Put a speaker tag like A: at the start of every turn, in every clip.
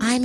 A: I'm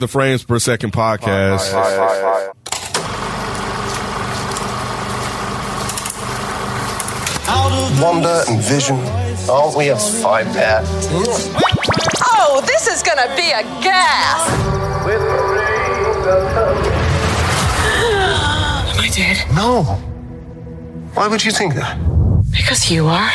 B: The Frames Per Second podcast.
C: Wonder and vision. Aren't we a five pair?
D: Oh, this is gonna be a gas!
E: I did.
C: No. Why would you think that?
E: Because you are.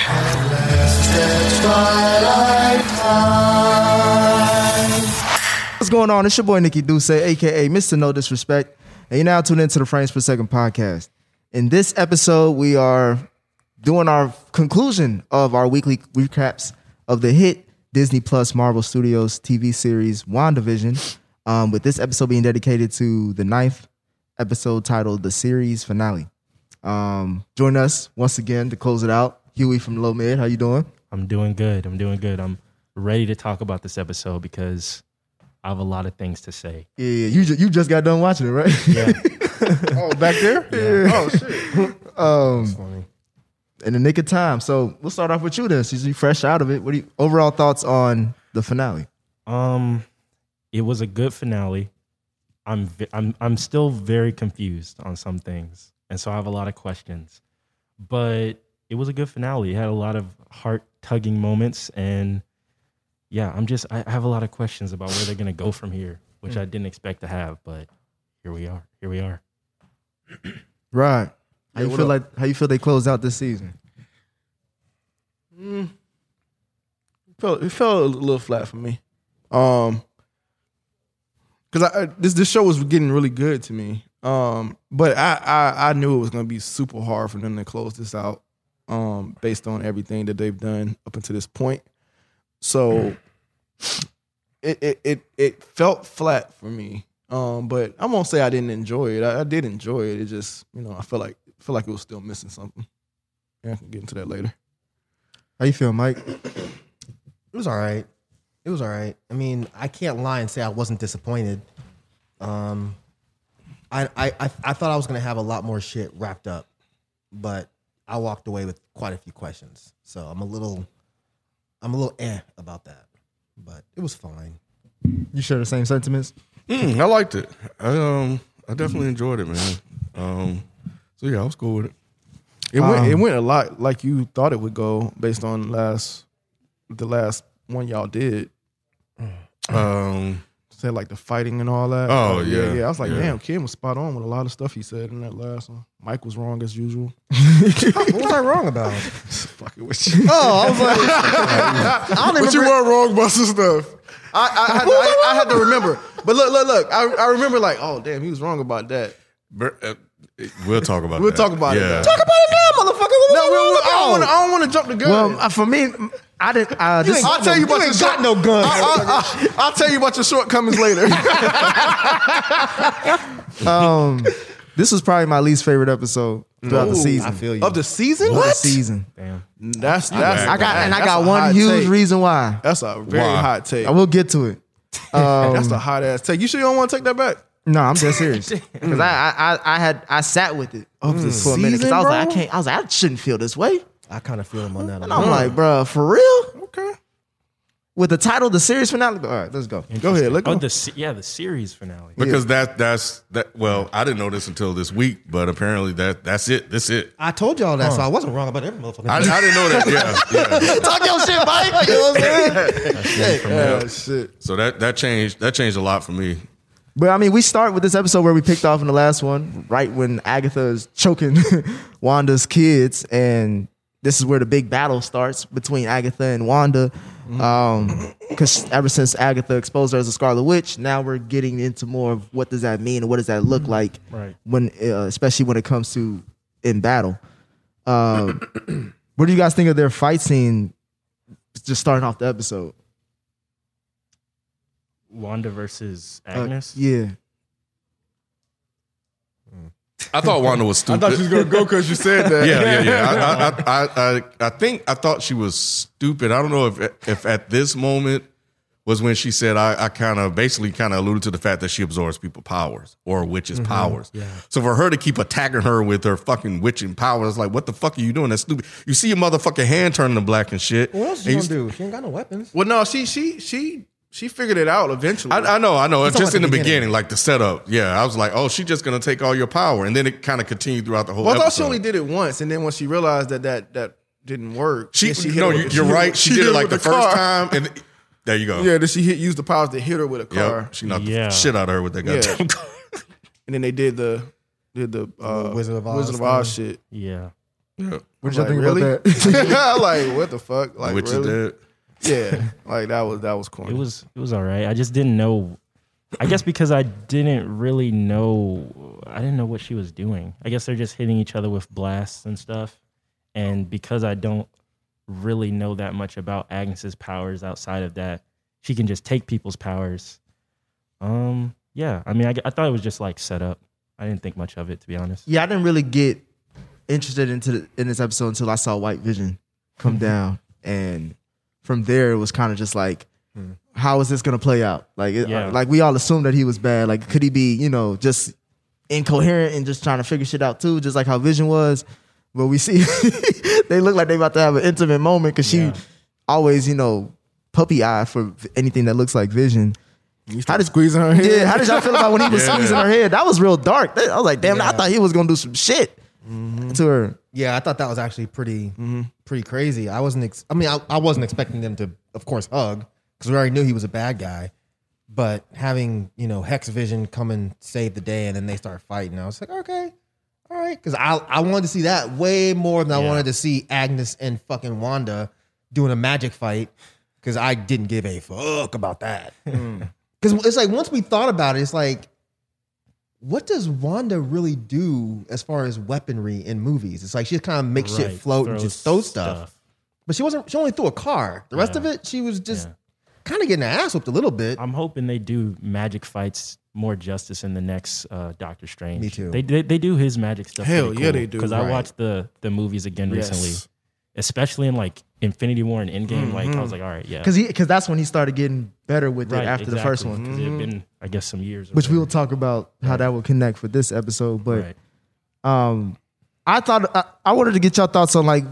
F: What's going on? It's your boy Nikki Duce, aka Mr. No Disrespect, and you're now tuned into the Frames Per Second podcast. In this episode, we are doing our conclusion of our weekly recaps of the hit Disney Plus Marvel Studios TV series WandaVision, um, with this episode being dedicated to the ninth episode titled The Series Finale. Um, join us once again to close it out. Huey from Low Med, how you doing?
G: I'm doing good. I'm doing good. I'm ready to talk about this episode because I have a lot of things to say.
F: Yeah, yeah, you ju- you just got done watching it, right?
G: Yeah.
F: oh, back there? Yeah. Oh shit. Um in the nick of time. So we'll start off with you then, since you fresh out of it. What do you overall thoughts on the finale?
G: Um, it was a good finale. I'm v- I'm I'm still very confused on some things, and so I have a lot of questions. But it was a good finale. It had a lot of heart tugging moments, and yeah, I'm just I I have a lot of questions about where they're gonna go from here, which I didn't expect to have, but here we are. Here we are.
F: Right. How you feel like how you feel they closed out this season?
H: felt Mm. it felt a little flat for me. Um, cause I, I this this show was getting really good to me. Um, but I, I I knew it was gonna be super hard for them to close this out. Um, based on everything that they've done up until this point, so it it it, it felt flat for me. Um, but I won't say I didn't enjoy it. I, I did enjoy it. It just you know I felt like feel like it was still missing something. Yeah, I can get into that later.
F: How you feel, Mike?
I: It was all right. It was all right. I mean, I can't lie and say I wasn't disappointed. Um, I I I, I thought I was gonna have a lot more shit wrapped up, but I walked away with quite a few questions. So I'm a little, I'm a little eh about that. But it was fine.
F: You share the same sentiments?
B: Mm, I liked it. I um I definitely enjoyed it, man. Um so yeah, I was cool with it.
H: It went
F: Um,
H: it went a lot like you thought it would go based on last the last one y'all did.
B: Um
H: Said like the fighting and all that.
B: Oh,
H: Like,
B: yeah,
H: yeah. I was like,
B: yeah.
H: damn, Kim was spot on with a lot of stuff he said in that last one. Mike was wrong as usual.
I: What was I wrong about?
H: Fucking with you.
F: Oh, I was like, I don't even
B: But you were wrong about some stuff.
H: I, I, had to, I, I had to remember. But look, look, look. I, I remember like, oh damn, he was wrong about that.
B: Ver- uh, it- We'll talk about
H: We'll
B: that.
H: talk about it now.
B: Talk about
H: No, we, we, I don't wanna I don't wanna jump the gun.
F: Well, uh, for me, I didn't uh this,
H: I'll tell you about your short- I, will tell you about your shortcomings later.
F: um this was probably my least favorite episode throughout the
H: Ooh,
F: season.
I: I feel you.
H: of the season?
F: Of the season.
G: Damn.
H: That's that's
F: I got and I
H: that's
F: got
H: a hot
F: one huge
H: take.
F: reason why.
H: That's a very
B: Why?
H: hot take.
F: I will get to it. Um,
H: that's a hot ass take. You sure you don't want to take that back?
F: No, I'm dead serious. Because I, I I I had I sat with it of this for a minute. Because I was like, I can't. I was like, I shouldn't feel this way.
I: I kind of feel him on that. a
F: And I'm
I: little.
F: like, bruh, for real?
H: Okay.
F: With the title, the series finale. All right, let's go.
H: Go ahead. Look.
G: Oh,
H: at
G: the se- yeah, the series finale.
B: Because that that's that well, I didn't know this until this week, but apparently that that's it. That's it.
I: I told y'all that, so I wasn't wrong about every motherfucker.
B: I, I didn't know that. Yeah, yeah.
F: Talk your shit, Mike.
H: yeah, shit.
B: So that that changed that changed a lot for me.
F: But I mean, we start with this episode where we picked off in the last one, right when Agatha is choking Wanda's kids, and this is where the big battle starts between Agatha and Wanda.
G: Mm-hmm.
F: Because ever since Agatha exposed her as a Scarlet Witch, now we're getting into more of what does that mean and what does that look like,
G: Mm-hmm. Right.
F: When uh, especially when it comes to in battle. Um, what do you guys think of their fight scene? Just starting off the episode,
G: Wanda versus
F: Uh,
G: Agnes.
F: yeah.
B: I thought Wanda was
E: I
B: stupid.
E: thought she was gonna go because you said that.
B: yeah, yeah, yeah. I, I, I, I, I think I thought she was stupid. I don't know if if at this moment was when she said I, I kind of basically kind of alluded to the fact that she absorbs people powers or witches'
E: Mm-hmm.
B: powers. So for her to keep attacking her with her fucking witching powers, like what the fuck are you doing? That's stupid. You see your motherfucking hand turning to black and shit.
I: What else
B: And
I: you
B: you
I: gonna do? She ain't got no weapons.
E: Well, no, she she she she figured it out eventually.
B: I, I know, I know.
I: It's
B: just
I: all at
B: in the
I: the
B: beginning.
I: beginning.
B: like the setup. Yeah, I was like, oh, she's just gonna take all your power, and then it kind of continued throughout the whole.
E: well, I thought
B: episode.
E: she only did it once, and then when she realized that that that didn't work,
B: She,
E: then hit
B: no,
E: her
B: you,
E: with-
B: you're right. She, did it
E: hit her
B: like
E: with
B: the, first
E: car.
B: time, and there you go.
E: Yeah, then she hit used the powers to hit her with a car,
B: Yep. She knocked
G: Yeah.
B: the shit out of her with that
E: Yeah.
B: goddamn car.
E: and then they did the did the uh,
I: Wizard of Oz
E: Wizard of Oz
I: thing.
E: shit.
G: Yeah.
F: What
E: Like, really? I'm like, what the fuck? Like,
B: Which
E: really?
B: is dead.
E: Yeah, like that was that was corny.
G: It was it was all right. I just didn't know. I guess because I didn't really know. I didn't know what she was doing. I guess they're just hitting each other with blasts and stuff. And because I don't really know that much about Agnes's powers outside of that, she can just take people's powers. Um. Yeah. I mean, I, I thought it was just like set up. I didn't think much of it to be honest.
F: yeah, I didn't really get interested into the, in this episode until I saw White Vision come down, and from there it was kind of just like,
I: Hmm.
F: how is this gonna play out? Like, it,
G: Yeah.
F: like we all assumed that he was bad. Like, could he be, you know, just incoherent and just trying to figure shit out too, just like how Vision was? But we see they look like they about to have an intimate moment because she
G: Yeah.
F: always, you know, puppy eye for anything that looks like Vision.
E: How did squeezing her head?
F: Yeah, how did y'all feel about when he was
B: Yeah.
F: squeezing her head? That was real dark. That- I was like, damn, I thought he was gonna do some shit to her.
I: Yeah, I thought that was actually pretty pretty crazy. I wasn't. Ex- I mean, I, I wasn't expecting them to, of course, hug because we already knew he was a bad guy. But having you know Hex Vision come and save the day, and then they start fighting, I was like, okay, all right, because I I wanted to see that way more than I
G: Yeah.
I: wanted to see Agnes and fucking Wanda doing a magic fight because I didn't give a fuck about that.
G: Hmm.
I: Because it's like once we thought about it, it's like what does Wanda really do as far as weaponry in movies? It's like she kind of makes shit
G: Right,
I: float and
G: throws
I: just throws stuff. But she wasn't. She only threw a car. The rest of it, she was just
G: Yeah.
I: kind of getting her ass whooped a little bit.
G: I'm hoping they do magic fights more justice in the next uh, Doctor Strange.
I: Me too.
G: They they, they do his magic stuff.
E: Hell, yeah, they do,
G: Because I
E: right.
G: watched the the movies again
E: Yes.
G: recently, especially in like Infinity War and Endgame. Like I was like, all right, yeah,
F: Cause he cause that's when he started getting better with
G: right, Mm-hmm.
F: it after the first one.
G: because it had been I guess some years. or
F: Which we will
G: whatever.
F: talk about how that will connect for this episode. But
G: Right.
F: um I thought I, I wanted to get your thoughts on like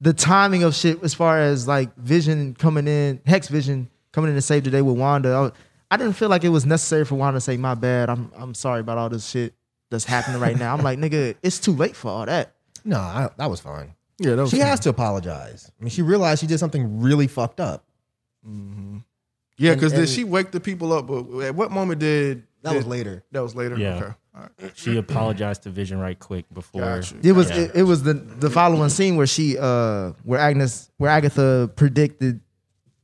F: the timing of shit as far as like Vision coming in, Hex Vision coming in to save the day with Wanda. I, I didn't feel like it was necessary for Wanda to say, My bad, I'm I'm sorry about all this shit that's happening right now. I'm like, nigga, it's too late for all that.
I: no, I, that was fine.
E: yeah, that was
I: She has to apologize. I mean, she realized she did something really fucked up.
E: yeah, because
I: and-
E: did she wake the people up? But at what moment did
I: That was later.
E: That was later.
G: Yeah.
E: Okay. All right.
G: she apologized to Vision right quick before.
E: Got you.
F: It was
G: Yeah.
F: it, it was the the following scene where she uh where Agnes where Agatha predicted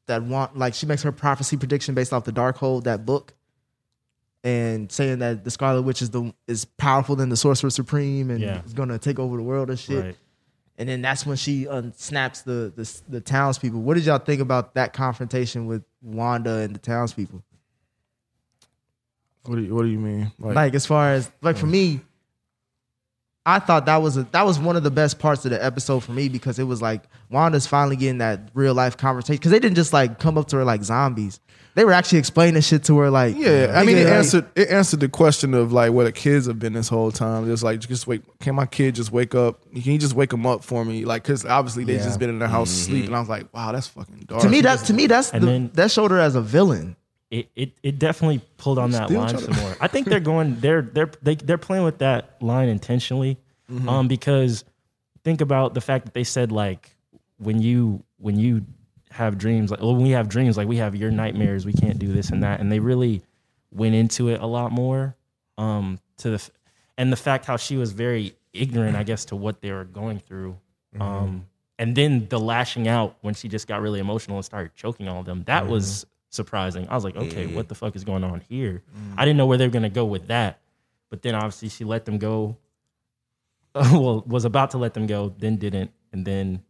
F: that want like she makes her prophecy prediction based off the Darkhold that book and saying that the Scarlet Witch is the is powerful than the Sorcerer Supreme and
G: Yeah.
F: is gonna take over the world and shit.
G: Right.
F: And then that's when she unsnaps the, the the townspeople. What did y'all think about that confrontation with Wanda and the townspeople?
E: What do you What do you mean?
F: like as far as like
E: Mm.
F: for me i thought that was a, that was one of the best parts of the episode for me because it was like wanda's finally getting that real life conversation because they didn't just like come up to her like zombies they were actually explaining shit to her like
E: Yeah, I
F: nigga,
E: mean, it
F: like-
E: answered it answered the question of like where the kids have been this whole time. It's like just wait, can my kid just wake up? Can you just wake them up for me? Like, cause obviously they
I: Yeah.
E: just been in their house
B: Mm-hmm.
E: sleep, and I was like, wow, that's fucking dark.
F: to me that's to me that's the,
G: And then-
F: that showed her as a villain
G: it, it, it definitely pulled on that
E: Still
G: line
E: tryna-
G: some more. I think they're going they're they're they, they're playing with that line intentionally, um, because think about the fact that they said like when you when you have dreams like well, when we have dreams like we have your nightmares we can't do this and that and they really went into it a lot more um to the f- and the fact how she was very ignorant I guess to what they were going through um and then the lashing out when she just got really emotional and started choking all of them that was surprising i was like okay what the fuck is going on here i didn't know where they were going to go with that but then obviously she let them go well was about to let them go then didn't and then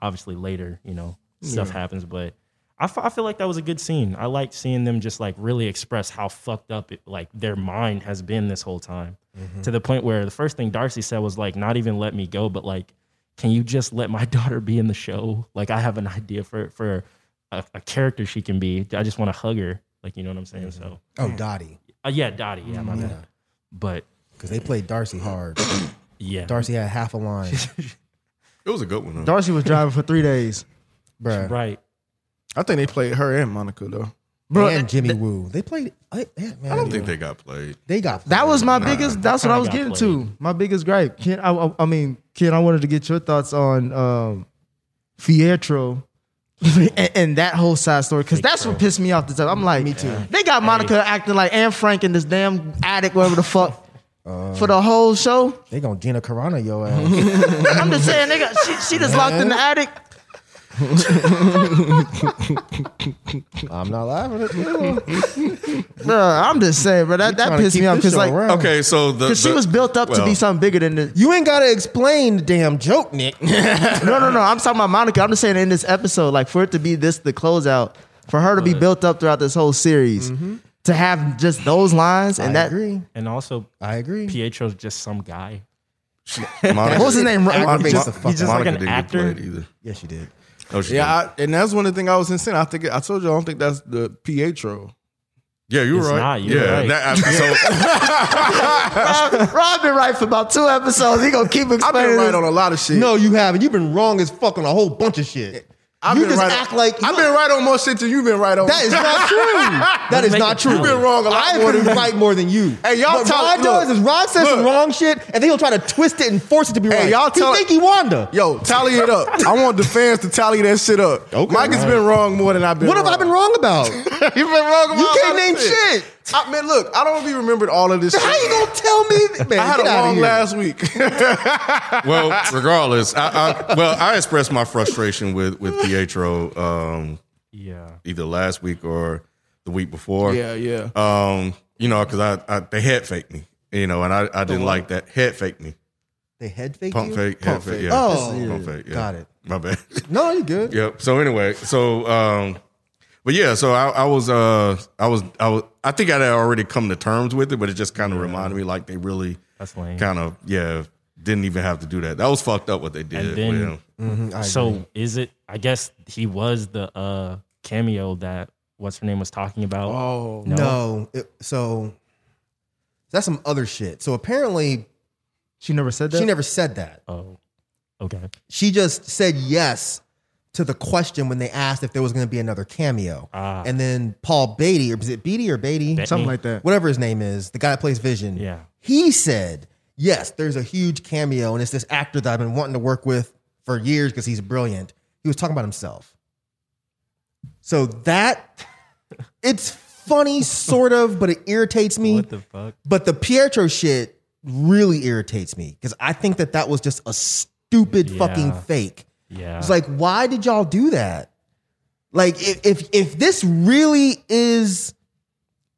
G: obviously later you know stuff happens but I fe- I feel like that was a good scene. I liked seeing them just like really express how fucked up it, like their mind has been this whole time to the point where the first thing Darcy said was like, not even let me go, but like, can you just let my daughter be in the show? Like, I have an idea for, for a, a character she can be. I just want to hug her. Like, you know what I'm saying? So,
I: Oh, Dottie,
G: uh, yeah, Dottie. Yeah, my bad. But
I: because they played Darcy hard.
G: yeah,
I: Darcy had half a line,
B: It was a good one. Though.
F: Darcy was driving for three days.
I: bruh.
G: right.
E: I think they played her and Monica though.
I: and Jimmy Woo. They played. I, yeah, man,
B: I don't think they got played.
I: they got.
F: That was my biggest. That's what I
G: kinda
F: was
G: got
F: getting
G: played.
F: to. My biggest gripe. Ken, I, I, I mean, Ken, I wanted to get your thoughts on um, Fietro and, and that whole side story because that's what pissed me off. This time. I'm like, me too. They got Monica acting like Anne Frank in this damn attic, whatever the fuck. for the whole show,
I: They gonna Gina Carano your ass.
F: I'm just saying they got she, she just locked in the attic.
I: I'm not laughing at you.
F: Bruh, I'm just saying, bro. That, that
I: Tryna
F: pissed
I: keep
F: me off
I: this
F: because
I: show
F: like
I: around.
B: Okay, so the,
F: because she
B: the-
F: was built up to
B: well,
F: be something bigger than this.
I: You ain't gotta explain the damn joke, Nick.
F: No, no, no. I'm talking about Monica. I'm just saying in this episode, like for it to be this the closeout, for her to be built up throughout this whole series,
E: Mm-hmm.
F: to have just those lines and
I: I
F: that.
I: agree.
G: And also,
I: I agree.
G: Pietro's just some guy.
B: Monica-
F: What was his name?
I: I
F: Ron-
I: agree.
F: Ron-
I: Just a fuck
G: He's just
I: up.
G: like an
B: Monica didn't get
G: actor.
B: played either.
I: yes, you did.
B: No, she didn't.
E: Yeah, I, and that's one of the things I was insane. I think I told you I don't think that's the Pietro.
B: yeah, you were
G: It's
B: right.
G: not, you were
B: yeah,
G: right.
B: that- so
F: Ron been right for about two episodes. He gonna keep
E: I've
F: explaining.
E: been right
F: this.
E: on a lot of shit.
I: No, you haven't. You've been wrong as fuck on a whole bunch of shit.
E: I've
I: you
E: been
I: just
E: right
I: act
E: on,
I: like
E: I've been right on more shit than you've been right on.
I: That is not true. that is
G: make
I: not
G: it
I: true.
G: You've been
E: wrong a lot
I: I've
E: more
I: been
E: than you.
I: right more than you.
E: Hey, y'all
I: What
E: tell-
I: Rod does
E: look,
I: is Rod says some
E: look.
I: wrong shit, and then he'll try to twist it and force it to be right.
E: y'all
I: he
E: tell-
I: think he Wanda.
E: Yo, tally it up. I want the fans to tally that shit up.
I: Okay.
E: Mike has been wrong more than I've been.
I: what have I been wrong about?
E: You've been wrong. About
I: You
E: a
I: can't
E: lot of
I: name shit.
E: I man, look, I don't be remembered all of this.
I: How
E: shit.
I: you gonna tell me? th- Man,
E: I had a
I: get outta
E: long
I: here.
E: last week.
B: well, regardless, I, I well, I expressed my frustration with with Pietro um,
G: Yeah.
B: either last week or the week before.
E: yeah, yeah.
B: Um, you know, because I, I they head faked me, you know, and I, I
E: Oh,
B: didn't like that. Head faked me.
I: They head fake
B: Pump
I: you?
B: fake, head fake, yeah.
I: Oh,
B: Pump fake, yeah.
I: got it.
B: My bad.
I: No, you good.
B: yep. So anyway, so um but yeah, so I, I was uh I was I was I think I had already come to terms with it, but it just kind of reminded me like they really
G: That's lame.
B: kind of yeah, didn't even have to do that. That was fucked up what they did.
G: And then-
B: with him.
G: So is it? I guess he was the uh cameo that what's her name was talking about.
E: Oh,
G: no,
I: No, it, so that's some other shit. So apparently,
F: She never said that.
I: she never said that.
G: Oh, okay.
I: she just said yes to the question when they asked if there was going to be another cameo.
G: Ah.
I: And then Paul Beatty, or is it Beatty or Beatty?
G: Beatty.
F: Something like that.
I: Whatever his name is, the guy that plays Vision.
G: Yeah.
I: He said, yes, there's a huge cameo, and it's this actor that I've been wanting to work with for years because he's brilliant. He was talking about himself. So that, it's funny, sort of, but it irritates me.
G: What the fuck?
I: But the Pietro shit really irritates me because I think that that was just a stupid
G: Yeah.
I: fucking fake.
G: Yeah.
I: It's like, why did y'all do that? Like, if if, if this really is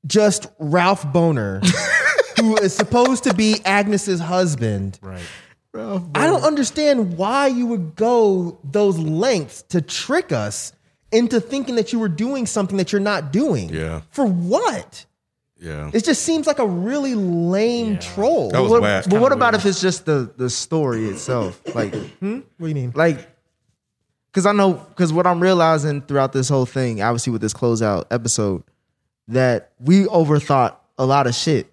I: just Ralph Boner, who is supposed to be Agnes's husband,
G: right.
I: I don't understand why you would go those lengths to trick us into thinking that you were doing something that you're not doing.
B: Yeah.
I: For what?
B: Yeah.
I: It just seems like a really lame troll.
B: That was
F: What,
B: whack.
F: but what about if it's just the the story itself? Like,
I: what do you mean?
F: like, because I know because what I'm realizing throughout this whole thing, obviously with this closeout episode, that we overthought a lot of shit.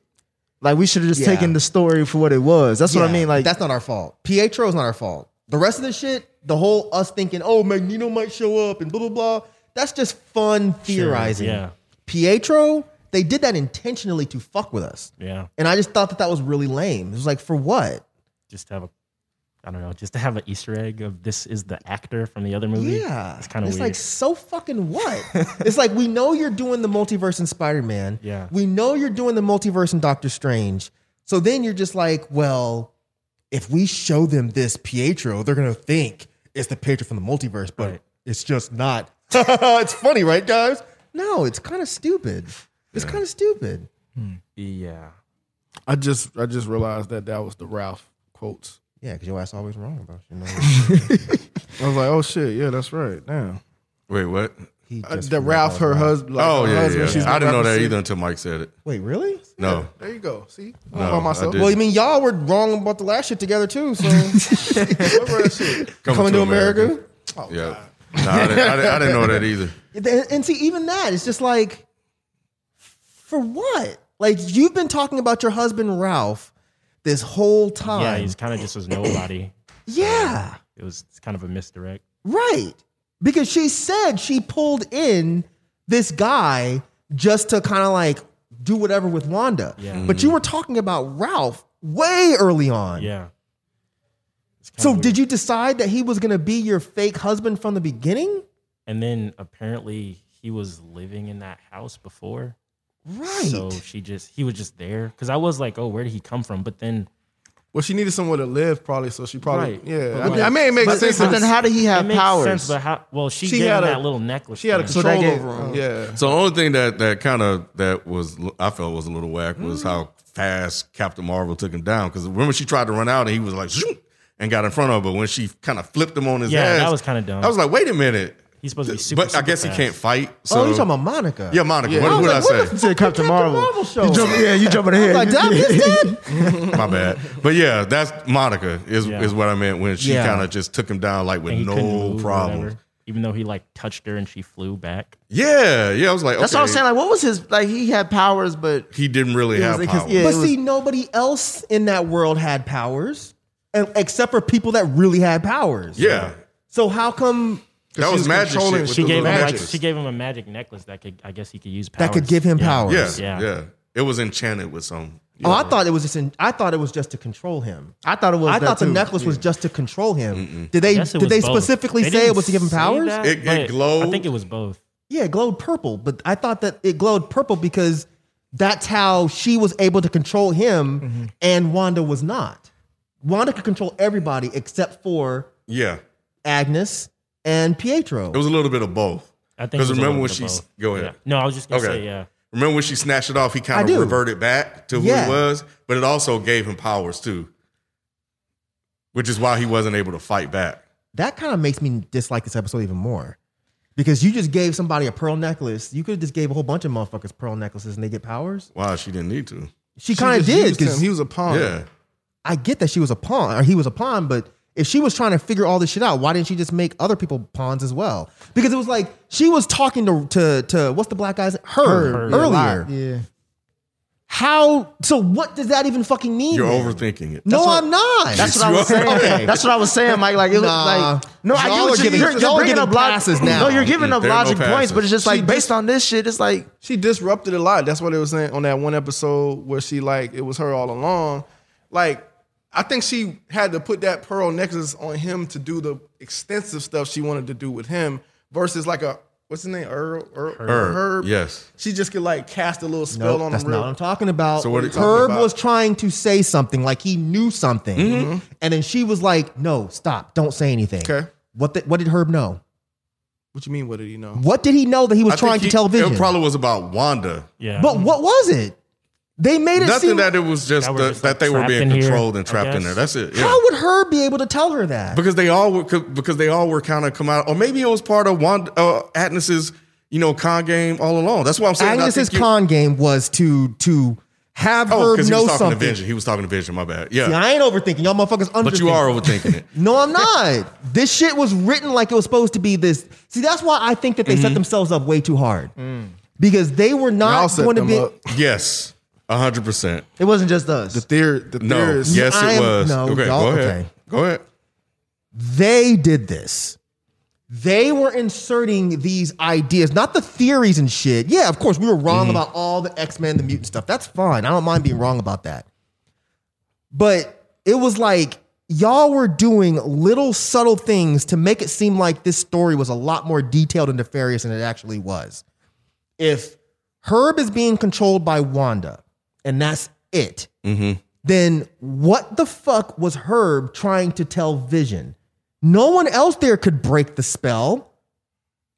F: Like we should have just
I: Yeah.
F: taken the story for what it was. That's what I
I: Yeah,
F: mean. Like
I: that's not our fault. Pietro is not our fault. The rest of the shit, the whole us thinking, oh, Magneto might show up and blah blah blah. That's just fun theorizing.
G: yeah.
I: Pietro, they did that intentionally to fuck with us,
G: Yeah.
I: and I just thought that that was really lame. It was like, for what?
G: Just to have a. I don't know. Just to have an Easter egg of this is the actor from the other movie.
I: Yeah,
G: It's kind of
I: It's
G: weird.
I: like so fucking what? it's like we know you're doing the multiverse in Spider Man.
G: Yeah.
I: we know you're doing the multiverse in Doctor Strange. So then you're just like, well, if we show them this Pietro, they're gonna think it's the Pietro from the multiverse, but
G: Right.
I: it's just not. it's funny, right, guys? No, it's kind of stupid. It's kind of stupid.
G: yeah.
E: I just I just realized that that was the Ralph quotes.
I: Yeah, because your ass always wrong about you know.
E: I was like, oh shit, yeah, that's right. Damn.
B: Wait, what?
I: He
E: Uh,
I: just
E: the
I: forgot
E: Ralph,
I: all
E: her
I: about it.
E: husband. Like,
B: oh
E: her
B: yeah,
E: husband,
B: yeah.
E: she's
B: I
E: been
B: didn't know that
E: rapping
B: either
E: since-
B: until Mike said it.
I: Wait, really?
B: No,
E: There you go. See, I'm
B: No,
E: by
B: I
E: myself.
B: didn't.
I: Well, you mean y'all were wrong about the last shit together too? So
E: Remember that shit?
I: coming to America.
B: Yeah. Nah, I didn't, I, didn't, I didn't know that either.
I: And, and see, even that, it's just like, for what? Like you've been talking about your husband Ralph this whole time.
G: Yeah, he's kind of just as nobody.
I: yeah,
G: It was it's kind of a misdirect.
I: right. Because she said she pulled in this guy just to kind of like do whatever with Wanda.
G: Yeah.
I: But you were talking about Ralph way early on.
G: Yeah. It's kinda
I: So
G: weird.
I: did you decide that he was gonna be your fake husband from the beginning?
G: And then apparently he was living in that house before.
I: Right.
G: So she just he was just there because I was like, oh, where did he come from? But then
E: Well, she needed somewhere to live, probably. So she probably,
G: Right.
E: yeah.
G: But
E: I, mean,
G: like-
E: I mean, it makes
F: But,
E: sense.
F: but then how did he
G: it
F: have
G: makes
F: powers?
G: sense. But how? Well, she,
E: She
G: gave
E: had
G: him
E: a-
G: that little necklace.
E: she had a
G: thing.
E: control
F: So they gave-
E: over him.
F: oh.
E: Yeah.
B: So the only thing that that kind of that was I felt was a little whack
G: Mm.
B: was how fast Captain Marvel took him down because remember she tried to run out and he was like zoom, and got in front of her, but when she kind of flipped him on his
G: Yeah,
B: ass,
G: that was kinda dumb.
B: I was like, wait a minute,
G: He's supposed to be super,
B: but I
G: super
B: guess
G: fast.
B: he can't fight. So
I: oh, you're talking about Monica.
B: yeah, Monica.
E: Yeah.
B: What,
E: I
B: what
I: was
B: did
I: like,
B: I
I: what
B: say?
I: the
F: Said Captain Marvel.
I: show.
F: You jump, yeah, you jumping ahead.
I: Like, did I miss that?
B: My bad. But yeah, that's Monica is
G: Yeah.
B: is what I meant when she
I: Yeah.
B: kind of just took him down like with
G: And he couldn't move
B: no
G: or
B: problems.
G: whatever, even though he like touched her and she flew back.
B: Yeah, yeah. I was like,
F: That's
B: okay,
F: what I'm saying. Like, what was his? Like, he had powers, but
B: He didn't really
F: was
B: have
F: like his-
B: power.
F: yeah.
I: but
F: it
I: see, nobody else in that world had powers, and, except for people that really had powers.
B: Yeah.
I: So how come
B: That was magic shit
E: controlling
B: with
G: She
B: the
G: gave him
B: little
G: like,
B: necklace.
G: she gave him a magic necklace that could I guess he could use powers.
I: that could give him
G: Yeah.
I: powers?
B: yeah,
G: Yeah.
B: yeah, It was enchanted with some.
I: Oh, I thought it was just. In, I thought it was just to control him.
F: I thought it was.
I: I
F: that
I: thought the
F: too.
I: necklace was just to control him. Did they?
G: I guess it
I: Did
G: was
I: they
G: both.
I: specifically
G: They
I: say it
G: didn't
I: was to give him
G: say
I: powers?
G: that,
B: It- it
G: but I
B: glowed.
G: think it was both.
I: Yeah, it glowed purple, but I thought that it glowed purple because that's how she was able to control him
G: Mm-hmm.
I: and Wanda was not. Wanda could control everybody except for
B: Yeah,
I: Agnes and Pietro.
B: it was a little bit of both.
G: I think it
B: Because
G: was a
B: remember
G: little
B: when
G: bit of
B: she s-
G: both.
B: go ahead.
G: Yeah. No, I was just gonna
B: Okay.
G: say yeah.
B: Remember when she snatched it off? He
I: I
B: kind
I: do.
B: of reverted back to who
I: Yeah.
B: he was, but it also gave him powers too, which is why he wasn't able to fight back.
I: that kind of makes me dislike this episode even more. Because you just gave somebody a pearl necklace. You could have just gave a whole bunch of motherfuckers pearl necklaces and they get powers.
B: Wow, she didn't need to.
I: She, kind of
E: just
I: did
E: used him.
I: because
E: he was a
G: Oh.
E: pawn.
B: Yeah,
I: I get that she was a pawn or he was a pawn, but if she was trying to figure all this shit out, why didn't she just make other people pawns as well? Because it was like she was talking to to, to what's the black guy's her,
G: Her.
I: earlier.
F: Yeah.
I: How so what does that even fucking mean?
B: you're
I: then?
B: overthinking it.
I: No,
F: That's what-
I: Oh, I'm not.
F: That's what I was saying. That's what I was saying, Mike. Like it was
I: Nah.
F: like no, I get
I: Y'all are
F: what you-
I: giving-
F: you're,
I: y'all
F: you're
I: are
F: bringing
I: giving
F: up log-
I: passes now.
F: No, you're giving up
B: There are no
F: logic points,
B: passes.
F: but it's just
E: She
F: like based
E: just-
F: on this shit, it's like
E: she disrupted a lot. That's what they were saying on that one episode where she like it was her all along. Like I think she had to put that pearl necklace on him to do the extensive stuff she wanted to do with him versus like a what's his name Earl Earl
B: Herb,
E: Herb.
B: yes.
E: she just could like cast a little
I: No,
E: spell on
I: that's
E: him.
I: not what I'm talking about.
B: So what are you talking
I: Herb
E: about?
I: was trying to say something, like he knew something,
B: Mm-hmm.
I: and then she was like, "No, stop! Don't say anything."
E: Okay.
I: What? The, what did Herb know?
E: What you mean? What did he know?
I: What did he know that he was
B: I
I: trying
B: think
I: to
B: he-
I: tell Vision?
B: It probably was about Wanda.
G: Yeah.
I: But what was it? They made it
B: Nothing
I: seem.
B: that it was just
G: That
B: that,
G: we're just,
B: that
G: like,
B: they were
G: trapped in
B: being
G: here,
B: controlled and
G: I
B: trapped in there.
G: guess.
B: That's it. Yeah.
I: how would her be able to tell her that?
B: because they all were because they all were kind of come out, or maybe it was part of Wanda, uh, Agnes's you know con game all along. That's what I'm saying. I
I: Agnes's
B: think you-
I: con game was to to have
B: Oh,
I: her
B: because he was
I: know
B: talking to
I: something.
B: Vision. He was talking to Vision. My bad. Yeah,
I: See, I ain't overthinking. Y'all motherfuckers underthinking.
B: but you are overthinking it.
I: No, I'm not. this shit was written like it was supposed to be this. See, that's why I think that they
B: Mm-hmm.
I: set themselves up way too hard.
B: Mm.
I: Because they were
E: Y'all
I: not
E: set
I: going to
E: them
I: be.
E: up.
B: Yes, hundred percent.
F: it wasn't just us.
E: The theory, the
B: No.
E: theorist-
B: Yes,
I: I
B: it
I: am-
B: was.
I: no,
B: okay,
I: y'all-
B: go ahead.
I: okay.
B: Go ahead.
I: They did this. They were inserting these ideas, not the theories and shit. Yeah, of course, we were wrong
B: Mm.
I: about all the X Men, the mutant stuff. That's fine. I don't mind being wrong about that. But it was like y'all were doing little subtle things to make it seem like this story was a lot more detailed and nefarious than it actually was. If Herb is being controlled by Wanda, and that's it,
E: Mm-hmm.
I: then what the fuck was Herb trying to tell Vision? No one else there could break the spell.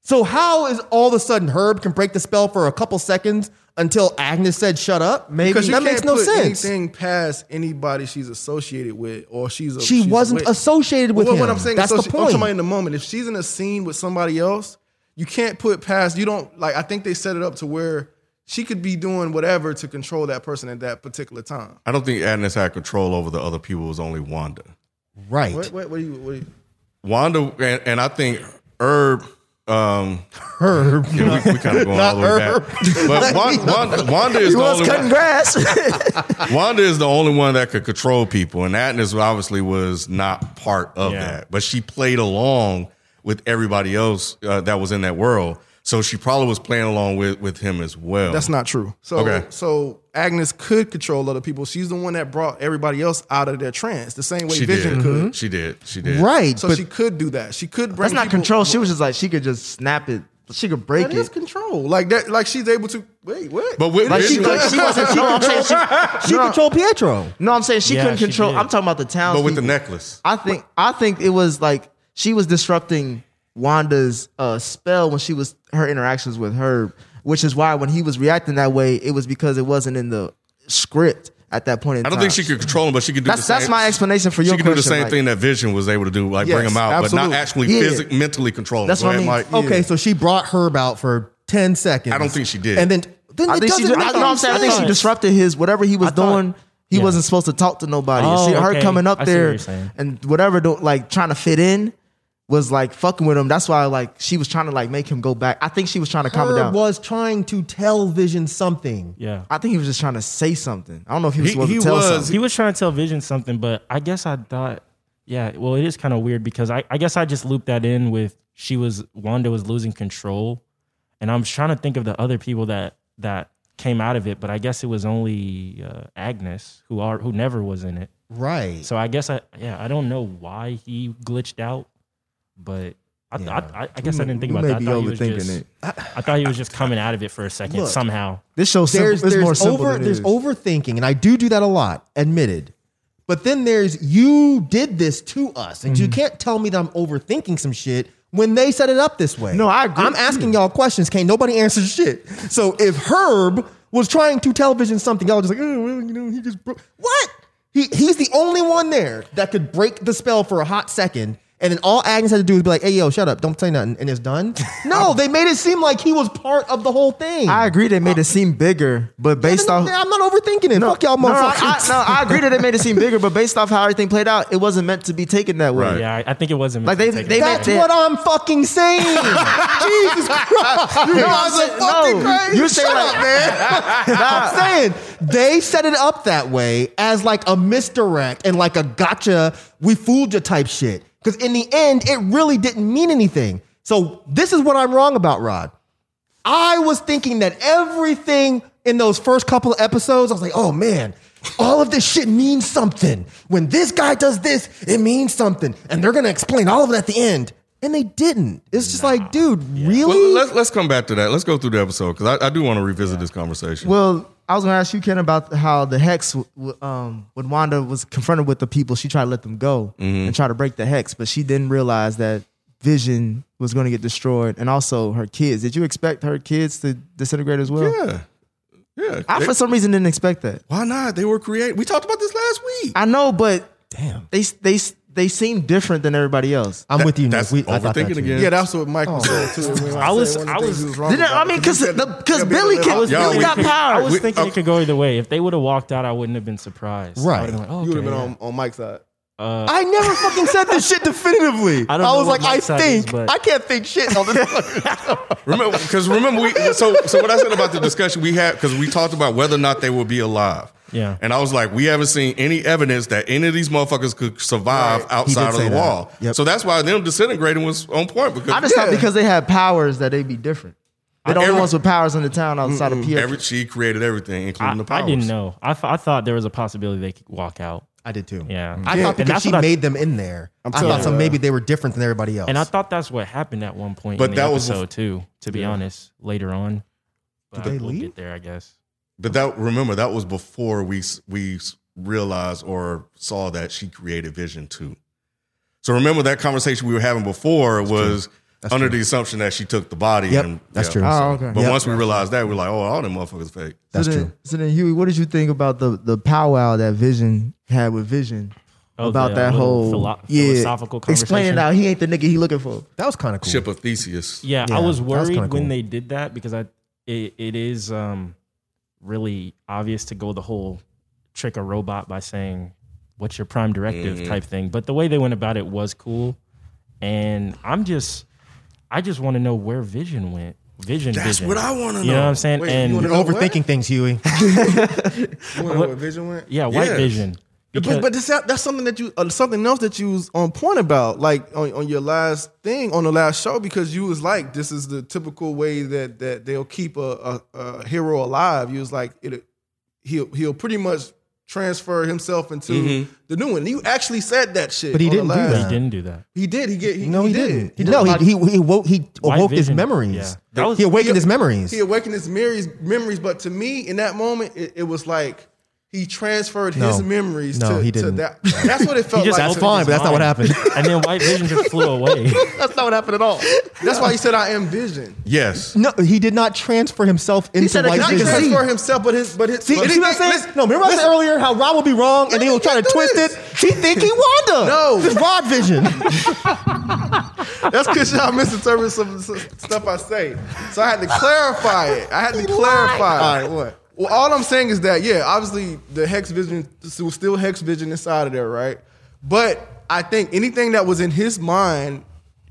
I: So how is all of a sudden Herb can break the spell for a couple seconds until Agnes said shut up? Maybe
E: Because you
I: that
E: can't
I: makes no
E: put
I: sense.
E: anything past anybody she's associated with, or she's a,
I: She
E: she's
I: wasn't
E: with.
I: associated with
E: Well,
I: him.
E: What I'm saying,
I: that's
E: so
I: the
E: she- I'm
I: point.
E: talking about in the moment. If she's in a scene with somebody else, you can't put past you don't like I think they set it up to where she could be doing whatever to control that person at that particular time.
B: I don't think Agnes had control over the other people. It was only Wanda.
I: Right.
E: What what, what do you what do you
B: Wanda, and, and I think Herb. Um,
I: Herb.
B: yeah, we, we kind of going all the way back. But Wanda, Wanda, Wanda is
F: He
B: the
F: was
B: only
F: cutting
B: one,
F: grass.
B: Wanda is the only one that could control people, and Agnes obviously was not part of
G: Yeah.
B: that. But she played along with everybody else uh, that was in that world, so she probably was playing along with with him as well.
E: That's not true. So
B: Okay.
E: so Agnes could control other people. She's the one that brought everybody else out of their trance. The same way
B: she
E: Vision
B: did. Mm-hmm.
E: could.
B: She did. She did.
F: Mm-hmm. right.
E: So
F: but
E: she could do that. She could bring
F: that's not
E: people-
F: control. She was just like, she could just snap it. She could break
E: That
F: it.
E: is control. Like that like she's able to wait, what?
B: But with
F: Like she,
B: Vision,
F: like she wasn't. She, I'm saying she,
I: She
F: no,
I: controlled Pietro.
F: No, I'm saying she
G: Yeah,
F: couldn't
G: she
F: control.
G: did.
F: I'm talking about the town.
B: but with the necklace,
F: I think I think it was like she was disrupting Wanda's uh, spell when she was her interactions with Herb, which is why when he was reacting that way, it was because it wasn't in the script at that point in
B: I
F: time.
B: don't think she could control him, but she could do.
F: That's
B: the same.
F: that's my explanation for your
B: she could do the
F: question,
B: same
F: like-
B: thing that Vision was able to do, like bring
E: Yes,
B: him out, but
E: absolutely.
B: not actually
F: Yeah.
B: physically, mentally control him.
F: That's
B: Go
F: what I
B: ahead,
F: mean.
B: Mike.
I: Okay, so she brought Herb out for 10 seconds.
B: I don't think she did.
I: And then, then
F: I
I: it
F: think she.
I: doesn't
F: Just,
I: make
F: I, no, I'm saying, I think she
G: sense.
F: disrupted his whatever he was
G: I thought-
F: doing. He
G: yeah.
F: wasn't supposed to talk to nobody.
G: Oh,
F: see, her
G: okay.
F: coming up
G: I see what
F: there
G: you're saying.
F: and whatever, do like trying to fit in, was like fucking with him. That's why like she was trying to like make him go back. I think she was trying to calm him
I: Herb
F: down.
I: was trying to tell Vision something.
G: Yeah.
F: I think he was just trying to say something. I don't know if he was
B: He-
F: supposed
B: he
F: to tell
B: was.
F: something.
G: He was trying to tell Vision something, but I guess I thought, yeah, well, it is kind of weird because I, I guess I just looped that in with she was Wanda was losing control, and I'm trying to think of the other people that that came out of it, but I guess it was only uh, Agnes who are who never was in it.
I: Right.
G: So I guess I yeah I don't know why he glitched out, but. I,
I: Yeah.
G: I, I, I guess I didn't think
F: You
G: about
F: may
G: that. I
F: be
G: thought, he was
F: overthinking
G: just,
F: it.
G: I thought he was just coming out of it for a second
I: Look.
G: somehow.
F: This show simple,
I: there's
F: it's more
I: there's
F: simple.
I: over
F: than it
I: there's
F: is.
I: overthinking, and I do do that a lot, admitted. But then there's you did this to us, and you
F: Mm-hmm.
I: can't tell me that I'm overthinking some shit when they set it up this way.
F: No, I agree.
I: I'm asking y'all questions. Can't nobody answer shit. So if Herb was trying to tell Vision something, y'all just like, oh, well, you know, he just broke what? He he's the only one there that could break the spell for a hot second. And then all Agnes had to do was be like, "Hey, yo, shut up! Don't say nothing," and it's done. No, they made it seem like he was part of the whole thing.
F: I agree they made it seem bigger, but based
I: Yeah,
F: off
I: then- I'm not overthinking it. Fuck y'all
F: no, I, I,
I: motherfuckers.
F: no, I agree that they made it seem bigger, but based off how everything played out, it wasn't meant to be taken that way.
B: Right.
G: Yeah, I, I think it wasn't.
F: Like,
G: meant to
F: they-
G: take
F: they
G: it.
F: made
I: That's
F: that-
I: what I'm fucking saying. Jesus Christ. You guys
F: saying-
I: are fucking
F: no.
I: crazy.
F: You're
I: Shut
F: saying
I: up,
F: like-
I: man. I'm saying they set it up that way as like a misdirect and like a gotcha, we fooled you type shit. Because in the end, it really didn't mean anything. So this is what I'm wrong about, Rod. I was thinking that everything in those first couple of episodes, I was like, oh man, all of this shit means something. When this guy does this, it means something. And they're gonna explain all of it at the end. And they didn't. It's just like, dude, really?
B: Well, let's let's come back to that. Let's go through the episode because I, I do want to revisit this conversation.
F: Well, I was going to ask you, Ken, about how the hex, w- w- um, when Wanda was confronted with the people, she tried to let them go and try to break the hex, but she didn't realize that Vision was going to get destroyed and also her kids. Did you expect her kids to disintegrate as well?
B: yeah, yeah.
F: I,
B: They-
F: for some reason, didn't expect that.
B: why not? They were created. We talked about this last week.
F: I know, but damn, they they they seem different than everybody else. Oh.
I: I'm with you. Nick.
B: That's
I: We- I thought that
B: overthinking
I: too.
B: again.
E: Yeah, that's what Michael said too. When
G: I was-
E: said one
G: I
E: of the
G: was-
E: things he wrong
F: Didn't, I
E: about,
F: mean, because
E: he said-
F: because
E: yeah,
F: Billy
E: but-
F: can,
E: I was-
B: Y'all,
F: Billy
B: we
F: got
B: could-
F: power.
G: I was
B: We-
G: thinking
B: okay.
G: it could go either way. If they would have walked out, I wouldn't have been surprised. I
I: Right.
G: would've been like, oh,
E: You would have been
G: okay,
E: on, on Mike's side.
I: I never fucking said this shit definitively. I,
G: I don't know
I: was
G: what
I: like, I
G: Mike's side
I: think.
G: is, but-
I: I can't think shit on this.
B: Remember, because remember, we so so what I said about the discussion we had because we talked about whether or not they will be alive.
G: Yeah.
B: and I was like, we haven't seen any evidence that any of these motherfuckers could survive outside of
I: say
B: the
I: that.
B: wall.
I: Yep.
B: So that's why them disintegrating was on point because
F: I just thought because they had powers that they'd be different. They're the only
B: Every-
F: ones with powers in the town outside of Pierre.
B: every, she created everything, including
G: I,
B: the powers.
G: I didn't know. I, th- I thought there was a possibility they could walk out.
I: I did too.
G: Yeah.
I: I
G: Yeah.
I: thought
G: And
I: because
G: that's
I: she
G: what I-
I: made them in there. i
E: telling
I: thought so
E: you.
I: maybe they were different than everybody else.
G: And I thought that's what happened at one point
B: But
G: in the
B: that was
G: episode, too, to be honest, later on. But
I: they
G: we'll
I: leave?
G: get there, I guess.
B: But that remember that was before we we realized or saw that she created Vision too. So remember that conversation we were having before was under the assumption that she took the body.
I: Yep,
B: and,
I: that's true.
F: Oh, okay.
B: But
I: Yep.
B: once we realized that, we were like, oh, all them motherfuckers fake.
I: That's
F: so then,
I: true.
F: So then, Huey, what did you think about the the powwow that Vision had with Vision
G: Oh,
J: about
G: the
J: that
G: little
J: whole
G: philo-
J: yeah,
G: philosophical conversation.
J: explaining how he ain't the nigga he looking for.
I: That was kind of cool.
B: Ship of Theseus.
G: Yeah,
I: Yeah,
G: I was
I: that was
G: worried
I: kinda
G: when
I: cool.
G: they did that because I it, it is um really obvious to go the whole trick a robot by saying what's your prime directive type thing. But the way they went about it was cool. And I'm just I just want to know where Vision went. Vision
B: That's
G: Vision.
B: what I wanna
G: You know what
B: know.
G: I'm saying?
F: Wait, you
G: and
F: wanna
I: You're
F: know what?
I: overthinking things, Huey.
F: You wanna know where Vision went?
G: yeah, White
B: Yes.
G: Vision.
F: But, but this, that's something that you uh, something else that you was on point about, like on, on your last thing on the last show, because you was like, this is the typical way that that they'll keep a, a, a hero alive. You was like, it, he'll he'll pretty much transfer himself into the new one. You actually said that shit,
I: Mm-hmm. But he
F: on the
I: didn't do
F: last-
G: they
I: that.
G: didn't do that.
F: He did. He get. He,
I: No, he,
F: did.
I: didn't.
F: He
I: no,
F: did.
I: he, he he woke he
G: White
I: awoke his
G: Vision,
I: memories.
G: yeah. That was-
I: he awakened his memories.
F: He awakened his memories, memories, but to me, in that moment, it, it was like he transferred
I: No.
F: his memories
I: No,
F: to,
I: he
F: to
I: didn't.
F: that. That's what it felt
G: just
F: like.
I: That's
G: altered
I: fine,
G: his
I: but that's not what
G: mind.
I: happened.
G: and then White Vision just flew away.
I: that's not what happened at all.
F: That's why he said, "I am Vision."
B: Yes.
I: No, he did not transfer himself into
J: said it
I: White
F: Not
J: can
I: Vision.
J: see.
F: transfer himself, but his, but his.
I: See,
F: but
I: see what I'm
F: listen,
I: saying?
F: listen,
I: no, remember I said
F: listen,
I: earlier how Rob will be wrong and they will try to
F: Listen to
I: twist
F: this.
I: it? He think he Wanda.
F: No.
I: This is Rod Vision.
F: That's because y'all misinterpret some s- stuff I say. So I had to clarify it. I had to clarify. All right, what? Well, all I'm saying is that yeah, obviously the hex vision there was still hex vision inside of there, right? But I think anything that was in his mind,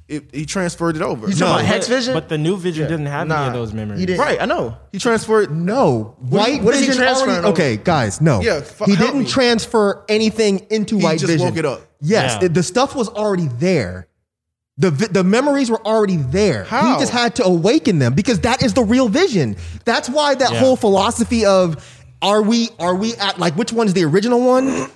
F: it, he transferred it over.
J: You talking about
G: But-
J: Hex Vision?
G: But the new Vision didn't have any
F: Nah,
G: of those memories.
J: He didn't.
F: right, I know. He transferred.
I: No,
J: do you-
I: White
J: what is he
I: Vision
J: transferring
I: already.
J: over?
I: Okay, guys, no.
F: Yeah, fu-
I: he
F: help
I: didn't
F: me.
I: transfer anything into
F: He
I: White
F: just
I: Vision.
F: woke it up.
I: Yes,
G: Yeah.
I: it- the stuff was already there. The vi- the memories were already there.
F: How?
I: He just had to awaken them because that is the real vision. That's why that
G: Yeah.
I: whole philosophy of are we are we at like which one's the original one,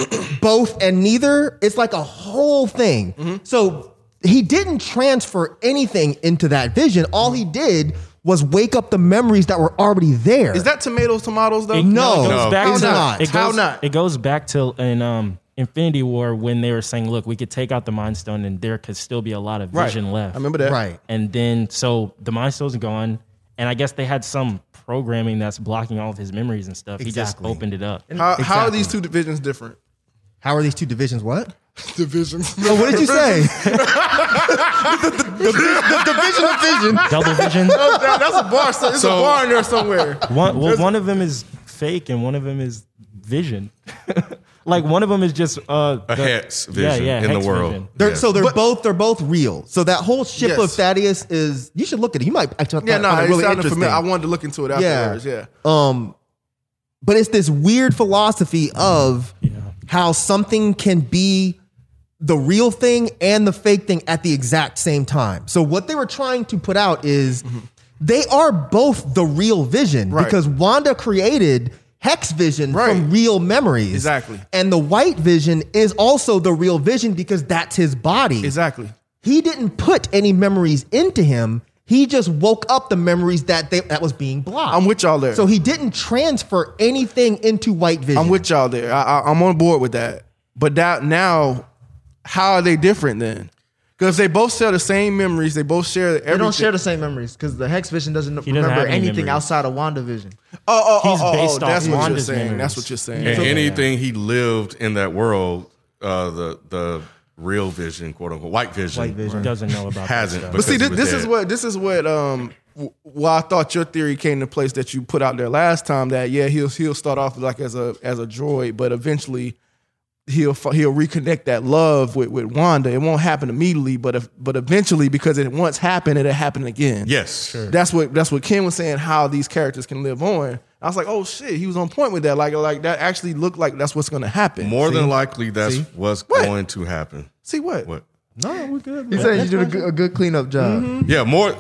I: both and neither. It's like a whole thing.
F: Mm-hmm.
I: So he didn't transfer anything into that vision. All he did was wake up the memories that were already there.
F: Is that tomatoes, tomatoes though?
G: It-
I: No,
G: it goes
B: No.
G: back
I: How
G: to,
I: not?
G: It goes,
F: How not?
G: It goes back to in um, Infinity War when they were saying, "Look, we could take out the Mind Stone, and there could still be a lot of
F: Right.
G: Vision left."
F: I remember that.
I: right?
G: And then, so the Mind Stone's gone, and I guess they had some programming that's blocking all of his memories and stuff. He
I: Exactly.
G: just opened it up.
F: How, how are
I: Exactly.
F: these two divisions different?
I: How are these two divisions? What?
F: Divisions.
I: So what did you say? the division of vision.
G: Double Vision.
B: Oh,
F: That- that's a bar. So, it's
B: So-
F: a bar in there somewhere.
G: one, well, one of them is fake, and one of them is Vision. like one of them is just uh,
B: A
G: the-
B: hex vision in
G: hex
B: the world.
G: vision.
I: They're,
B: Yes.
I: So they're both they're both real. So that whole ship
F: Yes.
I: of Thaddeus is you should look at it. You might actually
F: Yeah,
I: find
F: no,
I: it
F: it
I: really
F: sounded
I: interesting.
F: familiar. I wanted to look into it afterwards. Yeah.
I: Um, but it's this weird philosophy of how something can be the real thing and the fake thing at the exact same time. So what they were trying to put out is they are both the real vision
F: Mm-hmm. Right.
I: because Wanda created Hex Vision
F: Right.
I: from real memories.
F: Exactly.
I: And the white vision is also the real vision because that's his body.
F: Exactly.
I: He didn't put any memories into him. He just woke up the memories that they that was being blocked.
F: I'm with y'all there.
I: So he didn't transfer anything into White Vision.
F: I'm with y'all there. I, I, I'm on board with that. But that now, how are they different then? Because they both share the same memories. They both share everything.
J: They don't share the same memories because the Hex Vision doesn't
G: doesn't
J: remember
G: have any
J: anything
G: memories.
J: outside of WandaVision.
F: Oh, oh,
G: He's
F: oh, oh, oh,
G: based off
F: that's what you're
G: Wanda's
F: saying.
G: memories.
F: That's what you're saying.
B: And anything he lived in that world, uh, the the real vision, quote unquote, white vision,
G: Doesn't know about that
B: hasn't.
G: stuff.
F: But see,
B: because
F: this,
B: he was
F: this is
B: dead.
F: what this is what um w- why I thought your theory came to place that you put out there last time that yeah he'll he'll start off like as a as a droid, but eventually he'll fi- he'll reconnect that love with with Wanda. It won't happen immediately, but if but eventually because it once happened, it'll happen again.
B: Yes, sure.
F: That's what that's what Ken was saying. How these characters can live on. I was like, oh shit, he was on point with that. Like like that actually looked like that's what's gonna happen.
B: More than likely, that's what's
F: What?
B: going to happen.
F: see what? Mm-hmm.
B: What?
I: no, we're good.
J: He said you did a good, a good cleanup job.
B: Yeah, more.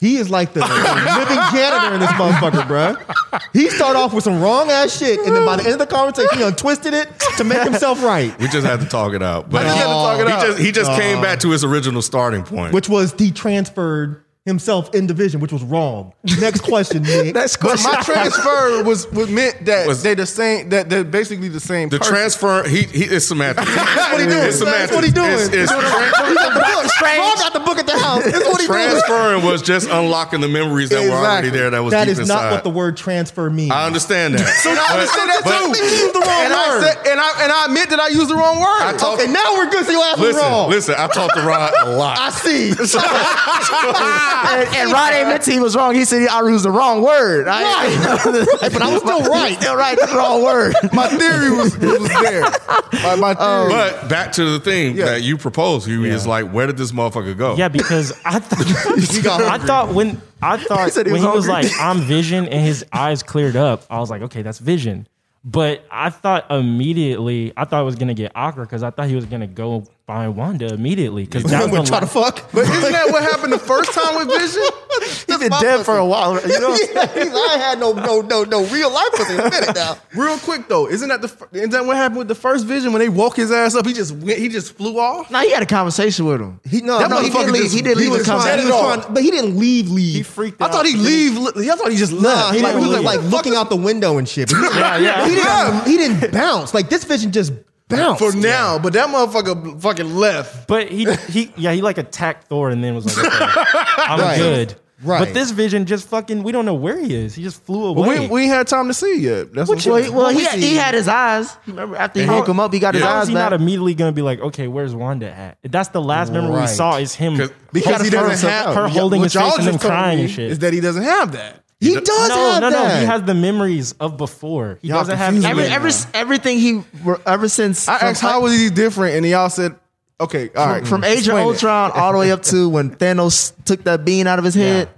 I: He is like the, the living janitor in this motherfucker, bruh. He start off with some wrong ass shit, and then by the end of the conversation, he untwisted it to make himself right,
B: We just had to talk it out. But
F: just had to talk it
B: he
F: out.
B: just he just came back to his original starting point.
I: which was the transferred himself in division, which was wrong. Next question, Nick.
E: That's question. My transfer was, was meant that
B: Was-
E: they the same. That they're basically the same.
B: The
E: person.
B: transfer, he, he it's semantics. That's
E: what he doing.
B: It's
E: That's
B: semantics.
E: what he doing.
B: It's, it's tran-
I: Paul got the book at the house. That's what he doing.
B: transferring was just unlocking the memories that were already
E: Exactly.
B: there. That was
I: That
B: deep
I: is
B: inside.
I: not what the word transfer means.
B: I understand that.
E: And I understand that
B: But-
E: too.
B: but-
E: and I said, and I and I admit that I used the wrong word.
B: I talked-
I: okay, now we're good. So your ass was
B: Listen,
I: wrong.
B: listen. I talked to Rod a
I: I
B: lot.
I: see.
F: And, and Rod admits he was wrong. He said I used the wrong word. I,
I: Right. Hey, but I was still right.
F: Still right, the wrong word. Uh,
E: my theory was, was there. My, my theory.
B: But back to the thing that you proposed, Huey, is like, where did this motherfucker go?
G: Yeah, because I thought
E: got
G: I thought when I thought
F: said he
G: when
F: was
G: he was
F: hungry.
G: like I'm Vision and his eyes cleared up, I was like, okay, that's Vision. But I thought immediately, I thought it was gonna get awkward because I thought he was gonna go find Wanda immediately because that was the
I: Try to
G: la-
I: fuck.
E: But isn't that what happened the first time with Vision?
F: He's been dead for a while. You know,
I: I had no no no no real life was in a minute now.
E: Real quick though, isn't that the fir- isn't that what happened with the first Vision when they woke his ass up? He just went, he just flew off.
F: now he had a conversation with him.
I: He no,
E: That
I: no he
E: motherfucker
I: didn't leave.
E: just-
I: he didn't
E: he
I: leave.
E: was
I: a comment.
E: trying-
I: He was
E: trying-
I: trying- but he didn't leave. Leave.
G: He freaked
E: I
G: out.
E: thought he leave. li- I thought he just
I: Nah,
E: left.
I: he,
E: Like,
I: didn't
E: he was
I: leave.
E: like,
I: like looking out the window and shit. But he, didn't-
G: yeah.
I: he didn't. He didn't bounce. Like this vision just bounced.
E: for now, but that motherfucker fucking left.
G: But he he yeah he like attacked Thor and then was like, okay, I'm
I: Right.
G: good.
I: Right.
G: But this Vision just fucking we don't know where he is. He just flew away.
E: We, we ain't had time to see yet. That's what,
F: Well, he, well,
I: we
F: he,
I: see-
F: he had his eyes. Remember after he
B: How-
F: woke him up, he got
B: Yeah.
G: How
F: his eyes
G: is he
F: back.
G: not immediately gonna be like, okay, where's Wanda at? That's the last memory we
I: Right.
G: saw is him.
B: 'Cause-
E: because he
G: her-
E: doesn't have
G: her holding
E: what
G: his
E: y'all
G: face and
E: just
G: him
E: told
G: crying
E: me
G: and shit.
E: Is that he doesn't have that?
I: he does
G: no,
I: have
G: no,
I: that.
G: no. He has the memories of before. He
E: Y'all
G: doesn't have
E: confusing
G: any-
F: Every,
E: Yeah.
F: ever, everything he ever since
E: I asked
F: from-
E: how was he different, and y'all said, okay, all right.
F: from Age of
E: Explain it.
F: Ultron all the way up to when Thanos took that bean out of his head.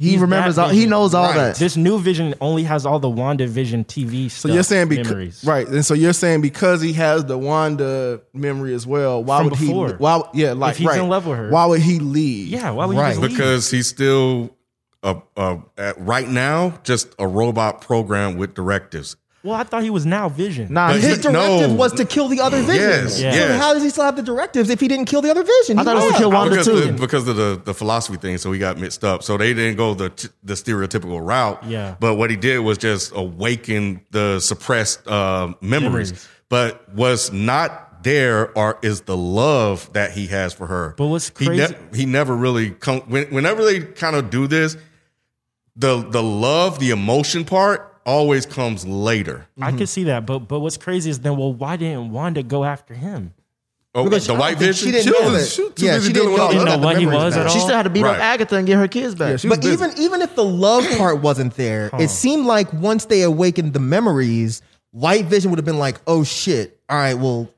F: He
G: He's
F: remembers
G: that
F: all. He
G: vision.
F: knows all
E: Right.
F: that.
G: This new Vision only has all the Wanda Vision TV stuff.
E: So you're saying because
G: memories,
E: right, and so you're saying because he has the Wanda memory as well. Why
G: From
E: would
G: before.
E: he? Why? Yeah, like
G: he's
E: right.
G: in love with her.
E: why would he leave?
G: Yeah, why would
I: Right.
G: you just leave?
B: because he's still uh, uh, at right now just a robot program with directives.
G: well, I thought he was now Vision.
F: Nah,
B: But
F: he-
B: he-
I: His directive
B: No.
I: was to kill the other vision.
B: Yes,
G: Yeah.
I: So
B: yes.
I: how does he still have the directives if he didn't kill the other vision?
F: I
I: He
F: thought it was to
I: left.
F: kill Wanda
B: because,
F: too.
B: the, because of the, the philosophy thing, so he got mixed up. So they didn't go the the stereotypical route.
G: Yeah.
B: But what he did was just awaken the suppressed uh, memories.
G: Memories.
B: But what's not there are is the love that he has for her.
G: But what's
B: He,
G: crazy-
B: he never really come when, whenever they kind of do this, the the love, the emotion part always comes later.
G: I
E: Mhm.
G: could see that, but but what's crazy is then, well, why didn't Wanda go after him?
B: Oh,
I: Because
B: the
I: I
B: white
I: don't think
B: vision.
I: She didn't
E: She
I: know
E: was-
I: that.
E: she was too
I: yeah,
E: busy
I: she
E: dealing
I: didn't
E: with
I: know
E: all
I: that.
G: that. Didn't know what he
I: memories
G: was
I: back.
G: at all.
F: She still had to beat up
B: Right.
F: Agatha and get her kids back.
E: she was
I: But
E: busy.
I: even even if the love part wasn't there, it seemed like once they awakened the memories, White Vision would have been like, "Oh shit! All right, well,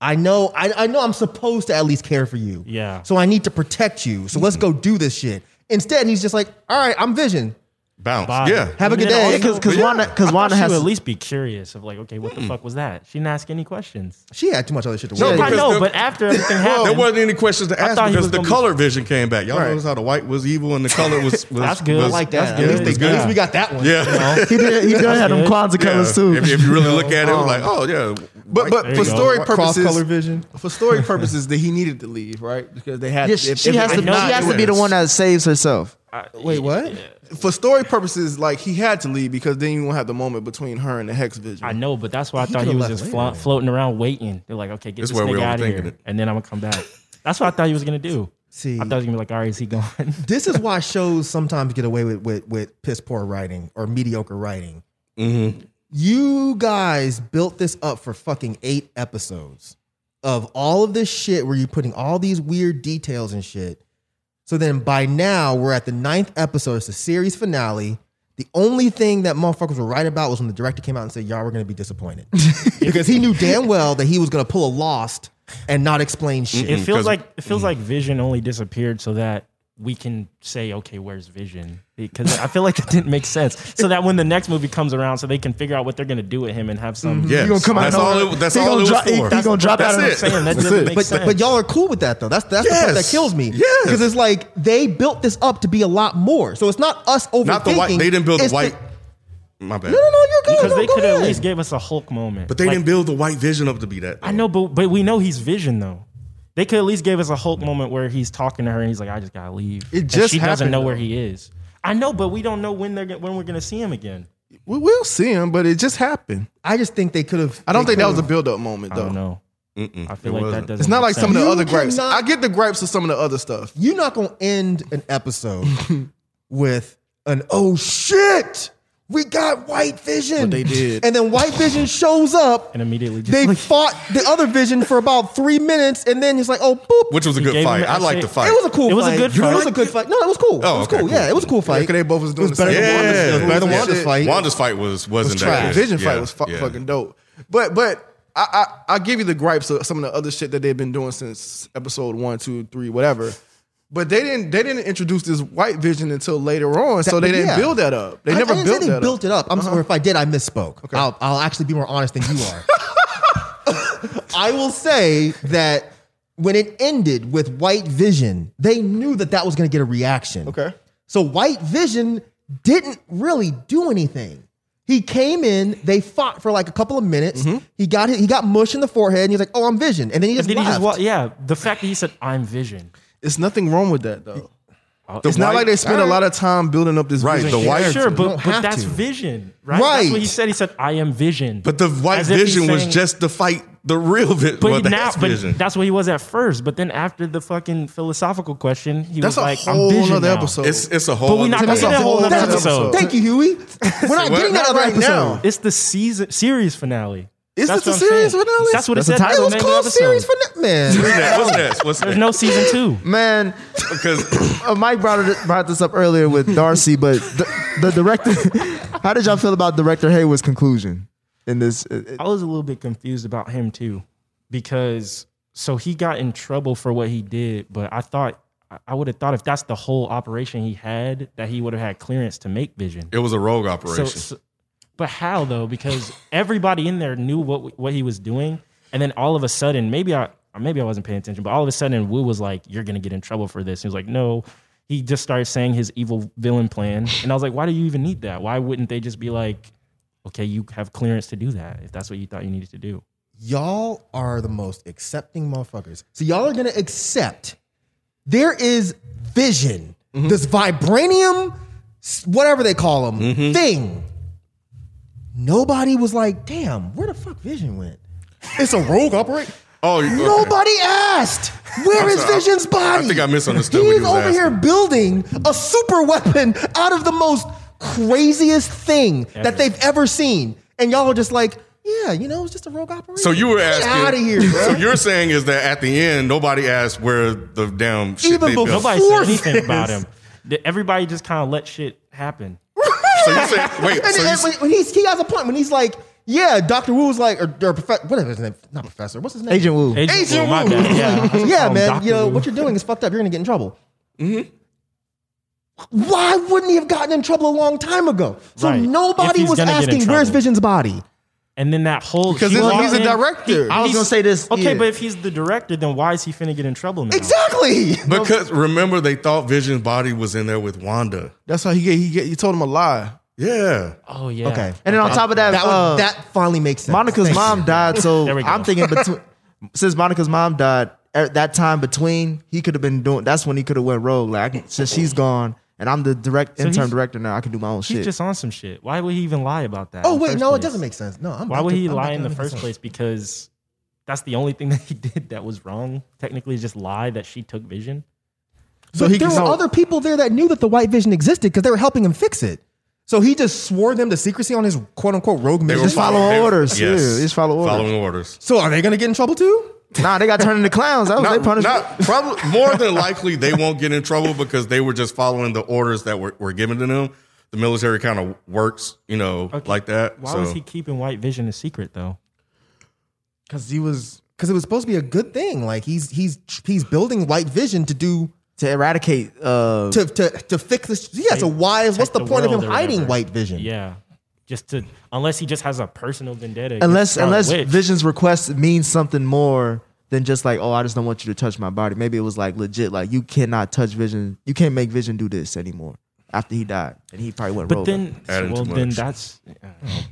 I: I know, oh, I, I know, I'm supposed to at least care for you.
G: Yeah.
I: So I need to protect you. So let's go do this shit." Instead, he's just like, "All right, I'm Vision.
B: bounce.
G: Bye.
B: Yeah.
I: Have a
G: And then
I: good day.
G: also-
F: Because because
B: Yeah.
F: Wanda
G: I
F: because
G: thought
F: Wanda
G: she
F: has
G: would at least be curious of like, okay, what the fuck was that? She didn't ask any questions.
I: She had too much other shit to
B: No,
I: worry
G: I
B: because
I: about."
G: know,
B: the-
G: but after everything happened,
B: There wasn't any questions to
G: I
B: ask
G: thought he
B: because
G: was
B: the
G: gonna be-
B: color vision came back. Y'all
E: Right.
B: notice how the white was evil and the color was, was
G: That's good.
B: was-
G: I like
I: That's
G: that.
I: good.
G: Yeah,
I: At least,
G: yeah.
I: at least we got that one.
B: Yeah,
F: he did he did have them
G: good.
F: Kwanzaa
B: Yeah.
F: colors too.
B: If, if you really look at it, we're like, oh yeah.
E: But
B: White-
E: but
G: you
E: for
G: go.
E: story purposes,
I: Cross-color vision.
E: for story purposes, that he needed to leave, right? Because they had
F: Yeah, she,
E: if-
F: she
E: if
F: has
E: they
F: to
E: did
F: she
E: not
F: has
E: do
F: to be
E: it-
F: the one that saves herself.
I: Wait, what?
E: for story purposes. Like he had to leave because then you won't have the moment between her and the Hex Vision.
G: I know, but that's why I thought
I: could've
G: he was
I: left
G: just
I: later.
G: flo- floating around waiting. They're like, okay, get
B: This
G: this,
B: where we
G: nigga out of
B: overthinking
G: here,
B: it.
G: and then I'm gonna come back. That's what I thought he was gonna do.
I: See.
G: I thought he was gonna be like, all right, is he gone?
I: this is why shows sometimes get away with with, with piss poor writing or mediocre writing. You guys built this up for fucking eight episodes of all of this shit where you're putting all these weird details and shit. So then by now we're at the ninth episode. It's the series finale. The only thing that motherfuckers were right about was when the director came out and said, "Y'all were gonna be disappointed," because he knew damn well that he was gonna pull a lost and not explain shit.
G: it feels
B: 'cause-
G: like it feels like Vision only disappeared so that we can say, okay, where's Vision? Because I feel like that didn't make sense. So that when the next movie comes around, so they can figure out what they're gonna do with him and have some.
B: Yes.
F: gonna come out
B: that's
F: and
B: all
F: over-
B: it, that's
F: he
B: all
F: gonna
B: it was
F: drop- he-
B: for.
F: he gonna
B: Mm-hmm.
F: drop
B: that's
F: out of
B: it.
F: the
G: saying that doesn't make
I: but,
G: sense.
I: But y'all are cool with that though. That's that's the part that
B: Yes.
I: kills me.
B: Yes.
I: Because it's like they built this up to be a lot more. So it's not us overthinking.
B: Not the white. They didn't build the
I: It's
B: white. My bad.
I: no, no, no. You're good.
G: because
I: no,
G: they
I: go
G: could at
I: ahead.
G: least gave us a Hulk moment.
B: But they
G: Like,
B: didn't build the white vision up to be that.
G: I know, but but we know he's Vision though. They could at least give us a Hulk moment where he's talking to her and he's like, "I just gotta leave."
E: It
G: And
E: just
G: she doesn't
E: happened,
G: know where
E: though.
G: he is. I know, but we don't know when they're when we're gonna see him again.
E: We will see him, but it just happened.
I: I just think they could have.
E: I don't think that was a build up moment
G: I
E: though.
G: don't know. I feel like that
B: wasn't.
G: doesn't.
E: It's not
G: make
E: like some of
G: sense.
E: the
I: You
E: other gripes.
I: cannot-
E: I get the gripes of some of the other stuff.
I: You're not gonna end an episode with an oh shit. We got White Vision.
E: But they did.
I: and then White Vision shows up.
G: and immediately just
I: They fought the other Vision for about three minutes, and then he's like, "Oh, boop."
B: Which was a
G: He
B: good
G: gave him
B: fight.
G: a
B: I like the
G: shake.
B: fight.
I: It was a cool.
G: It was a
I: fight.
G: good
I: It was
G: fight.
I: a good fight. No, it was cool.
B: Oh,
I: it was
B: okay,
I: cool.
B: cool.
I: Yeah, it was a cool fight.
E: 'cause they both was doing
I: it was
E: the
I: better
E: same
I: than Wanda's,
B: Yeah,
I: it was better than
B: yeah.
I: Wanda's fight.
B: Wanda's fight was wasn't
I: trash.
B: that good.
E: Vision
B: Yeah,
E: fight was fu-
B: yeah.
E: fucking dope. But but I, I I give you the gripes of some of the other shit that they've been doing since episode one, two, three, whatever. But they didn't they didn't introduce this white vision until later on, so
I: That-
E: they didn't
I: yeah.
E: build that up. They
I: I-
E: never
I: I didn't
E: built
I: say they
E: that
I: built
E: up. Uh-huh.
I: it up. I'm sorry if I did, I misspoke. I'll, I'll actually be more honest than you are. I will say that when it ended with White Vision, they knew that that was going to get a reaction.
E: Okay.
I: So White Vision didn't really do anything. He came in, they fought for like a couple of minutes. He got hit, he got mush in the forehead, and he's like, "Oh, I'm Vision," and then he
G: Mm-hmm. And
I: just,
G: then he just
I: left.
G: wa- yeah, the fact that he said, "I'm Vision."
E: It's nothing wrong with that though.
G: Uh,
E: It's not like they spent a lot of time building up this
B: Right,
E: Vision
B: the white-
E: character.
G: Sure, but,
I: don't
G: but
I: have
G: that's
I: to.
G: Vision, right? That's
I: Right.
G: what he said. He said, "I am Vision."
B: But the white
G: As if he's
B: vision was
G: saying-
B: just to fight the real vision.
G: But
B: well,
G: he now,
B: that's
G: but
B: vision.
G: that's what he was at first. But then after the fucking philosophical question, he
E: That's
G: was
E: a
G: like, "I'm
E: whole
G: Vision
E: other
G: now."
E: episode.
B: it's it's a whole.
G: But we not
B: other
G: gonna
B: thing.
G: get that whole other
E: That's a
G: episode.
E: episode.
I: Thank you, Huey. We're
B: what?
I: not
B: Not
I: getting that other
B: right
I: episode.
B: now.
G: It's the season series finale.
E: Is
G: That's
E: this the
G: what I'm
E: series
G: saying.
E: finale?
G: That's what
E: That's
G: it
E: the
G: said.
E: title.
G: in
I: It
G: the name of
I: was
G: the
I: called
G: episode.
I: series for man.
B: What's that? What's that? What's
G: There's
B: that?
G: no season two.
F: Man,
B: Because
F: uh, Mike brought it, brought this up earlier with Darcy, but the, the director. how did y'all feel about director Haywood's conclusion in this? uh, uh,
G: I was a little bit confused about him too, because so he got in trouble for what he did, but I thought I would have thought if that's the whole operation he had, that he would have had clearance to make Vision.
B: it was a rogue
G: So,
B: operation.
G: so- but how though? Because everybody in there knew what what he was doing, and then all of a sudden, maybe I maybe I wasn't paying attention, but all of a sudden, Wu was like, "You're gonna get in trouble for this." He was like, "No." He just started saying his evil villain plan, and I was like, "Why do you even need that? Why wouldn't they just be like?" Okay, you have clearance to do that if that's what you thought you needed to do.
I: y'all are the most accepting motherfuckers. So y'all are gonna accept there is vision,
B: Mm-hmm.
I: this vibranium, s- whatever they call them,
B: Mm-hmm.
I: thing. Nobody was like, damn, where the fuck vision went? It's a rogue operate.
B: oh, you- okay.
I: Nobody asked. Where is
B: sorry, I-
I: Vision's body?
B: I think I misunderstood
I: He's
B: what he was
I: over
B: asking.
I: here building a super weapon out of the most craziest thing that they've ever seen, and y'all are just like, yeah, you know, it's just a rogue operation.
B: So you were
I: Get
B: asking.
I: out of here, bro.
B: So you're saying is that at the end nobody asked where the damn shit
I: Even
B: they built.
I: before-
G: Nobody
I: Forces.
G: said anything about him. The- Everybody just kind of let shit happen.
B: So you saying wait?
I: and,
B: so
I: and
B: you,
I: when, when he's, he has a point when he's like, yeah, Doctor Wu was like, or, or profe- whatever his name, not professor, what's his name?
F: Agent Wu.
G: Agent
I: Agent
G: Wu, my
I: Wu.
G: bad. Yeah, I was
I: yeah,
G: calling
I: man,
G: Dr.
I: you know
G: Wu.
I: what you're doing is fucked up. You're gonna get in trouble.
B: Mm-hmm.
I: Why wouldn't he have gotten in trouble a long time ago? So
G: Right. If
I: nobody
G: he's
I: was
G: gonna get in
I: asking, "Where's
G: trouble."
I: Vision's body?"
G: And then that whole
E: Because
G: she
E: he's-
G: walked
E: he's a
G: in-
E: director. I
F: was
G: he's-
F: gonna say this,
G: Okay,
F: yeah.
G: but if he's the director, then why is he finna get in trouble now?
I: Exactly.
B: because remember they thought Vision's body was in there with Wanda.
E: That's how he get, he get, he told him a lie.
B: Yeah.
G: Oh yeah.
I: Okay.
F: And then on top of that,
I: That,
F: uh,
I: was, that finally makes sense.
F: Monica's
I: Thank
F: mom
I: you.
F: died, so
G: There we go.
F: I'm thinking between since Monica's mom died at that time between he could have been doing. That's when he could have went rogue. Like I can- since she's gone, and I'm the direct
G: he's-
F: intern director now, I can do my own
G: He's
F: shit.
G: just on some shit. Why would he even lie about that?
I: Oh
G: in the
I: wait,
G: first
I: no,
G: place?
I: it doesn't make sense. No, I'm
G: Why
I: back
G: would
I: to-
G: he
I: I'm
G: lie
I: back
G: in
I: to
G: the
I: making
G: first
I: sense.
G: place? Because that's the only thing that he did that was wrong. Technically, is just lie that she took vision.
I: So
E: he
I: there
E: can-
I: were
E: so-
I: other people there that knew that the white vision existed because they were helping him fix it. So he just swore them to secrecy on his quote unquote rogue
B: They
I: mission.
B: were
F: follow
B: they were-
F: orders, yeah, just follow orders.
B: Following orders.
I: so are they gonna get in trouble too?
F: nah, they got turned into clowns. That was they
B: Not,
F: punished.
B: not probably more than likely they won't get in trouble because they were just following the orders that were, were given to them. The military kind of works, you know, like that.
G: Why
B: so.
G: was he keeping White Vision a secret though?
I: Because he was because it was supposed to be a good thing. Like he's he's he's building white vision to do
F: to eradicate. Uh,
I: to to to fix this. Yeah. So why is what's the,
G: Protect
I: point of him
G: world or
I: hiding
G: whatever.
I: white vision?
G: Yeah. Just to unless he just has a personal vendetta. against
F: unless
G: Scarlet
F: unless
G: Witch.
F: Vision's request means something more than just like, oh, I just don't want you to touch my body. Maybe it was like legit, like you cannot touch Vision. You can't make Vision do this anymore. After he died, and he probably went
G: But
F: rogue.
G: then,
B: Adding
G: well,
B: too
G: then
B: much.
G: that's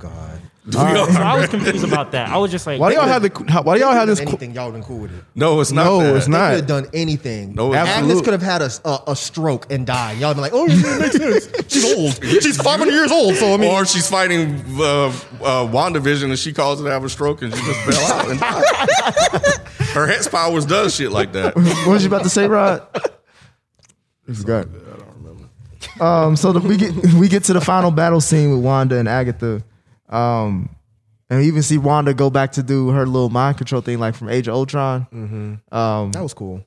I: God.
G: So I was confused about that. I was just like,
E: Why do y'all have the? how- Why do y'all have this? qu-
I: Anything y'all been cool Oh, with it?
B: No, it's not.
E: No,
B: that.
E: it's
I: They
E: not.
I: could have done anything.
B: No,
I: Agnes
E: absolute-
I: could have had a, s- a- a stroke and died. Y'all been like, oh, yeah, it makes sense. She's old. She's 500 years old. So I mean,
B: or she's fighting uh, uh, WandaVision and she calls it to have a stroke and she just fell out and died. Her hex powers does shit like that.
F: What was you about to say, Rod? I forgot. Um, so the, we get we get to the final battle scene with Wanda and Agatha, um, and we even see Wanda go back to do her little mind control thing, like from Age of Ultron.
I: that was cool.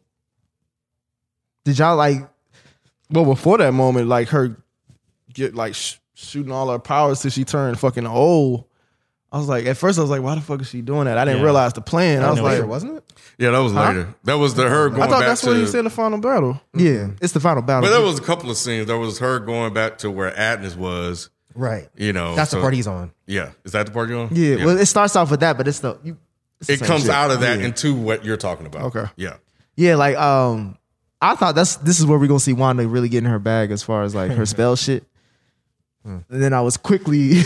F: Did y'all like?
E: But before that moment, like her get like sh- shooting all her powers till she turned fucking old. I was like, at first I was like, why the fuck is she doing that? I didn't
G: Yeah.
E: realize the plan. I, was
I: No,
E: like,
I: later, wasn't it?
B: Yeah, that was later. That was the her going
E: I thought
B: back
E: that's
B: to. Mm-hmm.
E: what he said in the final battle.
F: Yeah, it's the final battle.
B: but there was a couple of scenes. There was her going back to where Agnes was.
I: Right.
B: You know,
I: That's
B: so-
I: the part he's on.
B: Yeah, is that the part you're on?
F: yeah, well, it starts off with that, but it's the you, it's the
B: it
F: same
B: comes
F: shit.
B: out of that into what you're talking about.
E: Okay.
B: Yeah.
F: Yeah, like um, I thought that's this is where we're gonna see Wanda really get in her bag as far as like her spell shit. And then I was quickly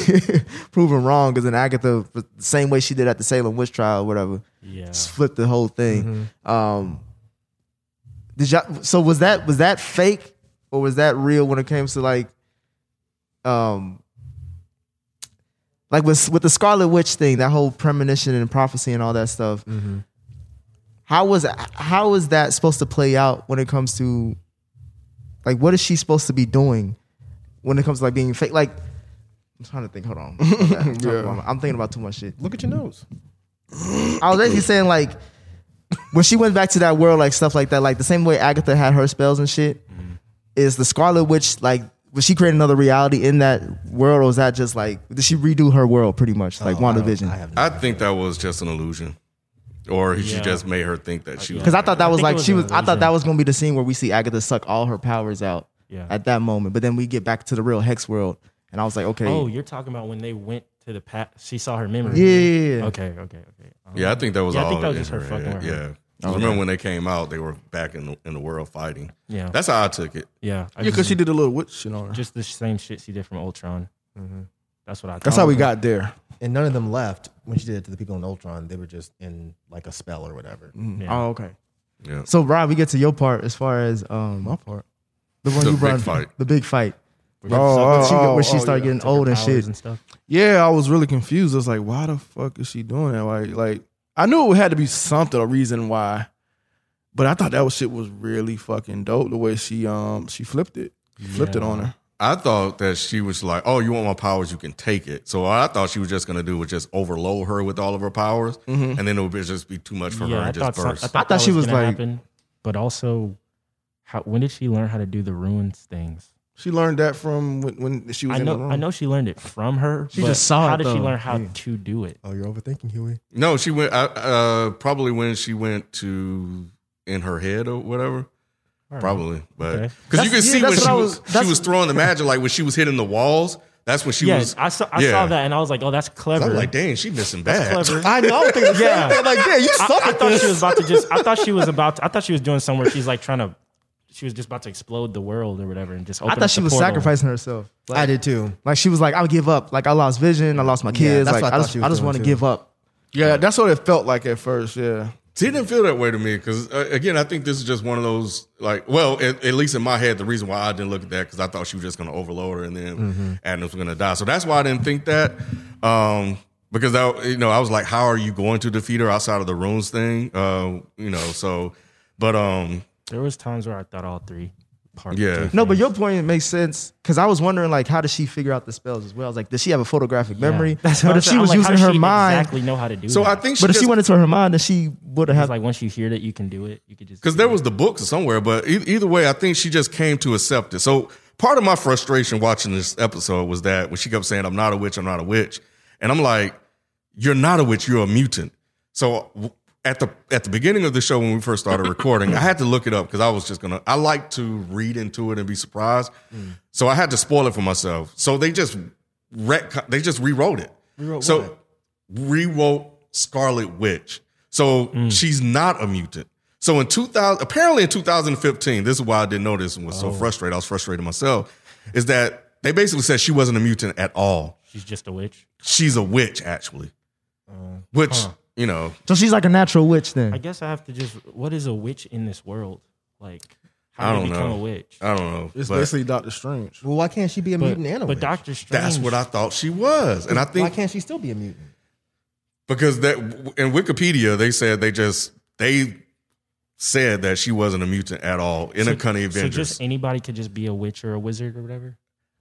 F: proven wrong because then Agatha, the same way she did at the Salem witch trial, or whatever,
G: Yeah.
F: just flipped the whole thing. Um, did y'all? So was that was that fake or was that real when it comes to like, um, like with with the Scarlet Witch thing, that whole premonition and prophecy and all that stuff? How was how is that supposed to play out when it comes to like what is she supposed to be doing when it comes to like being fake? Like I'm trying to think. Hold on. I'm, talking about- I'm thinking about too much shit.
I: Look at your nose.
F: I was basically saying like when she went back to that world, like stuff like that, like the same way Agatha had her spells and shit,
G: Mm-hmm.
F: is the Scarlet Witch like was she creating another reality in that world, or was that just like did she redo her world pretty much like
G: Oh,
F: WandaVision?
I: I have no
B: I think that was just an illusion, or she just made her think that she was.
F: Because I thought that was
G: think it
F: like
G: was
F: she
G: an
F: was. I thought
G: illusion.
F: that was gonna be the scene where we see Agatha suck all her powers out
G: Yeah.
F: at that moment, but then we get back to the real Hex world, and I was like, okay,
G: Oh, you're talking about when they went to the past. She saw her memory.
F: Yeah, yeah, yeah.
G: Okay. Okay. Okay. Um,
B: Yeah, I think that was
G: Yeah, I
B: all.
G: think that was
B: in
G: just her fucking
B: head.
G: with
B: Yeah.
G: her.
B: 'Cause Remember when they came out, they were back in the, in the world fighting.
G: Yeah.
B: That's how I took it.
G: yeah. I
E: Yeah, because
G: just-
E: she did a little witch shit on her.
G: just the same shit she did from Ultron. That's what I. Thought.
E: That's how we got there.
I: And none of them left when she did it to the people in Ultron. They were just in like a spell or whatever.
F: oh, okay.
B: Yeah.
F: So Rob, we get to your part as far as um
E: My part.
F: the one
B: The
F: you
B: big
F: brought
B: fight.
F: the big fight.
E: Oh,
F: She-
E: oh,
F: where she
E: oh,
F: started
E: yeah.
F: getting old and shit.
G: and stuff.
E: Yeah, I was really confused. I was like, why the fuck is she doing that? Like, like I knew it had to be something, a reason why. But I thought that was shit was really fucking dope. The way she um she flipped it, flipped it on her.
B: I thought that she was like, "Oh, you want my powers? You can take it." So I thought she was just gonna do was just overload her with all of her powers, and then it would be- just be too much for her
G: Mm-hmm. Yeah, I
B: and just
G: thought, so, I
B: burst.
G: thought,
F: I thought
G: that
F: she was
G: gonna
F: like-
G: happen, but also, how when did she learn how to do the ruins things?
E: She learned that from when, when she was
G: I
E: in the
G: know,
E: room.
G: I know she learned it from her. She
F: just saw
G: How
F: it,
G: did she
F: though.
G: learn how
F: Yeah.
G: to do it?
I: Oh, you're overthinking, Huey.
B: no, she went I, uh, probably when she went to in her head or whatever. Probably, but
G: Okay.
B: because you can
F: yeah,
B: see when
F: that's
B: she
F: what I
B: was,
F: was- that's-
B: she was throwing the magic, like when she was hitting the walls. That's when she
G: Yeah,
B: was.
G: I saw I saw that and I was like, oh, that's clever.
B: I'm like, dang, she missing bad.
G: that's clever.
I: I know. I was thinking the
G: Yeah.
I: same thing. Like, yeah, you
G: I,
I: suck
G: I
I: at
G: thought
I: this.
G: she was about to just. I thought she was about. To, I thought she was doing somewhere. She's like trying to. She was just about to explode the world or whatever, and just. Open
F: I
G: up
F: thought she
G: the
F: was
G: portal.
F: sacrificing herself.
I: I did too.
F: Like she was like, I'll give up. Like I lost vision. I lost my kids.
I: that's
F: like
I: what I
F: I,
I: thought
F: just,
I: she
F: I
I: was
F: just
I: doing,
F: want to
I: too.
F: give up.
E: yeah, that's what it felt like at first. Yeah,
B: It didn't feel that way to me because uh, again, I think this is just one of those like, well, at, at least in my head, the reason why I didn't look at that because I thought she was just going to overload her and then
F: Mm-hmm.
B: Adams was going to die. So that's why I didn't think that um, because I, you know I was like, how are you going to defeat her outside of the runes thing? Uh, you know, so but um,
G: There was times where I thought all three. Parts
B: Yeah.
G: did
F: No, but
G: things.
F: your point makes sense because I was wondering like, how does she figure out the spells as well? I was like, does she have a photographic memory?
G: Yeah. That's what
F: But
G: I'm
F: if she
G: saying.
F: was
G: I'm like, how
F: using
G: does
F: her
G: she
F: mind,
G: exactly know how to do.
B: so I
G: that?
B: think. She
F: but if
B: just,
F: she went into her mind, then she would have
G: It's
F: had.
G: like once you hear that, you can do it. You could just
B: because there was the book somewhere, but e- either way, I think she just came to accept it. So part of my frustration watching this episode was that when she kept saying, "I'm not a witch, I'm not a witch," and I'm like, "You're not a witch, you're a mutant." So w- at the at the beginning of the show when we first started recording, I had to look it up because I was just gonna. I like to read into it and be surprised, so I had to spoil it for myself. So they just retcon, they just rewrote it. so rewrote Scarlet Witch. So
G: Mm.
B: she's not a mutant. So in 2000,
G: Oh.
B: apparently in 2015, this is why I didn't know this and was so frustrated. I was frustrated myself. Is that They basically said she wasn't a mutant at all.
G: She's just a witch.
B: She's a witch, actually.
G: Oh,
B: Which, you know,
F: So she's like a natural witch
G: I
F: then.
G: guess I have to just. What is a witch in this world? Like,
B: I
G: how do
B: don't
G: you become
B: know. Uh,
G: a witch?
B: I don't know.
E: It's
B: But
E: basically Doctor Strange.
I: Well, why can't she be a
G: but,
I: mutant animal?
G: but Doctor Strange.
B: that's what I thought she was. And I
I: Why
B: think
I: can't she still be a mutant?
B: because that in Wikipedia they said they just they said that she wasn't a mutant at all in a Cunning Avengers.
G: So just anybody could just be a witch or a wizard or whatever.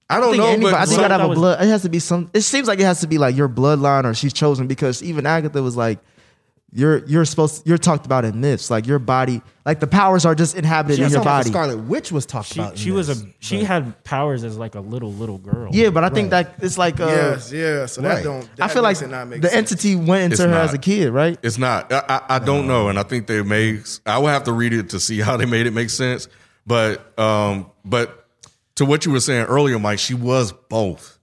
B: I
F: I
B: don't
F: think
B: know,
F: anybody,
B: but
F: I think
G: Well,
F: I'd have
G: that
F: a
G: was-
F: blood. It has to be some. It seems like it has to be like your bloodline, or she's chosen because even Agatha was like, "You're you're supposed you're talked about in myths, like your body, like the powers are just inhabited in
I: That's
F: your
I: not what the
F: body."
I: Scarlet Witch was talked
G: She
I: about. in
G: she was
I: this.
G: a she had powers as like a little little girl.
F: Yeah, but I think that it's like uh,
E: yes, yeah. So
I: right.
E: that don't.
F: I
E: that
F: feel like
E: makes it not make
F: the
E: sense.
F: entity went into
B: It's
F: her
B: not.
F: as a kid, right?
B: It's not. I, I, I don't know, and I think they may. I would have to read it to see how they made it make sense. But um, but to what you were saying earlier, Mike, she was both.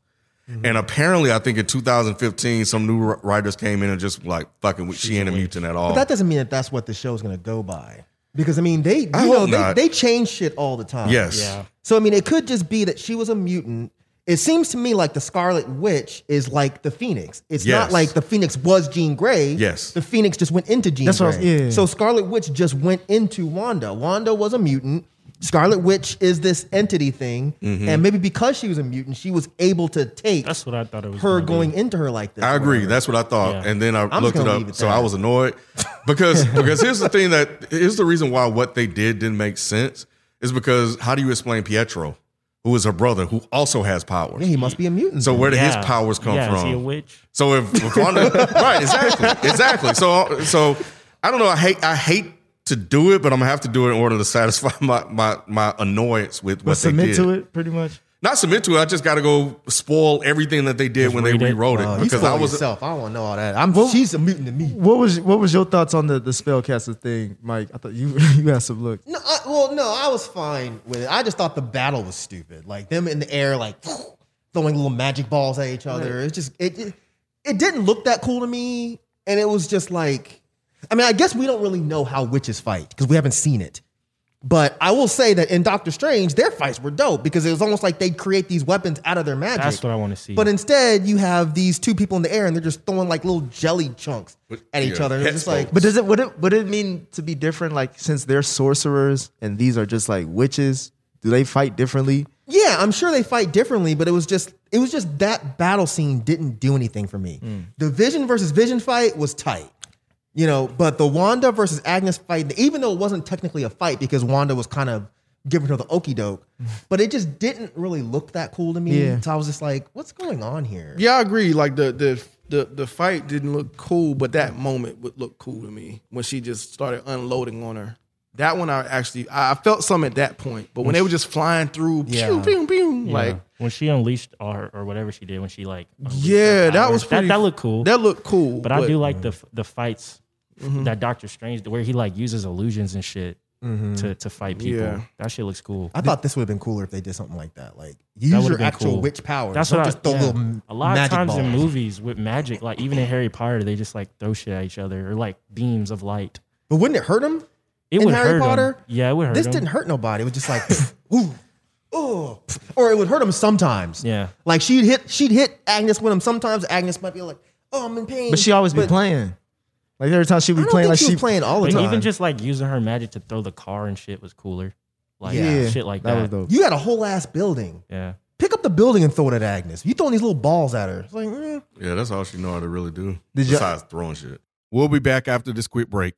I: Mm-hmm.
B: And apparently, I think in 2015, some new wr- writers came in and just like fucking. with- She ain't a mutant at all.
I: But that doesn't mean that that's what the show's going to go by. Because I mean, they you
B: I
I: know
B: hope
I: they,
B: not.
I: they change shit all the time.
B: yes.
G: Yeah.
I: So I mean, it could just be that she was a mutant. It seems to me like the Scarlet Witch is like the Phoenix. It's
B: Yes.
I: not like the Phoenix was Jean Grey.
B: Yes.
I: the Phoenix just went into Jean
F: That's
I: Grey.
F: what I was- yeah.
I: So Scarlet Witch just went into Wanda. Wanda was a mutant. Scarlet Witch is this entity thing,
B: Mm-hmm.
I: and maybe because she was a mutant, she was able to take
G: That's what I thought it was.
I: her
G: gonna be.
I: going into her like this.
B: I
I: or
B: agree.
I: whatever.
B: That's what I thought,
G: Yeah.
B: and then I
I: just
B: looked it
I: gonna leave
B: up.
I: it
B: so
I: there.
B: I was annoyed because because here's the thing that here's the reason why what they did didn't make sense is because how do you explain Pietro, who is her brother, who also has powers?
I: yeah, he must be a mutant.
B: so
I: then.
B: where did
G: Yeah.
B: his powers come
G: yeah,
B: from?
G: Is he a witch?
B: So if Wakanda, right, exactly, exactly. So so I don't know. I hate I hate to do it, but I'm gonna have to do it in order to satisfy my my my annoyance with what
F: But
B: they
F: submit
B: did.
F: to it, pretty much.
B: Not submit to it. I just got to go spoil everything that they did when they
G: read it.
B: rewrote it,
I: Oh, you
B: because
I: spoil
B: I was
I: yourself. I don't want to know all that. I'm she's a mutant to me.
F: What was what was your thoughts on the the spellcaster thing, Mike? I thought you you had some look.
I: No, I, well, no, I was fine with it. I just thought the battle was stupid. Like them in the air, like throwing little magic balls at each other. It's just it, it it didn't look that cool to me, and it was just like, I mean, I guess we don't really know how witches fight because we haven't seen it. But I will say that in Doctor Strange, their fights were dope because it was almost like they'd create these weapons out of their magic.
G: That's what I want to see.
I: But instead, you have these two people in the air and they're just throwing like little jelly chunks
B: But-
I: at each
B: yeah,
I: other. It's
B: pets
I: just like,
F: But does it would it would it mean to be different? Like since they're sorcerers and these are just like witches, do they fight differently?
I: Yeah, I'm sure they fight differently, but it was just it was just that battle scene didn't do anything for me.
G: Hmm.
I: The Vision versus Vision fight was tight. You know, but the Wanda versus Agnes fight, even though it wasn't technically a fight because Wanda was kind of giving her the okey doke, but it just didn't really look that cool to me.
F: Yeah.
I: So I was just like, what's going on here?
E: Yeah, I agree. Like the the the the fight didn't look cool, but that moment would look cool to me when she just started unloading on her. That one I actually I I felt some at that point, but when they were just flying through, pew,
I: Yeah.
E: pew, pew,
G: Yeah.
E: like
G: when she unleashed all her or whatever she did when she like unleashed
E: yeah,
G: her
E: that
G: powers,
E: was pretty.
G: that, looked cool.
E: That looked cool.
G: but, I do like the f- the fights
I: Mm-hmm.
G: that Doctor Strange where he like uses illusions and shit to to fight people.
E: Yeah.
G: That shit looks cool.
I: Mm-hmm. I thought this would have been cooler if they did something like that. Like use
G: would've
I: your
G: been
I: actual
G: cool.
I: witch power.
G: That's
I: Don't
G: what I-
I: just throw
G: yeah.
I: little m-
G: A lot of
I: magic
G: times in
I: balls.
G: movies with magic, like even in Harry Potter, they just like throw shit at each other or like beams of light.
I: But wouldn't it hurt him?
G: It
I: in
G: would
I: Harry
G: hurt 'em.
I: Potter?
G: Yeah, it would hurt.
I: this
G: 'em.
I: didn't hurt nobody. It was just like, ooh, ooh, or it would hurt him sometimes.
G: Yeah.
I: like she'd hit, she'd hit Agnes with him sometimes. Agnes might be like, oh, I'm in pain.
F: But she always be
I: But
F: playing. Like every time she
I: I
F: be
I: don't
F: playing,
I: think
F: like
I: she was playing all the
G: But
I: time.
G: even just like using her magic to throw the car and shit was cooler. Like
I: Yeah.
G: shit like
F: that
G: that.
F: was dope.
I: you had a whole ass building.
G: Yeah.
I: Pick up the building and throw it at Agnes. You throwing these little balls at her. It's like, eh.
B: Yeah, that's all she know how to really do.
F: Did ya-
B: besides throwing shit. We'll be back after this quick break.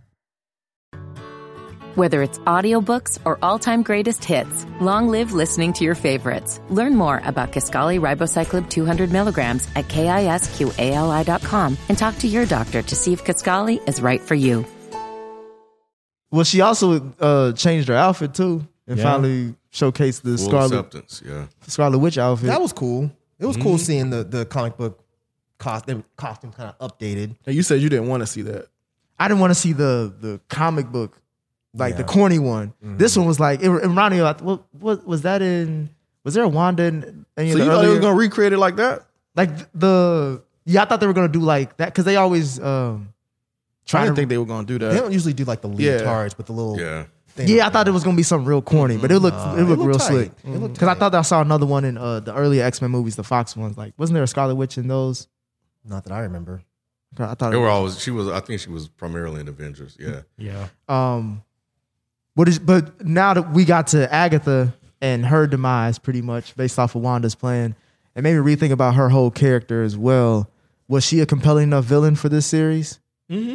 K: Whether it's audiobooks or all-time greatest hits, long live listening to your favorites. Learn more about Kaskali Ribocyclib 200 milligrams at kisqali.com and talk to your doctor to see if Kaskali is right for you.
F: Well, she also uh, changed her outfit too, and
I: Yeah.
F: finally showcased the
B: Full
F: Scarlet
B: acceptance, yeah.
F: Scarlet Witch outfit.
I: That was cool. It was cool
F: Mhm.
I: seeing the, the comic book cost, the costume kind of updated.
E: And you said you didn't want to see that.
F: I didn't want to see the the comic book, like the
E: Yeah. Mm-hmm.
F: corny one. This one was like it, it reminded me. Of, what, what was that in? Was there a Wanda? In, any
E: So
F: of
E: you thought
F: the
E: they
F: earlier-
E: was gonna recreate it like that?
F: like the yeah? I thought they were gonna do like that because they always um,
E: I
F: try
E: didn't
F: to
E: think they were gonna do that.
I: They don't usually do like the
E: Yeah.
I: leotards with the little.
E: Yeah.
F: Yeah, I thought it was gonna be something real corny, but it looked
I: Nah,
F: it
I: it
F: looked
I: looked
F: real
I: tight.
F: slick.
I: It looked
F: Because I thought that I saw another one in uh, the earlier X Men movies, the Fox ones. Like, wasn't there a Scarlet Witch in those?
I: Not that I remember.
F: I thought
B: They
F: it
B: were
F: was-
B: always. She was. I think she was primarily in Avengers. Yeah.
G: Yeah.
F: Um, what is? But now that we got to Agatha and her demise, pretty much based off of Wanda's plan, it made me rethink about her whole character as well. Was she a compelling enough villain for this series?
E: Mm-hmm.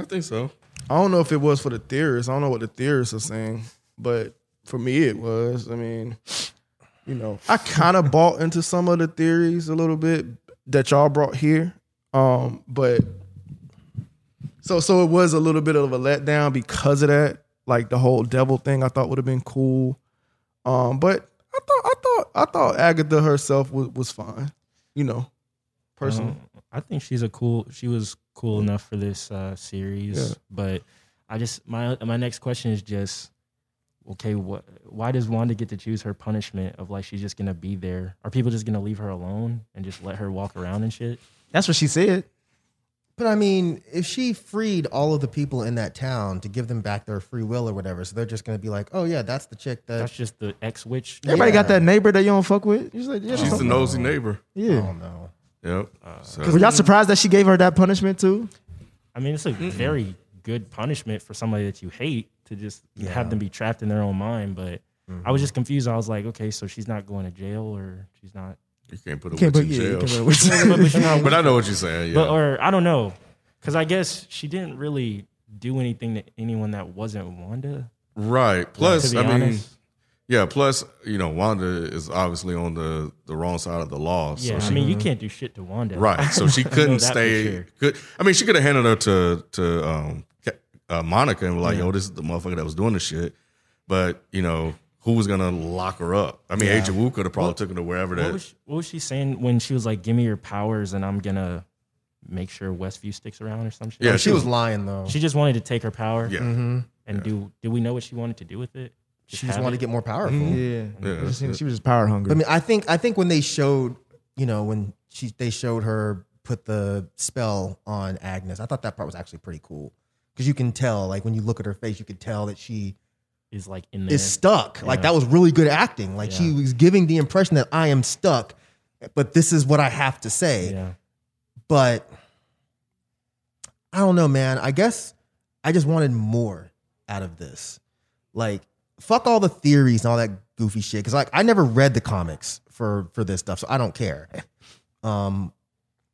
E: I think so. I don't know if it was for the theorists. I don't know what the theorists are saying, but for me, it was. I mean, you know, I kind of bought into some of the theories a little bit that y'all brought here, um, but so so it was a little bit of a letdown because of that. Like the whole devil thing, I thought would have been cool, um, but I thought I thought I thought Agatha herself was was fine. You know, personally.
G: Um, I think she's a cool. She was cool enough for this uh, series,
E: Yeah.
G: but I just my my next question is just okay. What? Why does Wanda get to choose her punishment of like she's just gonna be there? Are people just gonna leave her alone and just let her walk around and shit?
F: That's what she said.
I: But I mean, if she freed all of the people in that town to give them back their free will or whatever, so they're just going to be like, oh, yeah, that's the chick that.
G: That's just the ex witch.
F: Everybody got that neighbor that you don't fuck with. You're just like, yeah,
B: She's the
F: don't-
B: nosy neighbor.
F: Yeah.
I: Oh, no.
B: Yep.
G: Uh,
B: So-
F: Were y'all surprised that she gave her that punishment too?
G: I mean, it's a very good punishment for somebody that you hate to just have them be trapped in their own mind. But I was just confused. I was like, okay, so she's not going to jail or she's not.
B: You can't put a
G: Can't
B: witch
G: put-
B: in
G: yeah,
B: jail.
G: you can't put a witch in- But- but you're not-
B: but I know what you're saying. Yeah.
G: But, or I don't know. Because I guess she didn't really do anything to anyone that wasn't Wanda.
B: Right. Plus,
G: to be
B: I mean,
G: honest.
B: yeah. Plus, you know, Wanda is obviously on the the wrong side of the law.
G: Yeah, I mean, you can't do shit to Wanda.
B: Mhm. Right. So she
G: I know
B: couldn't
G: that for
B: stay.
G: sure.
B: Could I mean, she could have handed her to to um, Ca- uh, Monica and be like,
G: Yeah.
B: "Yo, this is the motherfucker that was doing this shit." But you know, who was gonna lock her up? I mean,
G: Yeah.
B: Agent Wu could have probably took her to wherever
G: What
B: that.
G: was, she, what was she saying when she was like, give me your powers and I'm going to make sure Westview sticks around or some shit?
B: Yeah, she was
I: lying, though.
G: She just wanted to take her power.
B: Yeah.
I: Mhm.
G: And do, did we know what she wanted to do with it?
I: She just
G: have it?
I: wanted
G: Mm-hmm.
I: to get more powerful.
F: Yeah. She just- she was just power hungry.
I: I mean, I think I think when they showed, you know, when she they showed her put the spell on Agnes, I thought that part was actually pretty cool because you can tell, like when you look at her face, you could tell that she
G: Is like in there.
I: is stuck. Like
G: Yeah.
I: that was really good acting. Like she was giving the impression that I am stuck, but this is what I have to say.
G: Yeah.
I: But I don't know, man. I guess I just wanted more out of this. Like, fuck all the theories and all that goofy shit. Cause like I never read the comics for for this stuff, so I don't care. Um,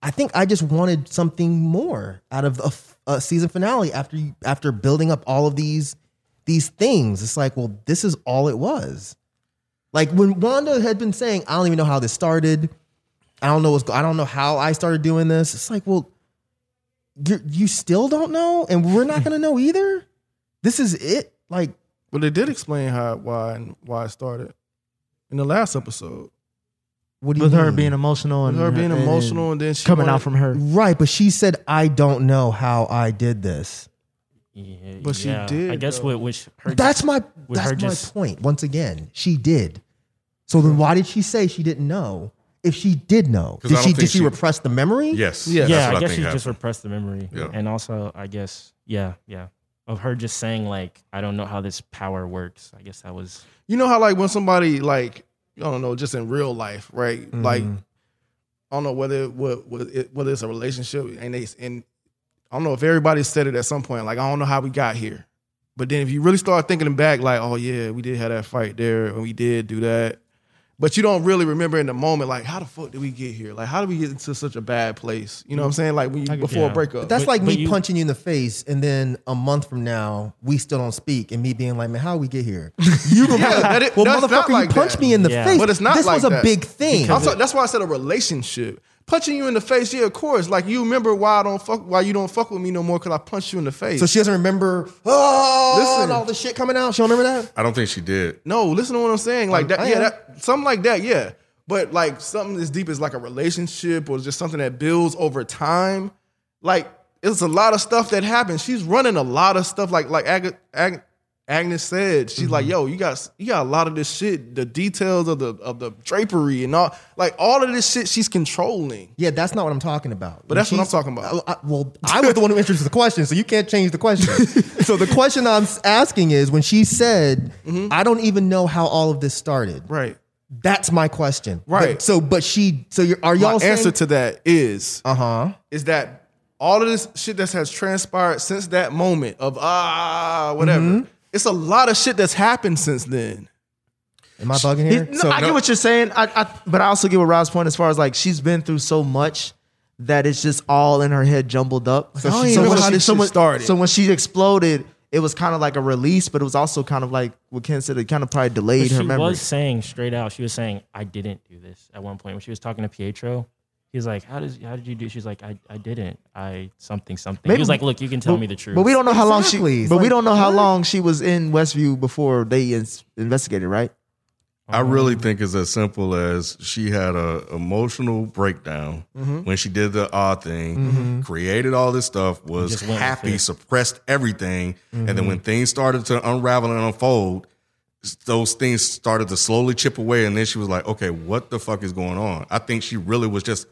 I: I think I just wanted something more out of a, f- a season finale after you, after building up all of these these things. It's like, well, this is all it was. Like when Wanda had been saying, "I don't even know how this started. I don't know what's. Go- I don't know how I started doing this." It's like, well, you you still don't know, and we're not gonna know either. This is it. Like,
E: But they did explain how why and why it started in the last episode. Mm-hmm.
I: What do you
F: with her
I: mean?
F: being emotional
E: With
F: and
E: her being
F: and-
E: emotional and then she
F: coming
E: wanted-
F: out from her.
I: right? But she said, "I don't know how I did this."
G: Yeah,
E: But she
G: yeah. I
E: did,
G: guess
E: though.
G: what which her
I: that's my
G: with
I: that's
G: her
I: my
G: just
I: point. Once again, she did. So then, why did she say she didn't know? If she did know,
B: 'Cause I
I: did
B: don't
I: she did
B: think
I: she,
B: she-
I: repress the memory?
B: Yes. That's
G: yeah.
B: what
G: I
B: think
G: guess she just
B: happened.
G: repressed the memory,
B: Yeah.
G: and also I guess yeah, yeah, of her just saying like I don't know how this power works. I guess that was
E: You know how like when somebody like I don't know, just in real life, right? Like I don't know whether it- what, what it, whether it's a relationship and they and I don't know if everybody said it at some point. Like I don't know how we got here, but then if you really start thinking back, like oh yeah, we did have that fight there and we did do that.
F: But you don't really remember in the moment, like, how the fuck did we get here? Like, how did we get into such a bad place? You know what I'm saying? Like, when you, before a breakup.
I: But that's like me punching you in the face, and then a month from now, we still don't speak, and me being like, "Man, how we get here?" You remember?
F: that it-
I: well,
F: that's not
I: motherfucker,
F: like
I: you punched
F: that.
I: me in the face.
F: But it's not
I: This
F: like
I: was a
F: that.
I: big thing.
F: I'm sorry, that's why I said a relationship. Punching you in the face, yeah, of course. Like you remember why I don't fuck, why you don't fuck with me no more because I punched you in the face.
I: so she doesn't remember. Oh,
F: Listen.
I: and all the shit coming out. She don't remember that.
B: I don't think she did. Oh,
F: No, listen to what I'm saying. Like that,
I: I
F: yeah,
I: am.
F: that, something like that, yeah. But like something as deep as like a relationship or just something that builds over time. Like it's a lot of stuff that happens. She's running a lot of stuff. Like like Ag- Ag- Agnes said, she's
B: Mm-hmm.
F: like, "Yo, you got you got a lot of this shit. The details of the of the drapery and all, like all of this shit. She's controlling."
I: Yeah, that's not what I'm talking about.
F: But that's what I'm
I: She's-
F: talking about.
I: I- I- well, I was the one who introduced the question, so you can't change the question. so the question I'm s- asking is when she said,
L: Mm-hmm.
I: I don't even know how all of this started.
F: Right.
I: That's my question.
F: Right.
I: But- so, but she, so you're, are
F: My
I: y'all saying-
F: answer to that is
I: Uh huh.
F: is that all of this shit that has transpired since that moment of ah whatever.
I: Mm-hmm.
F: It's a lot of shit that's happened since then.
I: Am I bugging here?
L: No, I get what you're saying. I, I, but I also get what Rob's point as far as like she's been through so much that it's just all in her head jumbled up.
F: So I don't even remember how this shit
L: so when-
F: started.
L: So when she exploded, it was kind of like a release, but it was also kind of like what Ken said. It kind of probably
G: But
L: delayed her
G: she
L: memory.
G: was saying straight out, she was saying, I didn't do this at one point. When she was talking to Pietro, he was like, How does how did you do? She's like, I, I didn't. I something, something. he was like, Look, you can tell
L: but-
G: me the truth.
L: But we don't know how long
I: Exactly.
L: she.
I: It's
L: But we
I: like,
L: don't know how
I: what?
L: long she was in Westview before they ins- investigated, right?
B: I really think it's as simple as she had a emotional breakdown when she did the odd thing, created all this stuff, was
G: just went with
B: happy,
G: it.
B: suppressed everything, and then when things started to unravel and unfold, s- those things started to slowly chip away, and then she was like, "Okay, what the fuck is going on?" I think she really was just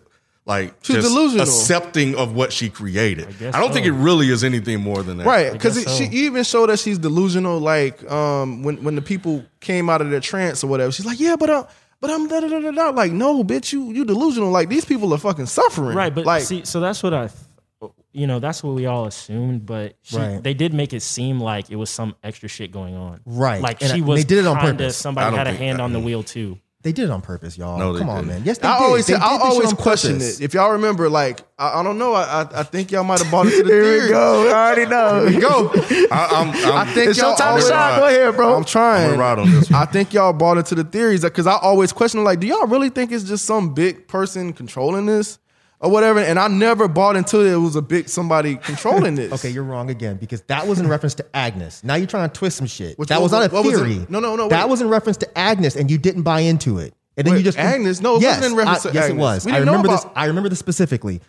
B: like
F: She's
B: just
F: delusional.
B: accepting of what she created.
G: guess
B: I, don't think it
G: so.
B: really is anything more than that.
F: Right, because
G: guess
F: she
G: so.
F: you even showed that she's delusional. Like um, when when the people came out of their trance or whatever, she's like, "Yeah, but I'm, but I'm da da da da da." Like, no, bitch, you you delusional. Like these people are fucking suffering.
G: Right, but
F: like,
G: see, so that's what I, th- you know, that's what we all assumed. But she,
I: Right.
G: they did make it seem like it was some extra shit going on.
I: Right.
G: like
I: And
G: she
I: I-
G: was.
I: they did it on
G: kinda-
I: purpose.
B: I
G: Somebody
B: don't
G: had a
B: think
G: hand
B: that-
G: on the wheel too.
I: They did it on purpose, y'all.
B: No, they
I: Come on,
B: didn't.
I: man. Yes, they
F: I
I: did.
F: always
I: They
F: I
I: did this shit
F: always
I: on
F: question
I: purpose.
F: it. If y'all remember, like I, I don't know, I, I I think y'all might have bought into the theory.
L: Here we go. I already know.
F: go.
B: I, I'm, I'm,
F: I think
L: It's
F: y'all
L: your time to
F: always-
L: shine. Go ahead, bro.
F: I'm trying.
B: I'm gonna ride on this one.
F: I think y'all bought into the theories because I always question like, do y'all really think it's just some big person controlling this or whatever? And I never bought into it. It was a big somebody controlling this.
I: Okay, you're wrong again because that was in reference to Agnes. Now you're trying to twist some shit.
F: Which
I: that
F: one-
I: was not a
F: what was it?
I: theory.
F: No, no, no,
I: That
F: wait.
I: was in reference to Agnes, and you didn't buy into it. And then
F: Wait,
I: you just
F: Agnes? No, it
I: yes,
F: wasn't in reference
I: I-
F: to
I: yes,
F: Agnes.
I: it was.
F: We
I: I
F: didn't know
I: remember this.
F: about-
I: I remember this specifically.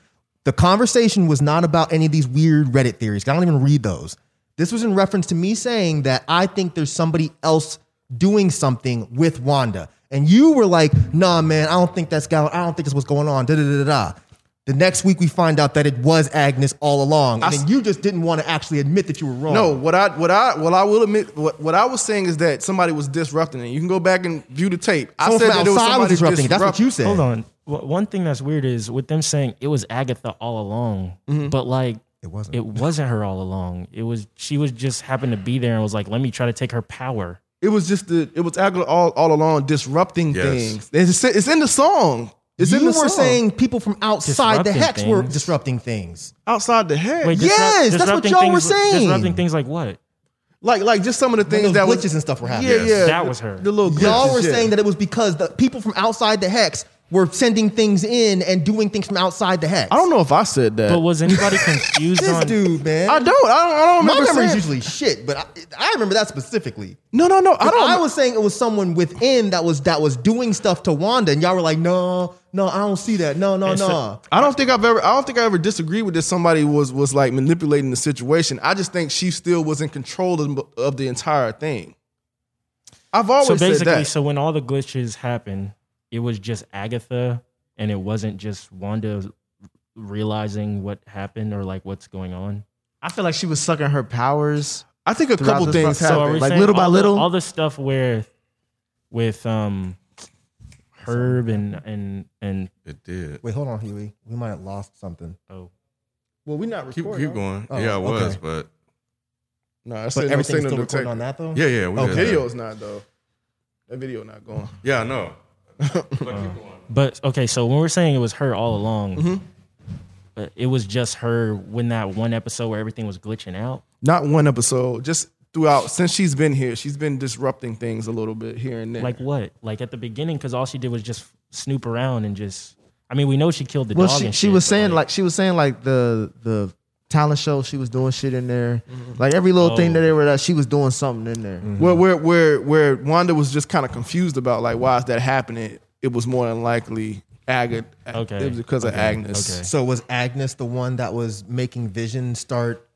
I: The conversation was not about any of these weird Reddit theories. 'cause I don't even read those. This was in reference to me saying that I think there's somebody else doing something with Wanda, and you were like, "Nah, man, I don't think that's got. I don't think that's what's going on." Da da da da. da. The next week we find out that it was Agnes all along, and
F: I s-
I: then you just didn't want to actually admit that you were wrong.
F: No, what I what I what I will admit what, what I was saying is that somebody was disrupting it. You can go back and view the tape. I
I: Someone
F: said
I: from
F: that there was
I: outside was
F: somebody
I: disrupting. it. That's what you said.
G: Hold on. Wha- One thing that's weird is with them saying it was Agatha all along, but like it
I: Mm-hmm. wasn't.
G: It wasn't her all along. It was she was just happened to be there and was like, let me try to take her power.
F: It was just the it was Agla all all along disrupting
B: Yes.
F: things. It's, it's in the song. It's in
I: you
F: the
I: were
F: song.
I: saying people from outside the
G: Disrupting
I: hex were
G: things.
I: disrupting things.
F: outside the head.
G: Wait, disrupt-
I: Yes, that's what
G: disrupting
I: y'all were
G: things-
I: saying.
G: Disrupting things like what?
F: like like just some of the things
I: those
F: that was-
I: glitches and stuff were
F: Yeah,
I: happening.
F: yeah,
G: That
F: the-
G: was her.
F: The little glitches,
I: Y'all were
F: yeah.
I: saying that it was because the people from outside the hex were sending things in and doing things from outside the hex.
F: I don't know if I said that.
G: But was anybody confused
I: This
G: on?
I: dude, man.
F: I don't. I don't. I don't
I: My
F: remember
I: memory is
F: saying-
I: usually shit, but I, I remember that specifically.
F: No, no, no. I
I: I,
F: don't.
I: was saying it was someone within that was that was doing stuff to Wanda, and y'all were like, "No, no, I don't see that. No, no,
G: And so-
I: no."
F: I don't think I've ever. I don't think I ever disagreed with this. Somebody was was like manipulating the situation. I just think she still was in control of, of the entire thing. I've always
G: so
F: said
G: basically,
F: that.
G: so when all the glitches happened, it was just Agatha, and it wasn't just Wanda realizing what happened or like what's going on.
L: I feel like she was sucking her powers.
F: I think a
L: throughout
F: couple
L: this
F: things
L: process. So are
F: happened.
L: we
F: Like
L: saying- little by
G: all
L: little?
G: the, all the stuff where with um Herb and and and
B: it did.
I: Wait, hold on, Huey. We might have lost something.
G: oh
F: well, we're not
B: Keep,
F: recording.
B: keep going.
I: Oh,
B: yeah, I was,
I: okay.
B: but
F: No, that's
I: But
F: it. No signal
I: everything's still
F: detected.
I: recorded on that though.
B: yeah, yeah, we
I: Okay.
B: did that.
F: Video's not though. That video not going.
B: Yeah, I know.
G: But okay, so when we're saying it was her all along,
F: Mm-hmm.
E: Mhm.
G: but it was just her when that one episode where everything was glitching out.
E: Not one episode, just throughout since she's been here, she's been disrupting things a little bit here and there.
G: Like what? Like at the beginning, because all she did was just snoop around and just. I mean, we know she killed the
F: well,
G: dog.
F: she,
G: and
F: she
G: shit,
F: was
G: but,
F: saying like she was saying like the the talent show she was doing shit in there,
I: Mm-hmm.
F: like every little thing
E: Oh.
F: that they were that she was doing something in there.
G: Mm-hmm.
E: Where where where where Wanda was just kind of confused about like why is that happening? It was more than likely Agatha. It was because of Agnes.
I: So was Agnes the one that was making Vision start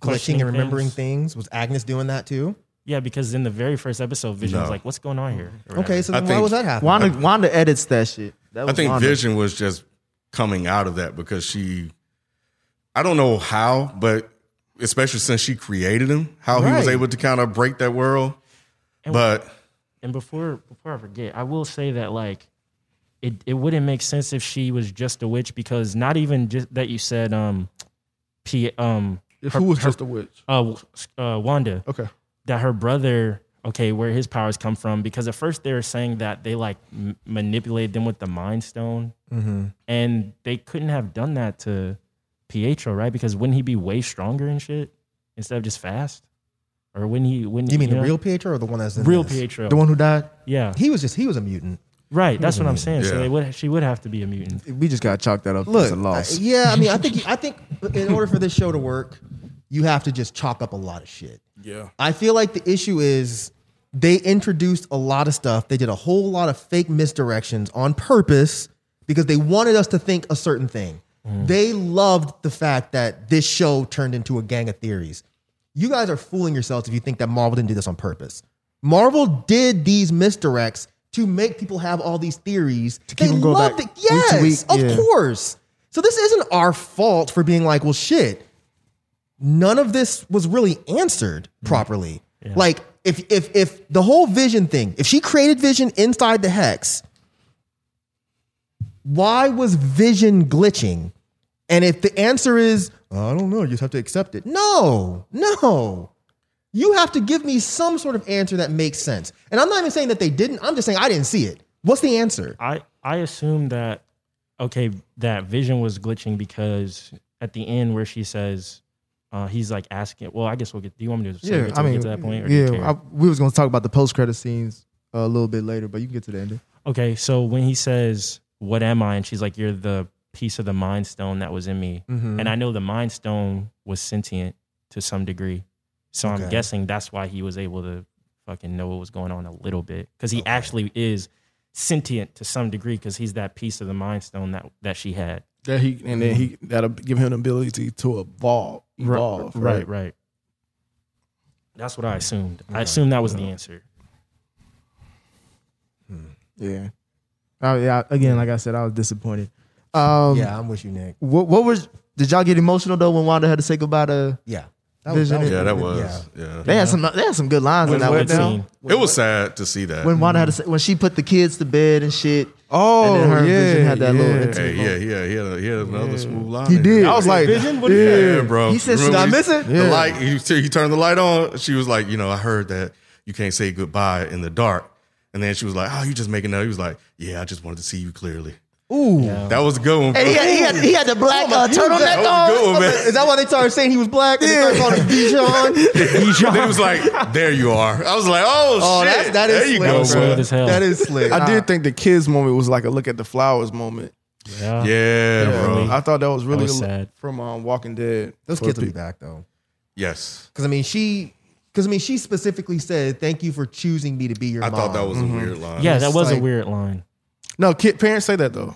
I: glitching
G: Questioning
I: and remembering things? Was Agnes doing that too?
G: Yeah, because in the very first episode, Vision was
I: No.
G: like, "What's going on here?" or
I: Okay,
G: whatever.
I: so then why was that happening?
F: Wanda Wanda edits that shit. That
B: I
F: was
B: think
F: Wanda.
B: Vision was just coming out of that because she, I don't know how, but especially since she created him, how he was
G: Right.
B: able to kind of break that world. but
G: and before before I forget, I will say that like it it wouldn't make sense if she was just a witch because not even just that you said um p um
E: If who was just a witch?
G: uh, uh Wanda
E: okay
G: that her brother okay where his powers come from because at first they were saying that they like m- manipulated them with the mind stone
I: Mhm.
G: and they couldn't have done that to Pietro right because wouldn't he be way stronger and shit instead of just fast or wouldn't he wouldn't
I: You mean the
G: know?
I: real Pietro or the one that's in
G: real
I: this?
G: Pietro
I: The one who died?
G: yeah
I: He was just he was a mutant.
G: Right,
I: He
G: that's
I: was a
G: what I'm saying.
I: mutant.
G: So
I: Yeah.
G: they would, she would have to be a mutant.
F: We just gotta chalk that up as
I: Look,
F: a loss.
I: I- yeah, I mean, I think I think in order for this show to work, you have to just chalk up a lot of shit.
E: Yeah.
I: I feel like the issue is they introduced a lot of stuff. They did a whole lot of fake misdirections on purpose because they wanted us to think a certain thing.
F: Mm.
I: They loved the fact that this show turned into a gang of theories. You guys are fooling yourselves if you think that Marvel didn't do this on purpose. Marvel did these misdirects to make people have all these theories. To
F: keep
I: they
F: them going
I: loved
F: back
I: it.
F: week
I: Yes,
F: to week,
I: of
F: yeah.
I: course. So this isn't our fault for being like, well, shit none of this was really answered
F: Mm.
I: properly. Like if if if the whole vision thing, if she created vision inside the hex, why was vision glitching? And if the answer is, "Oh, I don't know, you just have to accept it. No, no. You have to give me some sort of answer that makes sense. And I'm not even saying that they didn't. I'm just saying I didn't see it. What's the answer?
G: I I assume that okay that Vision was glitching because at the end where she says uh, he's like asking. Well, I guess we'll get. Do you want me to? say
F: yeah,
G: it till
F: I
G: we
F: mean,
G: get to that point. Or do you care?
F: yeah, I, we was gonna talk about the post credit scenes a little bit later, but you can get to the ending.
G: okay, so when he says, "What am I?" and she's like, "You're the piece of the Mind Stone that was in me,"
F: Mhm.
G: and I know the Mind Stone was sentient to some degree, so I'm
I: Okay.
G: guessing that's why he was able to fucking know what was going on a little bit because he actually is sentient to some degree because he's that piece of the Mind Stone that that she had.
E: That he and then he that'll give him the ability to evolve,
G: Right,
E: evolve.
G: right, right. That's what I assumed. I assumed that was the answer.
F: Yeah. Oh yeah. Again, like I said, I was disappointed. Um,
I: Yeah, I'm with you, Nick.
F: What, what was? Did y'all get emotional though when Wanda had to say goodbye to?
I: Yeah.
B: That was-
F: Vision?
B: that was- Yeah, that was- yeah.
F: They had some. They had some good lines in that one down.
B: it was sad to see that.
F: When Wanda had to say, when she put the kids to bed and shit.
E: Oh,
F: and then her and
E: yeah,
F: Vision had that little. intimate
B: Hey, yeah, yeah, he had, a, he had another smooth line.
F: He did.
B: I was like,
F: Vision, what
B: yeah,
F: he said.
B: bro.
F: He said,
B: Remember
F: "Did I
B: when
F: miss
B: he-
F: it?"
B: The
F: Yeah.
B: light, he, he turned the light on. She was like, you know, I heard that you can't say goodbye in the dark. And then she was like, oh, you just making that. He was like, yeah, I just wanted to see you clearly.
I: Ooh.
B: That was a good one.
I: And he
B: bro.
I: had, he had, he had the black
E: Oh
I: uh,
B: That
I: turtleneck
B: was
I: on.
B: good one, man.
I: Is that why they started saying he was black? And they started calling him Dijon.
B: Then he was like, there you are. I was like, oh,
I: Oh,
B: shit.
I: that's- that is
B: there you
I: slick,
B: go,
I: bro.
B: bro.
I: as hell. That is slick.
E: I did think the kids moment was like a look at the flowers moment.
G: Yeah,
B: Yeah, bro.
E: I thought that was really
B: was
E: a look
B: sad.
E: from um, Walking Dead.
I: Those
E: For
I: kids will be
E: people.
I: back though.
B: Yes.
I: Because I mean, she. Because I mean, she specifically said, "Thank you for choosing me to be your
B: I
I: mom."
B: thought that was a weird line.
G: Yeah, that was
I: like-
G: a weird line.
E: No, kid, parents say that though.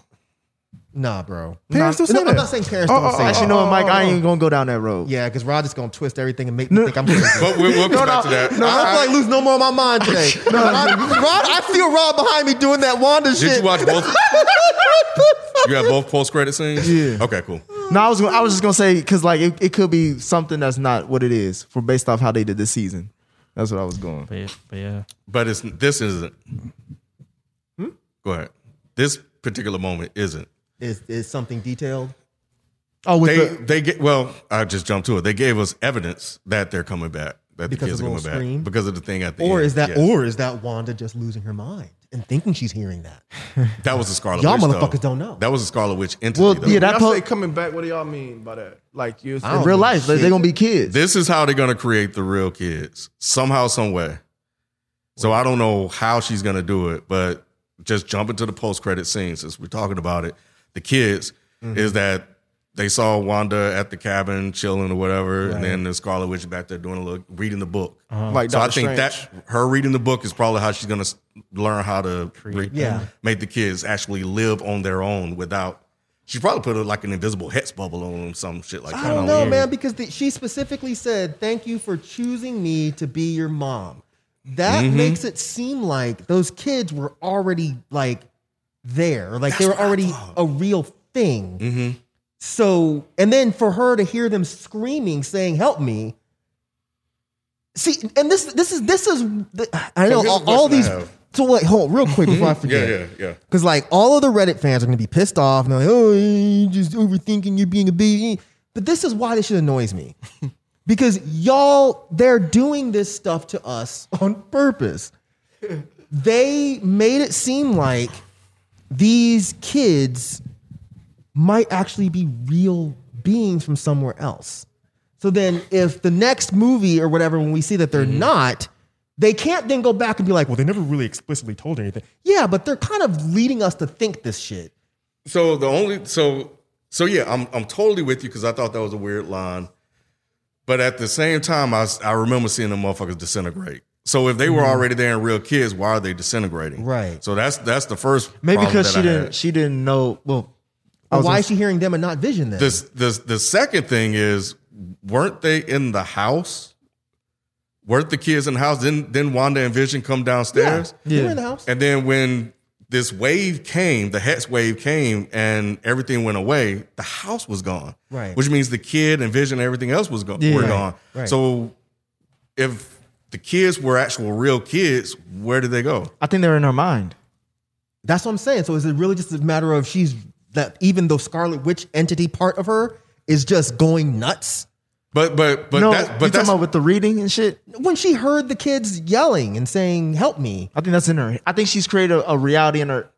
I: Nah, bro.
E: Parents do
I: Nah,
E: say
I: no, I'm
E: that.
I: not saying parents
B: Uh,
E: Oh,
I: don't
E: oh,
I: say
E: oh,
I: that.
E: Actually, you know what, Mike, I ain't even
F: gonna go down that road.
I: Yeah, because Rod is gonna twist everything and make me think I'm crazy.
B: But we'll, we'll
I: No,
B: come back to that.
I: No, I,
B: I-
I: am like lose no more of my mind today. no, Rod, Rod, I feel Rod behind me doing that Wanda
B: Did
I: shit.
B: you watch both? you have both post credit scenes? Yeah. Okay, cool.
F: No, I was gonna, I was just gonna say because like it, it could be something that's not what it is for based off how they did this season. That's what I was going.
G: But yeah, but yeah.
B: But it's this isn't.
I: Hmm?
B: Go ahead. This particular moment isn't.
I: Is is something detailed?
F: Oh,
B: they they get well. I just jumped to it. They gave us evidence that they're coming back. that
I: Because
B: the kids
I: of
B: are
I: the
B: going
I: little
B: back
I: scream?
B: because of the thing at the
I: or
B: end,
I: is that
B: yes.
I: or is that Wanda just losing her mind and thinking she's hearing that?
B: that was the Scarlet
I: Y'all
B: Witch? though.
I: motherfuckers don't know.
B: That was the Scarlet Witch entity.
F: Well,
B: though.
F: yeah, that
E: When
F: po-
E: I say coming back, what do y'all mean by that? Like you
F: In real life, they're gonna be kids.
B: This is how they're gonna create the real kids somehow, some way. So I don't know how she's gonna do it, but just jumping to the post credit scene since we're talking about it, the kids
M: Mhm.
B: is that they saw Wanda at the cabin chilling or whatever,
M: Right.
B: and then the Scarlet Witch back there doing a look, reading the book.
M: Uh-huh. Like
B: so I
M: Doctor
B: think that her reading the book is probably how she's gonna s- learn how to re-
M: Yeah.
B: make the kids actually live on their own without. She probably put like an invisible hex bubble on them, some shit like that.
I: I don't know, man, because the, she specifically said, "Thank you for choosing me to be your mom." That
M: Mm-hmm.
B: Mhm.
I: makes it seem like those kids were already like there, like they were already a real thing.
M: Mm-hmm.
I: So, and then for her to hear them screaming, saying, "Help me." See, and this this is this is the, I
M: So
I: know
M: here's a
I: all, all
M: question I
I: these.
M: have.
I: So wait, hold on, real quick before I
M: Mhm.
I: forget.
M: Yeah, yeah, yeah.
I: Because like all of the Reddit fans are gonna be pissed off and they're like, oh, you just overthinking, you're being a baby. But this is why this shit annoys me. because y'all, they're doing this stuff to us on purpose. They made it seem like these kids might actually be real beings from somewhere else. So then if the next movie or whatever, when we see that they're not, they can't then go back and be like, well, they never really explicitly told anything. Yeah, but they're kind of leading us to think this shit.
B: So the only so so yeah, I'm I'm totally with you because I thought that was a weird line, but at the same time, I s- I remember seeing the motherfuckers disintegrate. So if they were
F: Mhm.
B: already there and real kids, why are they disintegrating?
I: Right.
B: So that's that's the first
F: Maybe
B: problem that
F: because she
B: I had.
F: didn't she didn't know. Well, I
I: Or
F: was
I: why
F: gonna-
I: is she hearing them and not vision then?
B: This this the second thing is weren't they in the house? Weren't the kids in the house? Then then Wanda and Vision come downstairs.
I: Yeah, they were in the house.
B: And then when this wave came, the hex wave came and everything went away, the house was gone.
M: Right.
B: Which means the kid and Vision and everything else was gone
M: Yeah.
B: were
M: Right,
B: gone.
M: right.
B: So if the kids were actual real kids, where did they go?
F: I think they're in her mind.
I: That's what I'm saying. So is it really just a matter of she's that even though Scarlet Witch entity part of her is just going nuts?
B: But but
F: no, you talking about with the reading and shit.
I: when she heard the kids yelling and saying "Help me,"
F: I think that's in her. I think she's created a, a reality in her.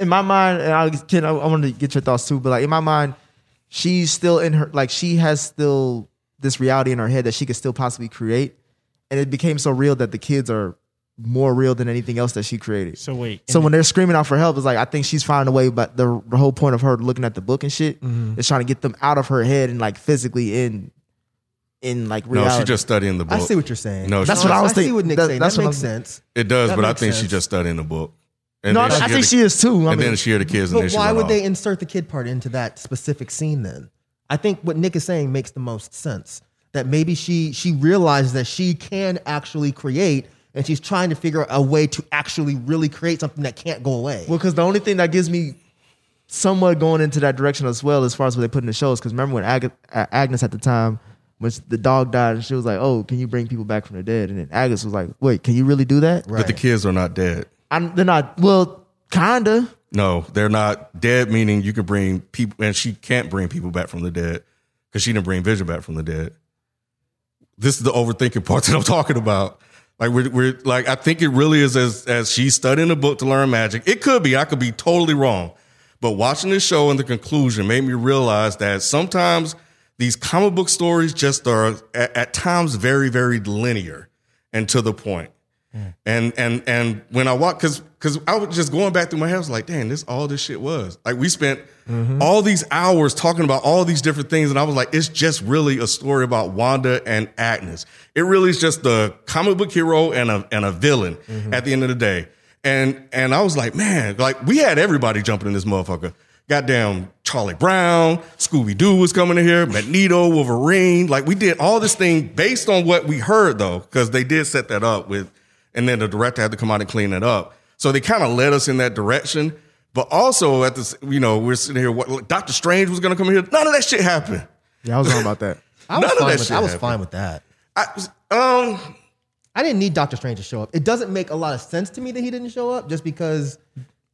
F: In my mind, and I, Ken, I, I wanted to get your thoughts too, but like in my mind, she's still in her. Like she has still this reality in her head that she could still possibly create, and it became so real that the kids are more real than anything else that she created.
G: So wait,
F: So when they're screaming out for help, it's like I think she's finding a way. But the, the whole point of her looking at the book and shit
B: Mhm.
F: is trying to get them out of her head and like physically in, in like reality.
B: No, she's just studying the book.
F: I see what you're saying.
B: No,
F: That's
B: she-
F: what I was
I: I see
F: thinking.
I: what Nick's
F: That-
I: saying.
F: that's
I: That
F: what
I: makes
F: I'm-
I: sense.
B: It does,
I: That
B: but I
I: makes
B: think she
I: sense.
B: just studying the book.
F: No,
B: then
F: I- I
B: hear
F: think she is too. I
B: and
F: mean-
B: then she hear the kids, and then
I: But
B: she
I: why
B: went
I: would
B: off.
I: they insert the kid part into that specific scene then? I think what Nick is saying makes the most sense. That maybe she she realizes that she can actually create and she's trying to figure out a way to actually really create something that can't go away.
F: Well, because the only thing that gives me somewhat going into that direction as well, as far as what they put in the shows, because remember when Ag- A- Agnes at the time, when s- the dog died, and she was like, "Oh, can you bring people back from the dead?" And then Agnes was like, "Wait, can you really do that?"
B: But the kids are not dead.
F: I'm, they're not. Well, kinda.
B: No, they're not dead. Meaning you can bring people, and she can't bring people back from the dead because she didn't bring Vision back from the dead. This is the overthinking part that I'm talking about. Like we're, we're like I think it really is as as she's studying a book to learn magic. It could be I could be totally wrong, but watching this show and the conclusion made me realize that sometimes these comic book stories just are at, at times very very linear and to the point. And and and when I walk, cause cause I was just going back through my head, I was like, damn, this all this shit was. Like we spent all these hours talking about all these different things, and I was like, it's just really a story about Wanda and Agnes. It really is just the comic book hero and a and a villain at the end of the day. And and I was like, man, like we had everybody jumping in this motherfucker. Goddamn Charlie Brown, Scooby Doo was coming in here, Magneto, Wolverine. Like we did all this thing based on what we heard though, because they did set that up with and then the director had to come out and clean it up. So they kind of led us in that direction. But also at this, you know, we're sitting here. What Doctor Strange was going to come here? None of that shit happened.
F: Yeah, I was wrong about that.
I: I was,
B: None of
I: fine
B: that
I: with,
B: shit
I: I was
B: happened.
I: fine with that.
B: I, um,
I: I didn't need Doctor Strange to show up. It doesn't make a lot of sense to me that he didn't show up just because.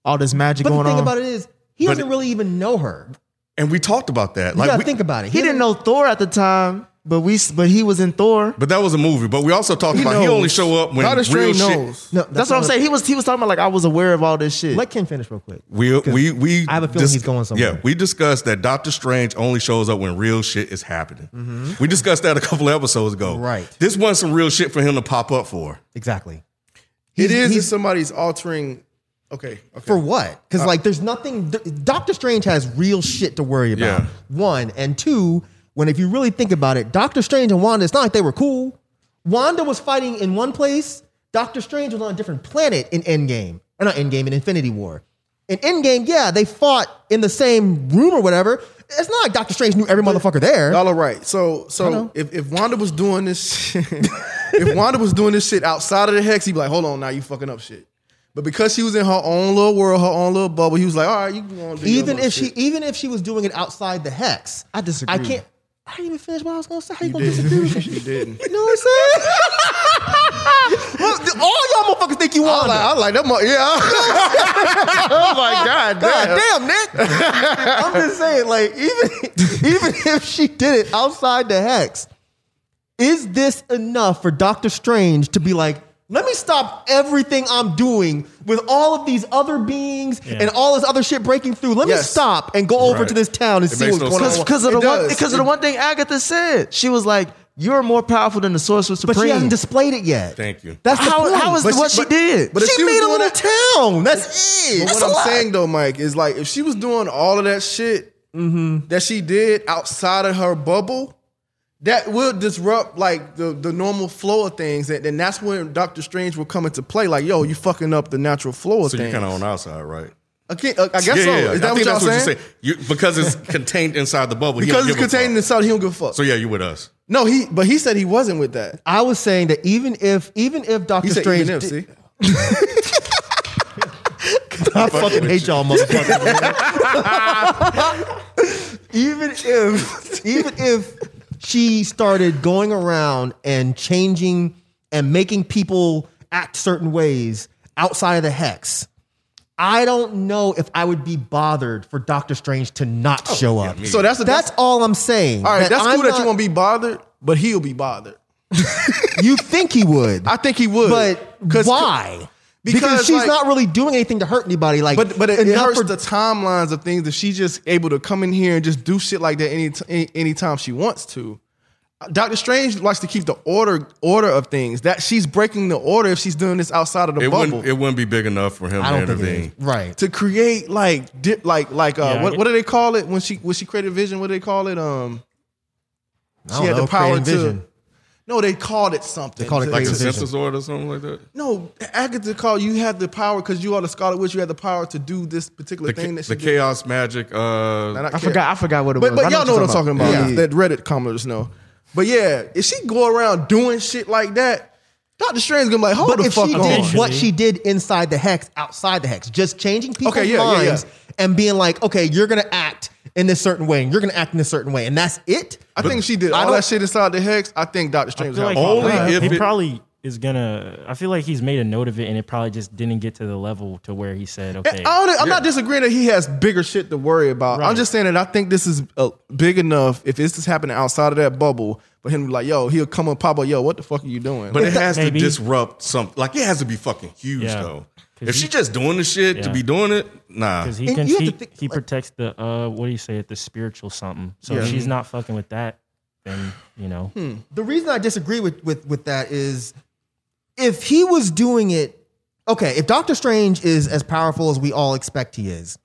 F: All this magic
I: But the
F: going
I: thing
F: on.
I: about it is, he
B: But
I: doesn't
B: it-
I: really even know her.
B: And we talked about that.
I: You gotta think about it.
F: He, didn't know Thor at the time.
C: But we, but he was in Thor.
B: But that was a movie. But we also talked
C: He
B: about he
C: knows.
B: only show up when
C: Doctor
B: real
C: Strange
B: shit.
C: knows. No, that's, what I'm saying. He was he was talking about like I was aware of all this shit. Let
I: Ken finish real quick.
B: We we we. I have
I: a feeling he's going somewhere.
B: Yeah, we discussed that Doctor Strange only shows up when real shit is happening.
F: Mm-hmm.
B: We discussed that a couple episodes ago.
I: Right.
B: This wasn't some real shit for him to pop up for.
I: Exactly.
F: It is if somebody's altering. Okay. okay.
I: For what? Because
F: Uh,
I: like, there's nothing. th- Doctor Strange has real shit to worry about.
F: Yeah.
I: One and two. When if you really think about it, Doctor Strange and Wanda, it's not like they were cool. Wanda was fighting in one place. Doctor Strange was on a different planet in Endgame, or not Endgame in Infinity War. In Endgame, yeah, they fought in the same room or whatever. It's not like Doctor Strange knew every motherfucker there.
F: Y'all are right. So
I: I know.
F: so if, if Wanda was doing this, if Wanda was doing this shit outside of the hex, he'd be like, hold on, now you fucking up shit. But because she was in her own little world, her own little bubble, he was like, all right, you can go on. and do your
I: Even
F: little
I: if she,
F: shit."
I: even if she was doing it outside the hex, I disagree. I can't. I didn't even finish what I was gonna say. How you, gonna disagree? with me?
F: you didn't.
I: You know what I'm saying? Well, th- all y'all motherfuckers think you want.
F: I like that. Mo- yeah. I'm like, God damn.
I: damn, Nick. I'm just saying, like, even even if she did it outside the hex, is this enough for Doctor Strange to be like? Let me stop everything I'm doing with all of these other beings
C: Yeah.
I: and all this other shit breaking through. Let me
C: Yes.
I: stop and go over
C: Right.
I: to this town and
C: It
I: see
C: makes
I: what's
C: no
I: going
C: sense.
I: on.
C: Because of the
I: It
C: one,
I: does.
C: because of
I: It-
C: the one thing Agatha said, she was like, "You're more powerful than the Sorcerer Supreme."
I: But she hasn't displayed it yet.
B: Thank you.
I: That's the
C: How-
I: point.
C: how is
I: But
C: what she did?
F: But if
I: she,
F: she was
I: made a
F: doing
I: little town. That's it.
F: But
I: That's
F: what
I: a
F: I'm
I: lot.
F: saying though, Mike, is like if she was doing all of that shit
C: Mm-hmm.
F: that she did outside of her bubble, that will disrupt like the, the normal flow of things, and, and that's when Doctor Strange will come into play. Like, yo, you fucking up the natural flow of
B: So you're
F: things.
B: kind of on our side, right?
F: I, can't, uh, I, I guess so. Is that
B: I
F: what
B: think
F: y'all
B: that's what
F: saying?
B: you say. You, because it's contained inside the bubble. he
F: Because
B: don't
F: it's
B: give a fuck.
F: contained in the south, he don't give a fuck.
B: So yeah, you with us.
F: No, he but he said he wasn't with that.
I: I was saying that even if even if Doctor
F: He said
I: Strange,
F: even if,
I: did-
F: see?
I: I fucking hate y'all, motherfuckers. even if even if she started going around and changing and making people act certain ways outside of the hex. I don't know if I would be bothered for Doctor Strange to not show up.
F: Oh, me. So that's the-
I: that's all I'm saying.
F: All right, that's
I: I'm
F: cool that you
I: not-
F: won't be bothered, but he'll be bothered.
I: you think he would.
F: I think he would.
I: But why? Because,
F: Because,
I: she's
F: like-
I: not really doing anything to hurt anybody. Like,
F: but but it, it
I: enough
F: hurts
I: for-
F: the timelines of things if she's just able to come in here and just do shit like that any t- any anytime she wants to. Doctor Strange likes to keep the order order of things. That she's breaking the order if she's doing this outside of the
B: It
F: bubble
B: wouldn't, it wouldn't be big enough for him
F: I
B: to
F: don't think it
B: intervene.
I: right
F: to create like dip like like uh
B: Yeah, I
F: what,
B: get-
F: what do they call it when she when she created Vision? What do they call it? Um,
I: I don't know, Oh, creating Vision.
F: No, they called it something.
I: They called it
B: like the
I: creating vision.
B: census order or something like that.
F: No, Agatha called you had the power because you are the Scarlet Witch. You had the power to do this particular
B: The,
F: thing.
B: cha-
F: that she
B: the
F: did.
B: chaos magic. Uh,
F: Not
C: I forgot. I forgot what it
F: but,
C: was.
F: But y'all know what I'm talking about.
C: Yeah.
F: That Reddit commenters know. But yeah, if she go around doing shit like that, Doctor Strange gonna be like, hold
I: but
F: the
I: if
F: fuck
I: she
F: on.
I: did what she did inside the hex, outside the hex, just changing people's
F: Okay, yeah, yeah, yeah.
I: minds and being like, okay, you're gonna act in this certain way, and you're gonna act in this certain way, and that's it.
F: I think she did
I: I
F: all
I: don't-
F: that shit inside the hex. I think Doctor Strange
G: I
F: was
G: feel like
F: having
G: he-
F: fun.
G: he, probably is gonna. I feel like he's made a note of it, and it probably just didn't get to the level to where he said, "Okay."
F: I don't, I'm not disagreeing that he has bigger shit to worry about. I'm just saying that I think this is uh, big enough if it's just happening outside of that bubble for him to be like, yo, he'll come up, pop up, yo, what the fuck are you doing?
B: But it has to disrupt something. Like it has to be fucking huge though. If
G: he-
B: she just doing the shit to
G: Yeah.
B: be doing it, nah.
G: because he can, he, he protects the uh, what do you say it, the spiritual something. So if
I: Yeah.
F: Mm-hmm.
G: she's not fucking with that, then you know.
F: Hmm.
I: The reason I disagree with with with that is if he was doing it, okay, if Doctor Strange is as powerful as we all expect he is,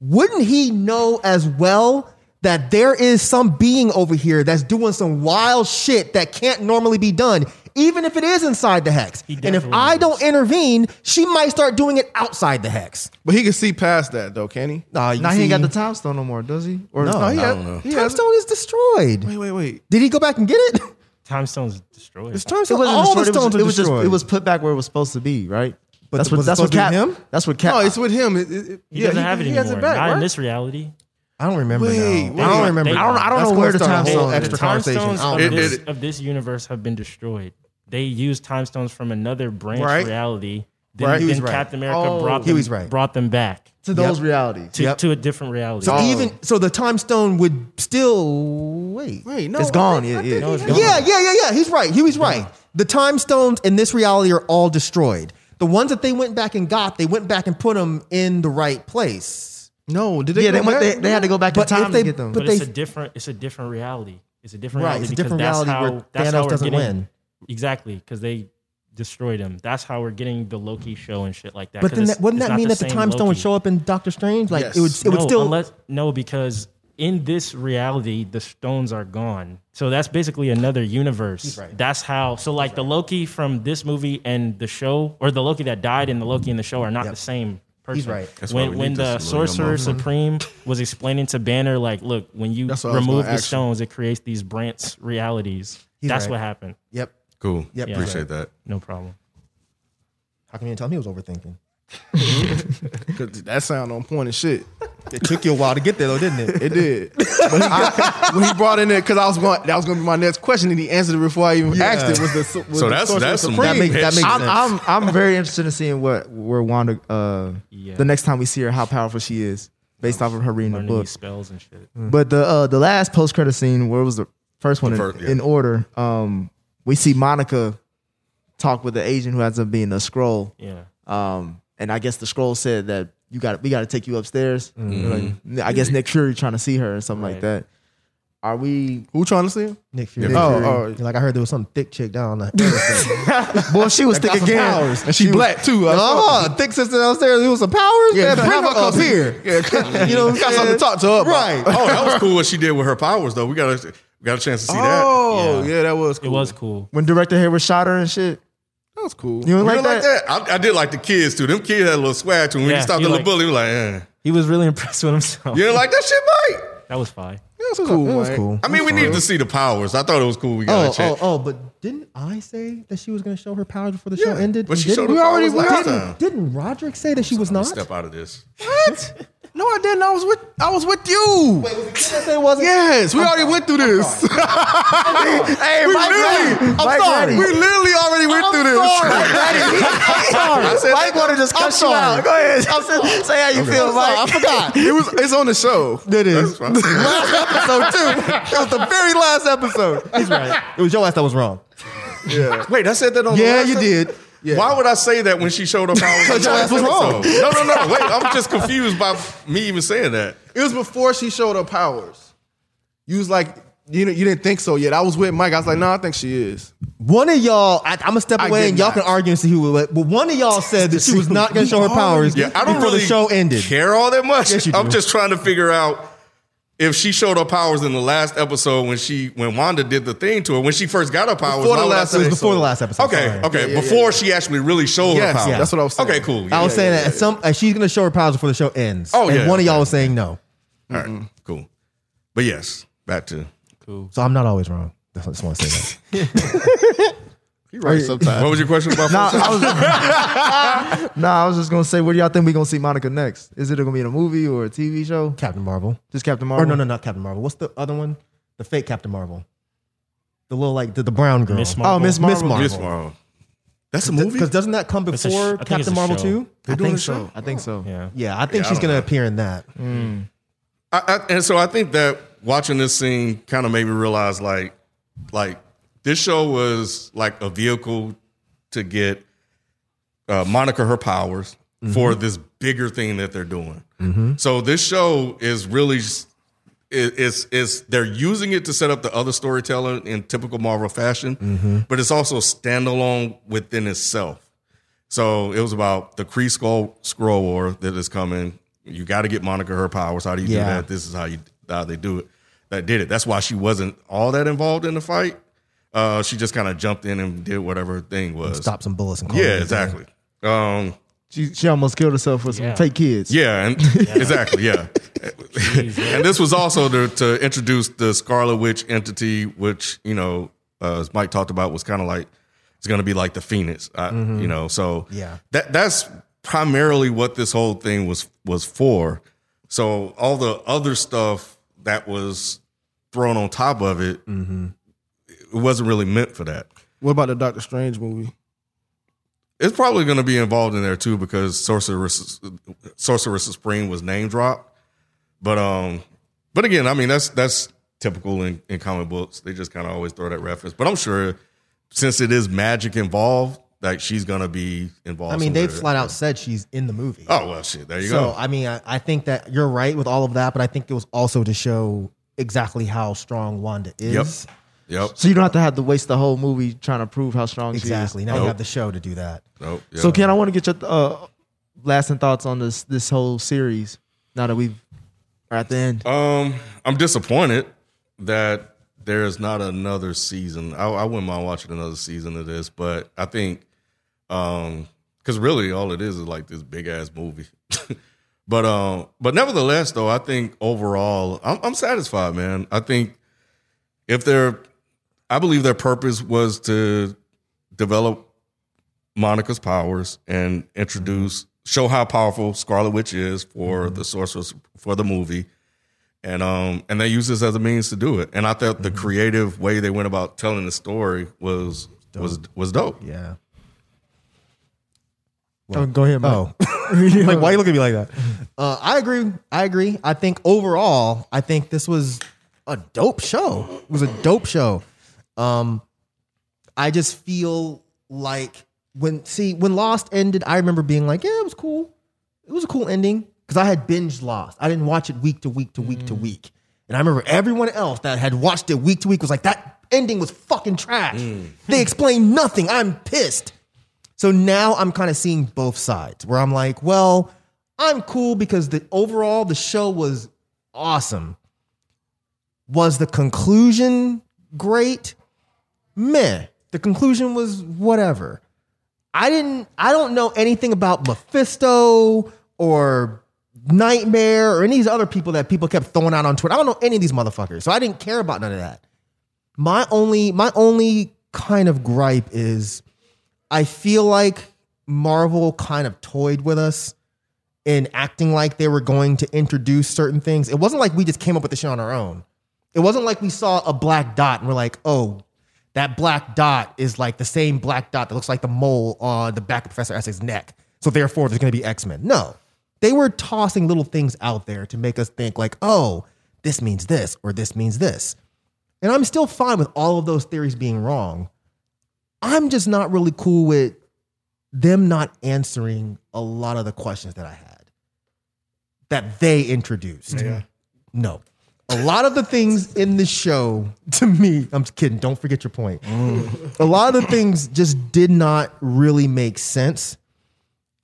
I: wouldn't he know as well that there is some being over here that's doing some wild shit that can't normally be done, even if it is inside the hex? And if
F: definitely
I: I don't intervene, she might start doing it outside the hex.
F: But he can see past that though, can he?
I: Nah,
C: Now he ain't got the time stone no more, does he? Or
I: Uh, No,
F: he
I: I
F: had-
I: don't know.
F: he
I: Time
F: has-
I: stone is destroyed.
F: Wait, wait, wait.
I: Did he go back and get it?
G: Time stones destroyed.
I: His time
C: It
I: stone,
C: wasn't
I: all the
C: destroyed, it was,
I: stones are
C: it was just
I: destroyed.
C: it was put back where it was supposed to be, right?
I: But
C: that's
I: the-
C: what
I: was it
C: that's what
I: supposed to be
C: Cap.
I: him?
C: That's what Cap.
F: No, it's with him. It- it- it-
G: He
F: yeah,
G: doesn't have it
F: he
G: anymore.
F: has it back,
G: not in
F: right?
G: this reality.
I: I don't remember.
F: Wait,
I: now.
F: wait.
I: I don't
F: They-
I: remember.
G: They-
I: now.
G: That's
I: That's
G: gonna
I: where the
G: start
I: time
G: a
I: stone
G: whole-
I: extra
G: the time
I: conversation. I
G: stones
I: don't
G: Of,
I: remember.
G: this, of this universe have been destroyed. They use time stones from another branch
I: Right.
G: reality Then,
F: Right. He was
G: then
F: right.
G: Captain America
F: Oh.
G: brought
F: He
G: them,
F: was right.
G: brought them back
F: To those Yep. realities.
G: to,
F: Yep.
G: to a different reality.
I: So even so, the time stone would still wait. Wait,
G: no,
I: it's
G: I
I: gone.
G: think- I
I: yeah,
G: think
I: yeah.
G: No, it's
I: yeah,
G: gone.
I: yeah, yeah, yeah. He's right. He was right. The time stones in this reality are all destroyed. The ones that they went back and got, they went back and put them in the right place.
E: No, did
G: they
I: Yeah,
G: go
I: they, went,
G: back?
I: they, they had to go back
G: But
I: in
G: if
I: time
G: they-
I: to get them.
G: But, it's a different. It's a different reality. It's a different
I: Right,
G: reality.
I: it's a
G: because
I: different
G: that's
I: reality
G: how,
I: where
G: that's how
I: Thanos
G: we're
I: doesn't
G: getting-
I: win.
G: Exactly, because they destroyed him. That's how we're getting the Loki show and shit like that.
I: but
G: 'cause
I: then
G: it's-
I: that, wouldn't
G: it's
I: that
G: not
I: mean that the
G: same
I: time stone would
G: Loki.
I: show up in Doctor Strange? Like it would. It would
G: no,
I: still.
G: unless, no because in this reality the stones are gone. So that's basically another universe.
I: He's right.
G: That's how. So like the Loki from this movie and the show, or the Loki that died and the Loki in the show are not the same. Person.
I: He's right. That's why
G: when
I: we
G: when
I: need
G: the
I: this little
G: Sorcerer
I: young
G: Supreme was explaining to Banner, like, look, when you
I: That's what I was
G: remove
I: gonna
G: the
I: ask you.
G: stones, it creates these branch realities.
I: He's
G: that's
I: right.
G: what happened.
I: Yep.
B: Cool.
I: Yep.
G: Yeah.
B: Appreciate that.
G: No problem.
I: How come you didn't tell me it was overthinking?
E: Cause that sound on point and shit.
I: It took you a while to get there though, didn't it?
E: It did. But he got- when he brought in it, because I was going, that was going to be my next question, and he answered it before I even asked it. Was the was the Sorcerer Supreme.
F: I'm, I'm I'm very interested in seeing what where Wanda uh the next time we see her how powerful she is based off of her reading the
G: Learning
F: book.
G: these spells and shit.
F: But the uh, the last post credit scene, where was the first one
G: The
F: in,
G: first, yeah.
F: in order? Um, we see Monica talk with the agent who ends up being a scroll.
G: Yeah.
F: Um, and I guess the scroll said that you got we got to take you upstairs.
E: Mm-hmm.
I: Mhm.
F: Like, I guess Nick Fury trying to see her or something like that. Are we
E: who trying to see him?
I: Nick Fury.
F: Nick
I: Oh,
F: Fury.
I: oh, like I heard there was some thick chick down on that.
F: oh, Boy, she was
I: That got
F: thick
I: some
F: again,
I: powers. And she
F: was-
I: black, too. I saw
F: Oh,
I: it.
F: thick sister downstairs. It was some powers.
I: Yeah,
F: Yeah,
I: bring
F: bring
I: her
F: her up
I: up
F: here.
I: Yeah,
F: you know, what
E: got
F: I'm saying?
E: something to talk to her about.
F: Right.
B: Oh, that was cool what she did with her powers though. We got a we got a chance to see that.
E: Oh, yeah. that was cool. It was
G: cool.
F: When director Hayward shot her and shit.
E: That was cool.
F: You
B: You
F: don't like
B: didn't
F: that?
B: like that? I, I did like the kids too. Them kids had a little swag to them. When
G: Yeah,
B: you stopped
G: he
B: the little
G: like-
B: bully, he was like, eh.
G: He was really impressed with himself.
B: You didn't like that shit, Mike?
G: That was fine.
E: That's cool.
I: That was
E: man.
I: cool.
B: I mean, we needed to see the powers. I thought it was cool. We got
I: Oh,
B: a
I: oh,
B: chance.
I: oh, but didn't I say that she was going to show her powers before the show ended?
B: but she
I: And didn't-
B: showed her We already powers last
I: didn't,
B: time.
I: Didn't Roderick say that she was not?
B: Step out of this.
E: oh. What? No, I didn't. I was with I was with you. Wait, was
I: it wasn't?
E: Yes, we already went through this. hey,
I: Mike Reddy.
E: I'm
I: Mike
E: sorry.
I: Reddy.
E: We literally already went through this.
I: sorry, Mike Reddy. I'm sorry.
E: I said
I: Mike
E: that-
I: wanna just
E: I'm
I: cut you
E: sorry.
I: out. Go ahead. I'm so- say how you feel,
E: I'm sorry.
I: Mike.
E: I forgot. It was it's on the show. That
I: is.
E: last
I: episode too. That was the very last episode. He's right. It was your ass that was wrong.
B: Yeah. Wait, I said that on.
I: Yeah,
B: the last
I: you
B: time?
I: did. Yeah.
B: Why would I say that when she showed her powers? on
E: Because your
B: the
E: ass was
B: last
E: wrong.
B: episode? No, no, no. Wait, I'm just confused by me even saying that.
E: It was before she showed her powers. You was like, you know, you didn't think so yet. I was with Mike. I was like, no, I think she is.
I: One of y'all, I, I'm gonna step
E: I
I: away
E: did
I: and y'all
E: not.
I: can argue and see who. But one of y'all said that she was not gonna show her powers
B: Yeah, I don't
I: before
B: really
I: the show ended.
B: care all that much.
I: Yes, you
B: I'm
I: do.
B: just trying to figure out if she showed her powers in the last episode when she when Wanda did the thing to her when she first got her powers.
I: Before the
B: why would I
I: last- it was
B: say-
I: before the last episode,
B: Okay,
I: sorry.
B: okay,
I: Yeah, yeah, yeah,
B: before she actually really showed her
I: Yes,
B: powers.
I: yeah. That's what I was saying.
B: Okay, cool.
I: I
B: Yeah,
I: was
B: yeah,
I: saying
B: yeah,
I: that at some uh, she's gonna show her powers before the show ends.
B: Oh,
I: and
B: yeah,
I: one of y'all was saying no.
B: yeah. All
I: Mm-hmm.
B: right, cool. But yes, back to
G: cool.
I: So I'm not always wrong. I just want to say
B: You
I: right sometimes.
B: What was your question about?
F: Nah,
B: first
F: I was-
B: time?
F: Nah, I was just gonna say, where do y'all think we gonna see Monica next? Is it gonna be in a movie or a TV show?
I: Captain Marvel.
F: Just Captain
I: that. or
F: Marvel.
I: no, no, not Captain Marvel. What's the other one? The fake Captain Marvel. The little like the, the brown girl.
F: Miss Marvel. Oh, Miss Marvel.
B: Miss Marvel. That's a movie.
I: Because doesn't that come
B: It's a sh- I
I: before
B: think it's
I: Captain
B: a
I: Marvel
B: show.
I: two?
B: They're
I: I
B: doing
I: think
B: a
I: so.
B: show?
F: I think so.
G: Yeah.
I: Yeah, I think
B: Yeah, I
I: she's
B: don't
I: gonna
B: know.
I: appear in that.
B: I, I, and so I think that watching this scene kind of made me realize, like, like this show was like a vehicle to get uh, Monica her powers for this bigger thing that they're doing. So this show is really s- i- is is they're using it to set up the other storyteller in typical Marvel fashion, but it's also standalone within itself. So it was about the Kree Skull Scroll War that is coming. You got to get Monica her powers. How do you do
I: Yeah.
B: that? This is how you how they do it. That did it. That's why she wasn't all that involved in the fight. Uh, she just kind of jumped in and did whatever her thing was.
I: Stop some bullets and call
B: Yeah,
I: it a day.
B: exactly. Um,
F: She she almost killed herself with
B: Yeah.
F: some fake kids.
B: yeah, and exactly, yeah. and this was also to, to introduce the Scarlet Witch entity, which you know, uh, as Mike talked about, was kind of like it's going to be like the Phoenix, I, you know. So
I: Yeah.
B: that that's primarily what this whole thing was was for. So all the other stuff that was thrown on top of it, it wasn't really meant for that.
E: What about the Doctor Strange movie?
B: It's probably going to be involved in there too because Sorceress Sorceress of Spring was name dropped. But um, but again, I mean that's that's typical in, in comic books. They just kind of always throw that reference. But I'm sure since it is magic involved, like she's going to be involved.
I: I mean,
B: somewhere.
I: they flat out said she's in the movie.
B: Oh well, shit. There you
I: so,
B: go.
I: I mean, I, I think that you're right with all of that, but I think it was also to show exactly how strong Wanda is.
B: Yep.
F: So you don't have to have to waste the whole movie trying to prove how strong
I: Exactly.
F: she is.
I: Now you have the show to do that.
B: Nope.
F: So Ken, I want to get your uh, lasting thoughts on this this whole series. Now that we've are at the end,
B: Um, I'm disappointed that there is not another season. I, I wouldn't mind watching another season of this, but I think, um, because really all it is is like this big ass movie. but um, but nevertheless, though, I think overall, I'm, I'm satisfied, man. I think if their, I believe their purpose was to develop Monica's powers and introduce show how powerful Scarlet Witch is for the sorceress for the movie. And um and they use this as a means to do it. And I thought the creative way they went about telling the story was was was dope.
I: Yeah.
F: Oh, go ahead, Mike.
I: Oh. like, why you look at me like that? Uh, I agree. I agree. I think overall, I think this was a dope show. It was a dope show. Um, I just feel like when see when Lost ended, I remember being like, yeah, it was cool. It was a cool ending because I had binge Lost. I didn't watch it week to week to week to week, and I remember everyone else that had watched it week to week was like, that ending was fucking trash. They explained nothing. I'm pissed. So now I'm kind of seeing both sides where I'm like, well, I'm cool because the overall the show was awesome. Was the conclusion great? Meh. The conclusion was whatever. I didn't I don't know anything about Mephisto or Nightmare or any of these other people that people kept throwing out on Twitter. I don't know any of these motherfuckers. So I didn't care about none of that. My only my only kind of gripe is I feel like Marvel kind of toyed with us in acting like they were going to introduce certain things. It wasn't like we just came up with the shit on our own. It wasn't like we saw a black dot and we're like, oh, that black dot is like the same black dot that looks like the mole on the back of Professor Essex's neck. So therefore, there's going to be X Men. No, they were tossing little things out there to make us think like, oh, this means this or this means this. And I'm still fine with all of those theories being wrong. I'm just not really cool with them not answering a lot of the questions that I had that they introduced.
E: Yeah.
I: No. A lot of the things in the show, to me, I'm just kidding. Don't forget your point. A lot of the things just did not really make sense.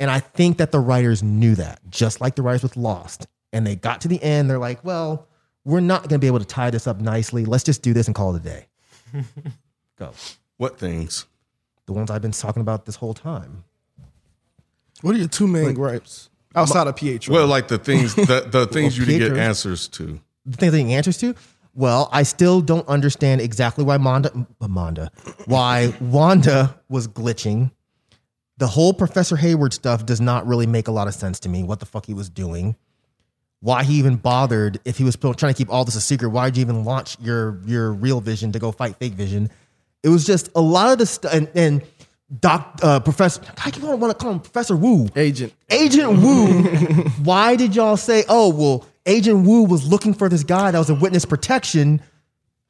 I: And I think that the writers knew that, just like the writers with Lost. And they got to the end, they're like, well, we're not going to be able to tie this up nicely. Let's just do this and call it a day. Go.
B: What things?
I: The ones I've been talking about this whole time.
E: What are your two main gripes outside of Pietro?
B: Well, like the things the, the things you didn't get
I: Pietro.
B: answers to.
I: the things I need answers to? Well, I still don't understand exactly why Monda, Monda, why Wanda was glitching. The whole Professor Hayward stuff does not really make a lot of sense to me. What the fuck he was doing, why he even bothered if he was still trying to keep all this a secret? Why'd you even launch your your real Vision to go fight fake Vision? It was just a lot of the stuff and. and Doc, uh, Professor, I keep want to call him Professor Wu.
E: Agent.
I: Agent Wu, why did y'all say, oh, well, Agent Wu was looking for this guy that was a witness protection?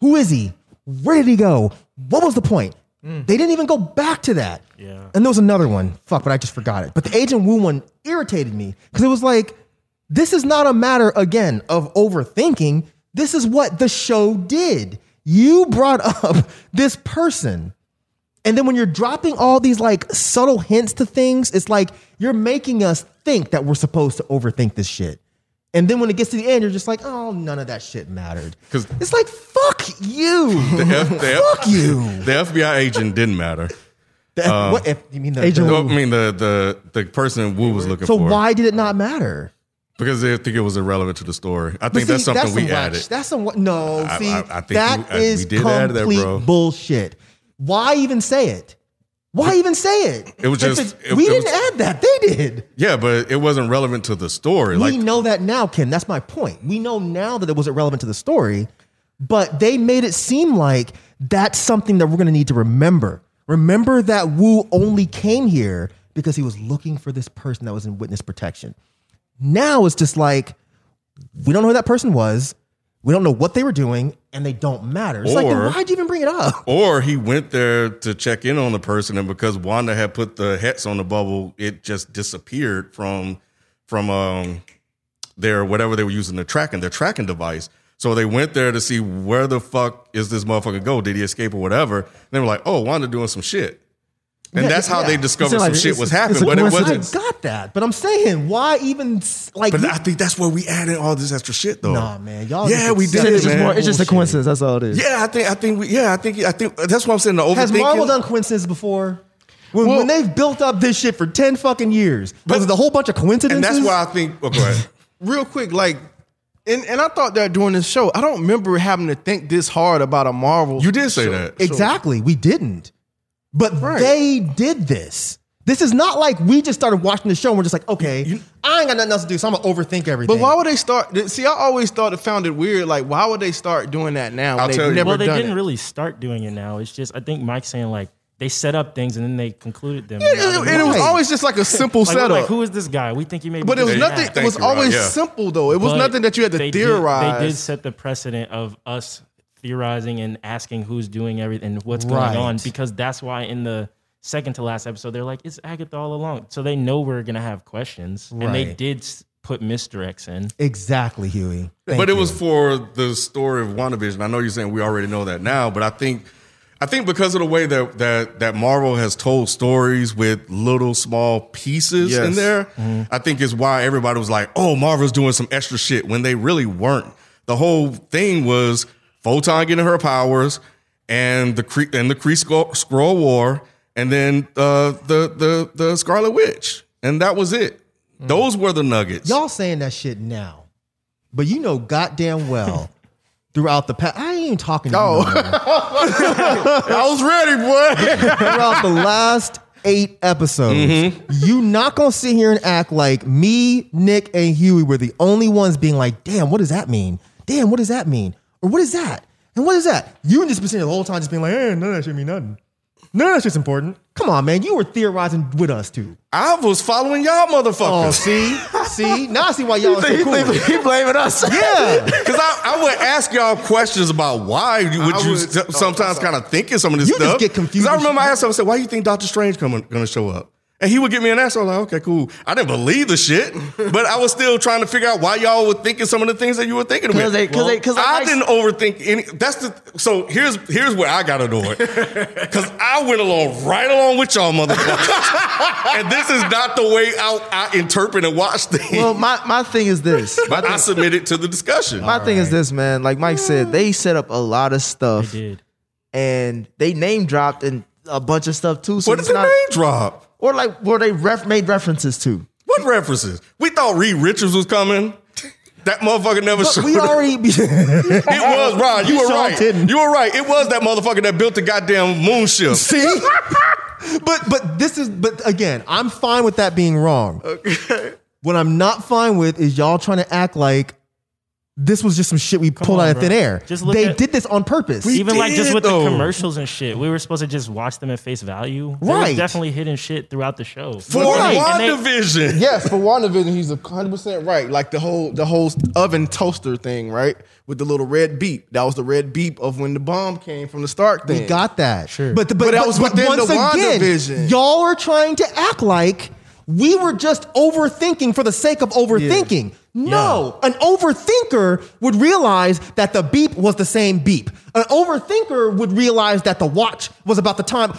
I: Who is he? Where did he go? What was the point? They didn't even go back to that. Yeah. And there was another one. Fuck, but I just forgot it. But the Agent Wu one irritated me because it was like, this is not a matter, again, of overthinking. This is what the show did. You brought up this person. And then when you're dropping all these like subtle hints to things, it's like you're making us think that we're supposed to overthink this shit. And then when it gets to the end, you're just like, oh, none of that shit mattered.
B: Because
I: It's like, fuck you.
B: the, F, the F-
I: fuck you.
B: the FBI agent didn't matter.
I: The F- what
B: uh,
I: F- you mean the- Agent
B: I
I: Wu.
B: mean the the the person Wu was looking
I: So
B: for.
I: why did it not matter?
B: Because they think it was irrelevant to the story. I
I: But
B: think
I: see,
B: that's something we
I: some whack-
B: added.
I: That's some what? No,
B: I-
I: see,
B: I-
I: that
B: I
I: is
B: think we- I- we did add that,
I: complete
B: bro.
I: bullshit. Why even say it? Why even say it?
B: It was
I: If
B: just-
I: it-
B: it-
I: we
B: it was-
I: didn't add that. They did.
B: Yeah, but it wasn't relevant to the story. Like
I: we know that now, Kim. That's my point. We know now that it wasn't relevant to the story, but they made it seem like that's something that we're going to need to remember. Remember that Wu only came here because he was looking for this person that was in witness protection. Now it's just like we don't know who that person was, we don't know what they were doing, and they don't matter. It's like, then
B: Or-
I: why'd you even bring it up?
B: Or he went there to check in on the person, and because Wanda had put the hats on the bubble, it just disappeared from from um their whatever they were using to tracking their tracking device. So they went there to see where the fuck is this motherfucker go? Did he escape or whatever? And they were like, "Oh, Wanda doing some shit," and
I: Yeah,
B: that's how
I: yeah.
B: they discovered some shit was happening. But it wasn't.
I: I got that, but I'm saying, why even s- like?
B: But I think that's where we added all this extra shit, though.
I: Nah, man, y'all
B: Yeah,
I: just
B: we
I: accept
B: did.
I: it. It's just
B: man.
I: more- it's just a
F: coincidence. That's all it is.
B: Yeah, I think. I think. We, yeah, I think. I think that's what I'm saying. The overthinking.
I: Has Marvel done coincidences before? When, when they've built up this shit for ten fucking years, was it a whole bunch of
B: and
I: coincidences?
B: that's why I think. Oh, go ahead.
E: real quick, like, and, and I thought that during this show, I don't remember having to think this hard about a Marvel.
B: You did say that.
I: Exactly. We didn't. But they did this. This is not like we just started watching the show and we're just like, okay, I ain't got nothing else to do, so I'm gonna overthink everything.
E: But why would they start? th- See, I always thought it found it weird. Like, why would they start doing that now? when they've never
G: well, they
E: done
G: didn't
E: it?
G: really start doing it now. It's just I think Mike's saying like they set up things and then they concluded them.
E: Yeah, and, and it was always just like a simple
G: Like, we're
E: setup.
G: like, who is this guy? We think he may. be
E: But it was
G: doing
E: nothing-
G: that.
E: it was Thank you, Rob. always Yeah. simple, though. It was nothing that you had to
G: they Did, they did
E: theorize.
G: set the precedent of us theorizing and asking who's doing everything, and what's
I: Right.
G: going on, because that's why in the second to last episode they're like it's Agatha all along, so they know we're gonna have questions, and they
I: Right.
G: did s- put misdirects in.
I: Exactly, Huey.
B: but it was for the story of WandaVision. I know you're saying we already know that now, but I think I think because of the way that that that Marvel has told stories with little small pieces
E: Yes.
B: in there, I think is why everybody was like, "Oh, Marvel's doing some extra shit" when they really weren't. The whole thing was Photon getting her powers and the Kree- and the Kree Skrull, Skrull War and then uh, the the the Scarlet Witch. And that was it. Those were the nuggets.
I: Y'all saying that shit now, but you know goddamn well throughout the past. I ain't even talking to you. no more.
B: I was ready, boy.
I: throughout the last eight episodes, you not gonna sit here and act like me, Nick, and Huey were the only ones being like, "Damn, what does that mean? Damn, what does that mean? Or what is that? And what is that?" You just been sitting there the whole time, just being like, "Eh, none of that shit mean nothing. None of that shit's important." Come on, man, you were theorizing with us too.
B: I was following y'all
I: Oh,
B: motherfuckers.
I: see, see, now I see why y'all are so cool.
E: blaming us.
I: Yeah,
B: Because I, I would ask y'all questions about why you, would
E: I
B: you
E: would-
B: s- sometimes kind of thinking some of this
I: You just
B: stuff.
I: get confused.
B: 'Cause I remember I asked him, I said, why do you think Doctor Strange coming going to show up? And he would give me an answer. I was like, okay, cool. I didn't believe the shit, but I was still trying to figure out why y'all were thinking some of the things that you were thinking. with.
F: they- 'cause they- 'cause I
B: I
F: like-
B: didn't overthink any. That's the so here's here's where I got annoyed because I went along right along with y'all motherfuckers, and this is not the way I, I interpret and watch things.
F: Well, my, my thing is this.
B: But I submitted to the discussion.
F: My thing is this, man. Like Mike said, they set up a lot of stuff
G: Did
F: and they name dropped and a bunch of stuff too. So
B: what did
F: it's
B: the
F: not,
B: name drop?
F: Or like where they ref, made references to.
B: What references? We thought Reed Richards was coming. That motherfucker never
I: but
B: showed
I: we
B: up.
I: already. Be-
B: It was Ron. You were
I: Sean
B: right.
I: didn't.
B: You were right. It was that motherfucker that built the goddamn moon ship.
I: See? but but this is but again, I'm fine with that being wrong. Okay. What I'm not fine with is y'all trying to act like this was just some shit we pulled
G: on,
I: out of
G: bro.
I: thin air.
G: Just look
I: they
G: at-
I: did this on purpose.
G: even like just
B: did,
G: with
B: though.
G: the commercials and shit, we were supposed to just watch them at face value. There was
I: Right.
G: definitely hidden shit throughout the show.
B: For
I: Right.
G: And they-
B: WandaVision.
E: Yes, for WandaVision, he's hundred percent right. Like the whole the whole oven toaster thing, right? With the little red beep. That was the red beep of when the bomb came from the Stark thing.
I: we got that. Sure. But, but,
E: But
I: but,
E: that was
I: but
E: within
I: once
E: the
I: again,
E: WandaVision.
I: y'all are trying to act like we were just overthinking for the sake of overthinking. No, an overthinker would realize that the beep was the same beep. An overthinker would realize that the watch was about the time.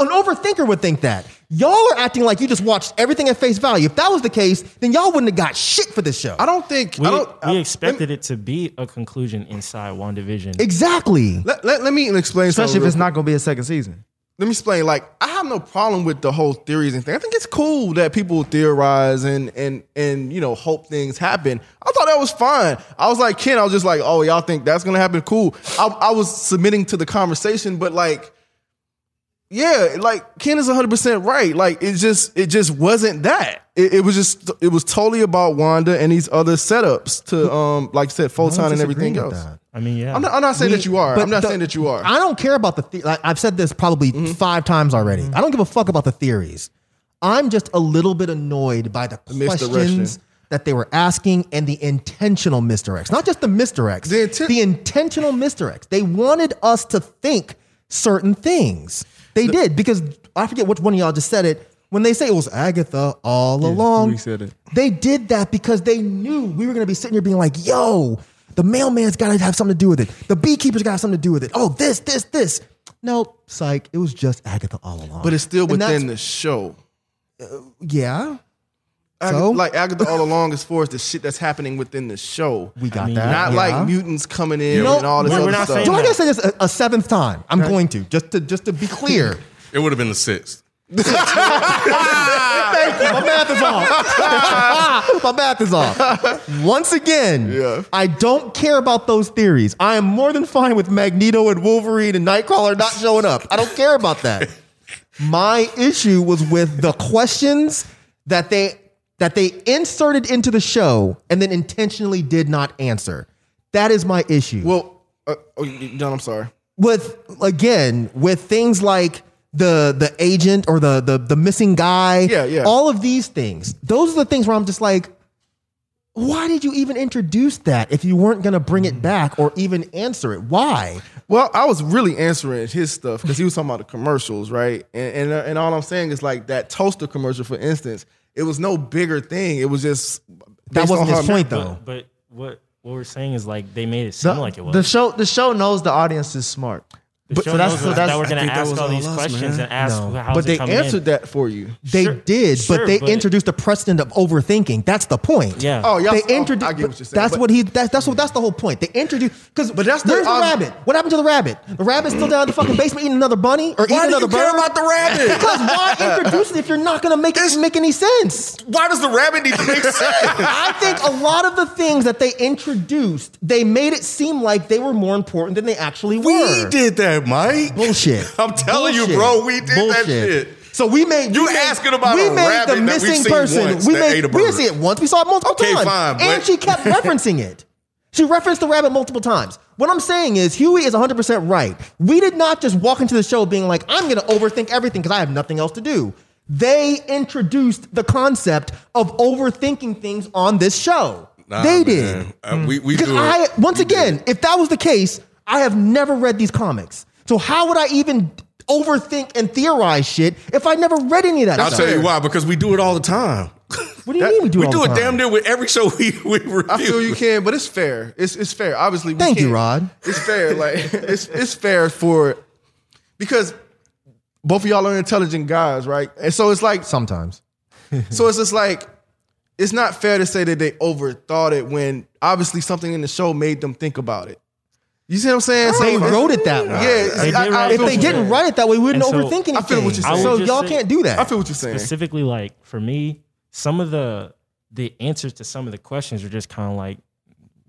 I: An overthinker would think that. Y'all are acting like you just watched everything at face value. If that was the case, then y'all wouldn't have got shit for this show.
E: I don't think
G: We,
E: I don't
G: we
E: I-
G: expected it to be a conclusion inside WandaVision.
I: exactly.
E: Let, let, let me explain.
F: Especially
E: something
F: if
E: real
F: it's not gonna be a second season.
E: let me explain. Like, I have no problem with the whole theories and thing. I think it's cool that people theorize and and and you know hope things happen. I thought that was fine. I was like Ken. I was just like, oh, y'all think that's gonna happen? Cool. I, I was submitting to the conversation, but like, yeah, like Ken is one hundred percent right. Like, it just it just wasn't that. It, it was just it was totally about Wanda and these other setups to um like I said
I: No
E: photon
I: one's
E: and everything
I: disagreeing with
E: else.
I: that.
G: I mean, yeah.
E: I'm not, I'm not saying
I: We-
E: that you are.
I: but
E: I'm not
I: the-
E: saying that you are. Mm-hmm.
I: I don't care about the. The- like, I've said this probably five times already. I don't give a fuck about the theories. I'm just a little bit annoyed by the
B: Misdirection.
I: questions that they were asking and the intentional misdirects. Not just the misdirects, the, the intentional misdirects. They wanted us to think certain things. They did because I forget which one of y'all just said it. When they say it was Agatha all along,
B: we said it.
I: they did that because they knew we were going to be sitting here being like, yo, the mailman's got to have something to do with it. The beekeeper's got something to do with it. Oh, this, this, this. No, psych. It was just Agatha all along.
B: But it's still
I: And that's-
B: within the show.
I: Yeah.
B: Agatha,
I: So?
B: like Agatha all along, as far as the shit that's happening within the show, we
I: got that,
B: Not
I: yeah.
B: like mutants coming in
I: You know,
B: and all this
I: we're-
B: other
I: we're not
B: stuff.
I: saying Do I gotta say this a, a seventh time? I'm going to just to just to be clear.
F: It would have been the sixth.
I: Thank you. My math is off. My math is off. Once again, I don't care about those theories. I am more than fine with Magneto and Wolverine and Nightcrawler not showing up. I don't care about that. My issue was with the questions that they that they inserted into the show and then intentionally did not answer. That is my issue.
B: Well, uh, oh, John, I'm sorry.
I: with again with things like the the agent or the the the missing guy.
B: Yeah, yeah.
I: All of these things. Those are the things where I'm just like, why did you even introduce that if you weren't going to bring it back or even answer it? Why?
B: Well, I was really answering his stuff because he was talking about the commercials, right? And, and and all I'm saying is like that toaster commercial, for instance, it was no bigger thing. It was just based on her-
G: But, but what what we're saying is like they made it seem like it was
N: The show the show knows the audience is smart.
G: The show knows that- that we're gonna ask all these questions and ask
I: No.
G: how's
I: But
G: it
I: they
G: coming in?
I: answered
B: that for you.
I: They
G: Sure-
I: did,
G: sure,
I: but they
G: but-
I: introduced the precedent of overthinking. That's the point.
G: Yeah.
B: Oh, y'all-
I: They
B: oh, I
I: introduced.
B: get what you're saying,
I: that's
B: but-
I: what he. That, that's what. That's the whole point. They introduced. Because but that's
B: the-
I: where's the
B: um,
I: rabbit? What happened to the rabbit? The rabbit's still down in the fucking basement eating another bunny or eating
B: do
I: another
B: you care
I: bird.
B: about the rabbit?
I: because why introduce it if you're not gonna make it make any sense?
B: Why does the rabbit need to make sense?
I: I think a lot of the things that they introduced, they made it seem like they were more important than they actually were.
F: We did that, Mike.
I: Bullshit.
F: I'm telling you,
I: Bullshit.
F: bro, we did that
I: Bullshit.
F: shit.
I: So we made
F: You
I: we made-
F: asking about
I: we
F: a
I: made
F: rabbit
I: the
F: that we've
I: missing
F: seen
I: person.
F: once
I: we
F: that
I: made
F: ate a
I: we
F: bird.
I: didn't see it once. We saw it multiple
F: Okay,
I: times,
F: fine,
I: and
F: but-
I: she kept referencing it. She referenced the rabbit multiple times. What I'm saying is, Huey is 100 percent right. We did not just walk into the show being like, "I'm going to overthink everything because I have nothing else to do." They introduced the concept of overthinking things on this show.
F: Nah,
I: they
F: man.
I: did.
F: Uh, we we
I: Because
F: do it.
I: I once again, if that was the case, I have never read these comics. So how would I even overthink and theorize shit if I never read any of that?
F: I'll
I: stuff?
F: tell you why. Because we do it all the time.
I: What do you mean we do?
F: we
I: all
F: do
I: the
F: it
I: time?
F: damn near with every show we we review.
B: I feel you can, but it's fair. It's it's fair. Obviously, we
I: Thank you,
B: can't-
I: Rod.
B: It's fair. Like it's it's fair for because both of y'all are intelligent guys, right? And so it's like
I: Sometimes.
B: so it's just like it's not fair to say that they overthought it when obviously something in the show made them think about it. You see what I'm saying?
I: They
B: it's-
I: wrote it that way.
B: Yeah, it's-
G: They did
B: I- I
G: write
I: If
B: feel
I: they
B: what you're
I: didn't
B: saying.
I: write it that way, we wouldn't
G: And so-
I: overthink anything.
B: I feel what you're
G: I would
B: saying.
I: So
G: just
I: y'all
G: say-
I: can't do that.
B: I feel what you're saying.
G: specifically like for me, some of the the answers to some of the questions are just kind of like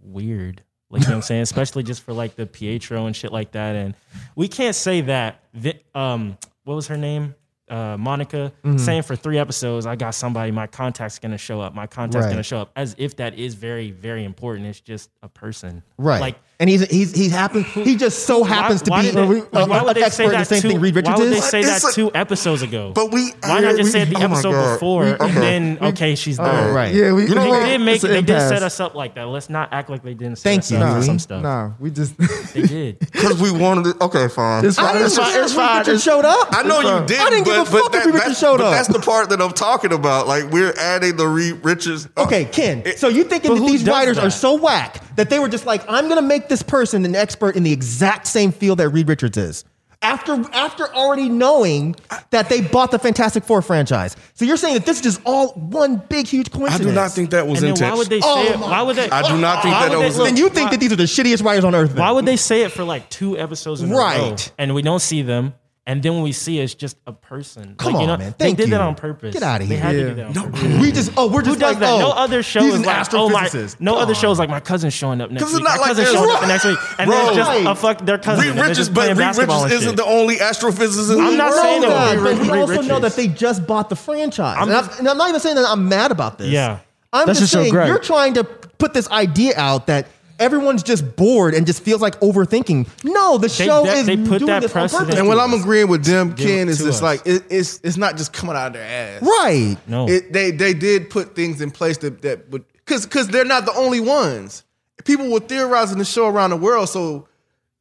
G: weird. Like you know what I'm saying, especially just for like the Pietro and shit like that. And we can't say that. Vi- Um, what was her name? Uh, Monica
B: Mm-hmm.
G: saying for three episodes, I got somebody. My contact's gonna show up. My contact's
I: Right.
G: gonna show up. As if that is very, very important. It's just a person,
I: right.
G: Like
I: and he's he's he's happens. He just so happens to
G: why
I: be
G: did they-
I: a-
G: like, why
I: a-
G: would they
I: an
G: say
I: expert in the
G: that
I: same
G: two-
I: thing Reed Richards
G: Why would they
I: is.
G: say that
F: It's like-
G: two episodes ago?
F: But we-
G: why not just say it
F: we-
G: the
F: oh my
G: episode
F: God.
G: before
F: We-
G: and then okay, she's there.
I: right.
B: Yeah, we,
F: You know
G: they
F: what?
G: did make
B: It's an
G: they did set
B: impasse.
G: us up like that. Let's not act like they didn't set
I: Thank
G: us
I: you,
G: up for
I: Yui.
G: some stuff.
N: Nah, we just
G: They did.
F: Because we wanted it. Okay, fine.
B: It's
I: I
B: fine.
I: didn't
B: It's
I: even
B: fine.
I: care
B: It's
I: if Reed
B: fine.
I: Richards
B: It's-
I: showed up.
F: I know you did.
I: I didn't
F: but,
I: give a
F: but
I: fuck
F: that,
I: if Reed
F: that-
I: Richards showed
F: but
I: up.
F: That's the part that I'm talking about. Like we're adding the Reed Richards. uh,
I: Okay, Ken. So you thinking
G: But
I: that
G: who
I: these
G: does
I: writers
G: that?
I: are so whack that they were just like, I'm gonna make this person an expert in the exact same field that Reed Richards is. After after already knowing that they bought the Fantastic Four franchise. So you're saying that this is just all one big huge
F: I
I: coincidence.
F: do not think that was
G: And then
F: intentional.
G: why would they say
I: Oh
G: it?
I: my
G: Why would they?
F: I do not think that
G: why would
F: that
G: they-
F: was-
G: look,
I: Then you think
G: why-
I: that these are the shittiest writers on earth. then.
G: Why would they say it for like two episodes in a row?
I: Right.
G: And we don't see them. And then when we see it, it's just a person.
I: Come
G: Like,
I: on,
G: you know,
I: man.
G: They
I: Thank
G: did that
I: you.
G: on purpose.
I: Get outta
G: They
I: here.
G: had
I: Yeah.
G: to do that on purpose.
I: We just oh we're
G: Who
I: just
G: does
I: like
G: that?
I: oh
G: no other show
I: he's
G: is
I: an
G: like oh my.
I: astrophysicist.
G: No
I: Come
G: other show is
I: on.
G: like my cousin's showing up next
F: Because it's
G: week.
F: not
G: My
F: like
G: cousin's
F: there's-
G: showing up next week, and then
F: Bro.
G: it's just a fuck their cousin.
F: Reed
G: and they're
F: Richards,
G: just
F: but
G: playing
F: Reed
G: basketball
F: Richards
G: and shit.
F: isn't the only astrophysicist. in
G: I'm
F: the
G: not
F: world.
G: saying
I: Know
G: it was
I: that,
G: Reed-
I: but we
G: Reed
I: also know
G: Richards.
I: that they just bought the franchise.
G: I'm
I: and, I'm,
G: just-
I: and I'm not even saying that I'm mad about this.
G: Yeah.
I: I'm
N: That's
I: just
N: just your
I: saying
N: gripe.
I: you're trying to put this idea out that everyone's just bored and just feels like overthinking. No, the
B: They-
I: show
B: that-
I: is
B: they put
I: doing
B: that
I: this on
B: precedent
I: purpose.
B: And what I'm agreeing with them,
I: Give it
B: Ken, is
I: to
B: just
I: us.
B: like it, it's it's not just coming out of their ass,
I: Right. No.
B: It, they they did put things in place that that would because because they're not the only ones. People were theorizing the show around the world, so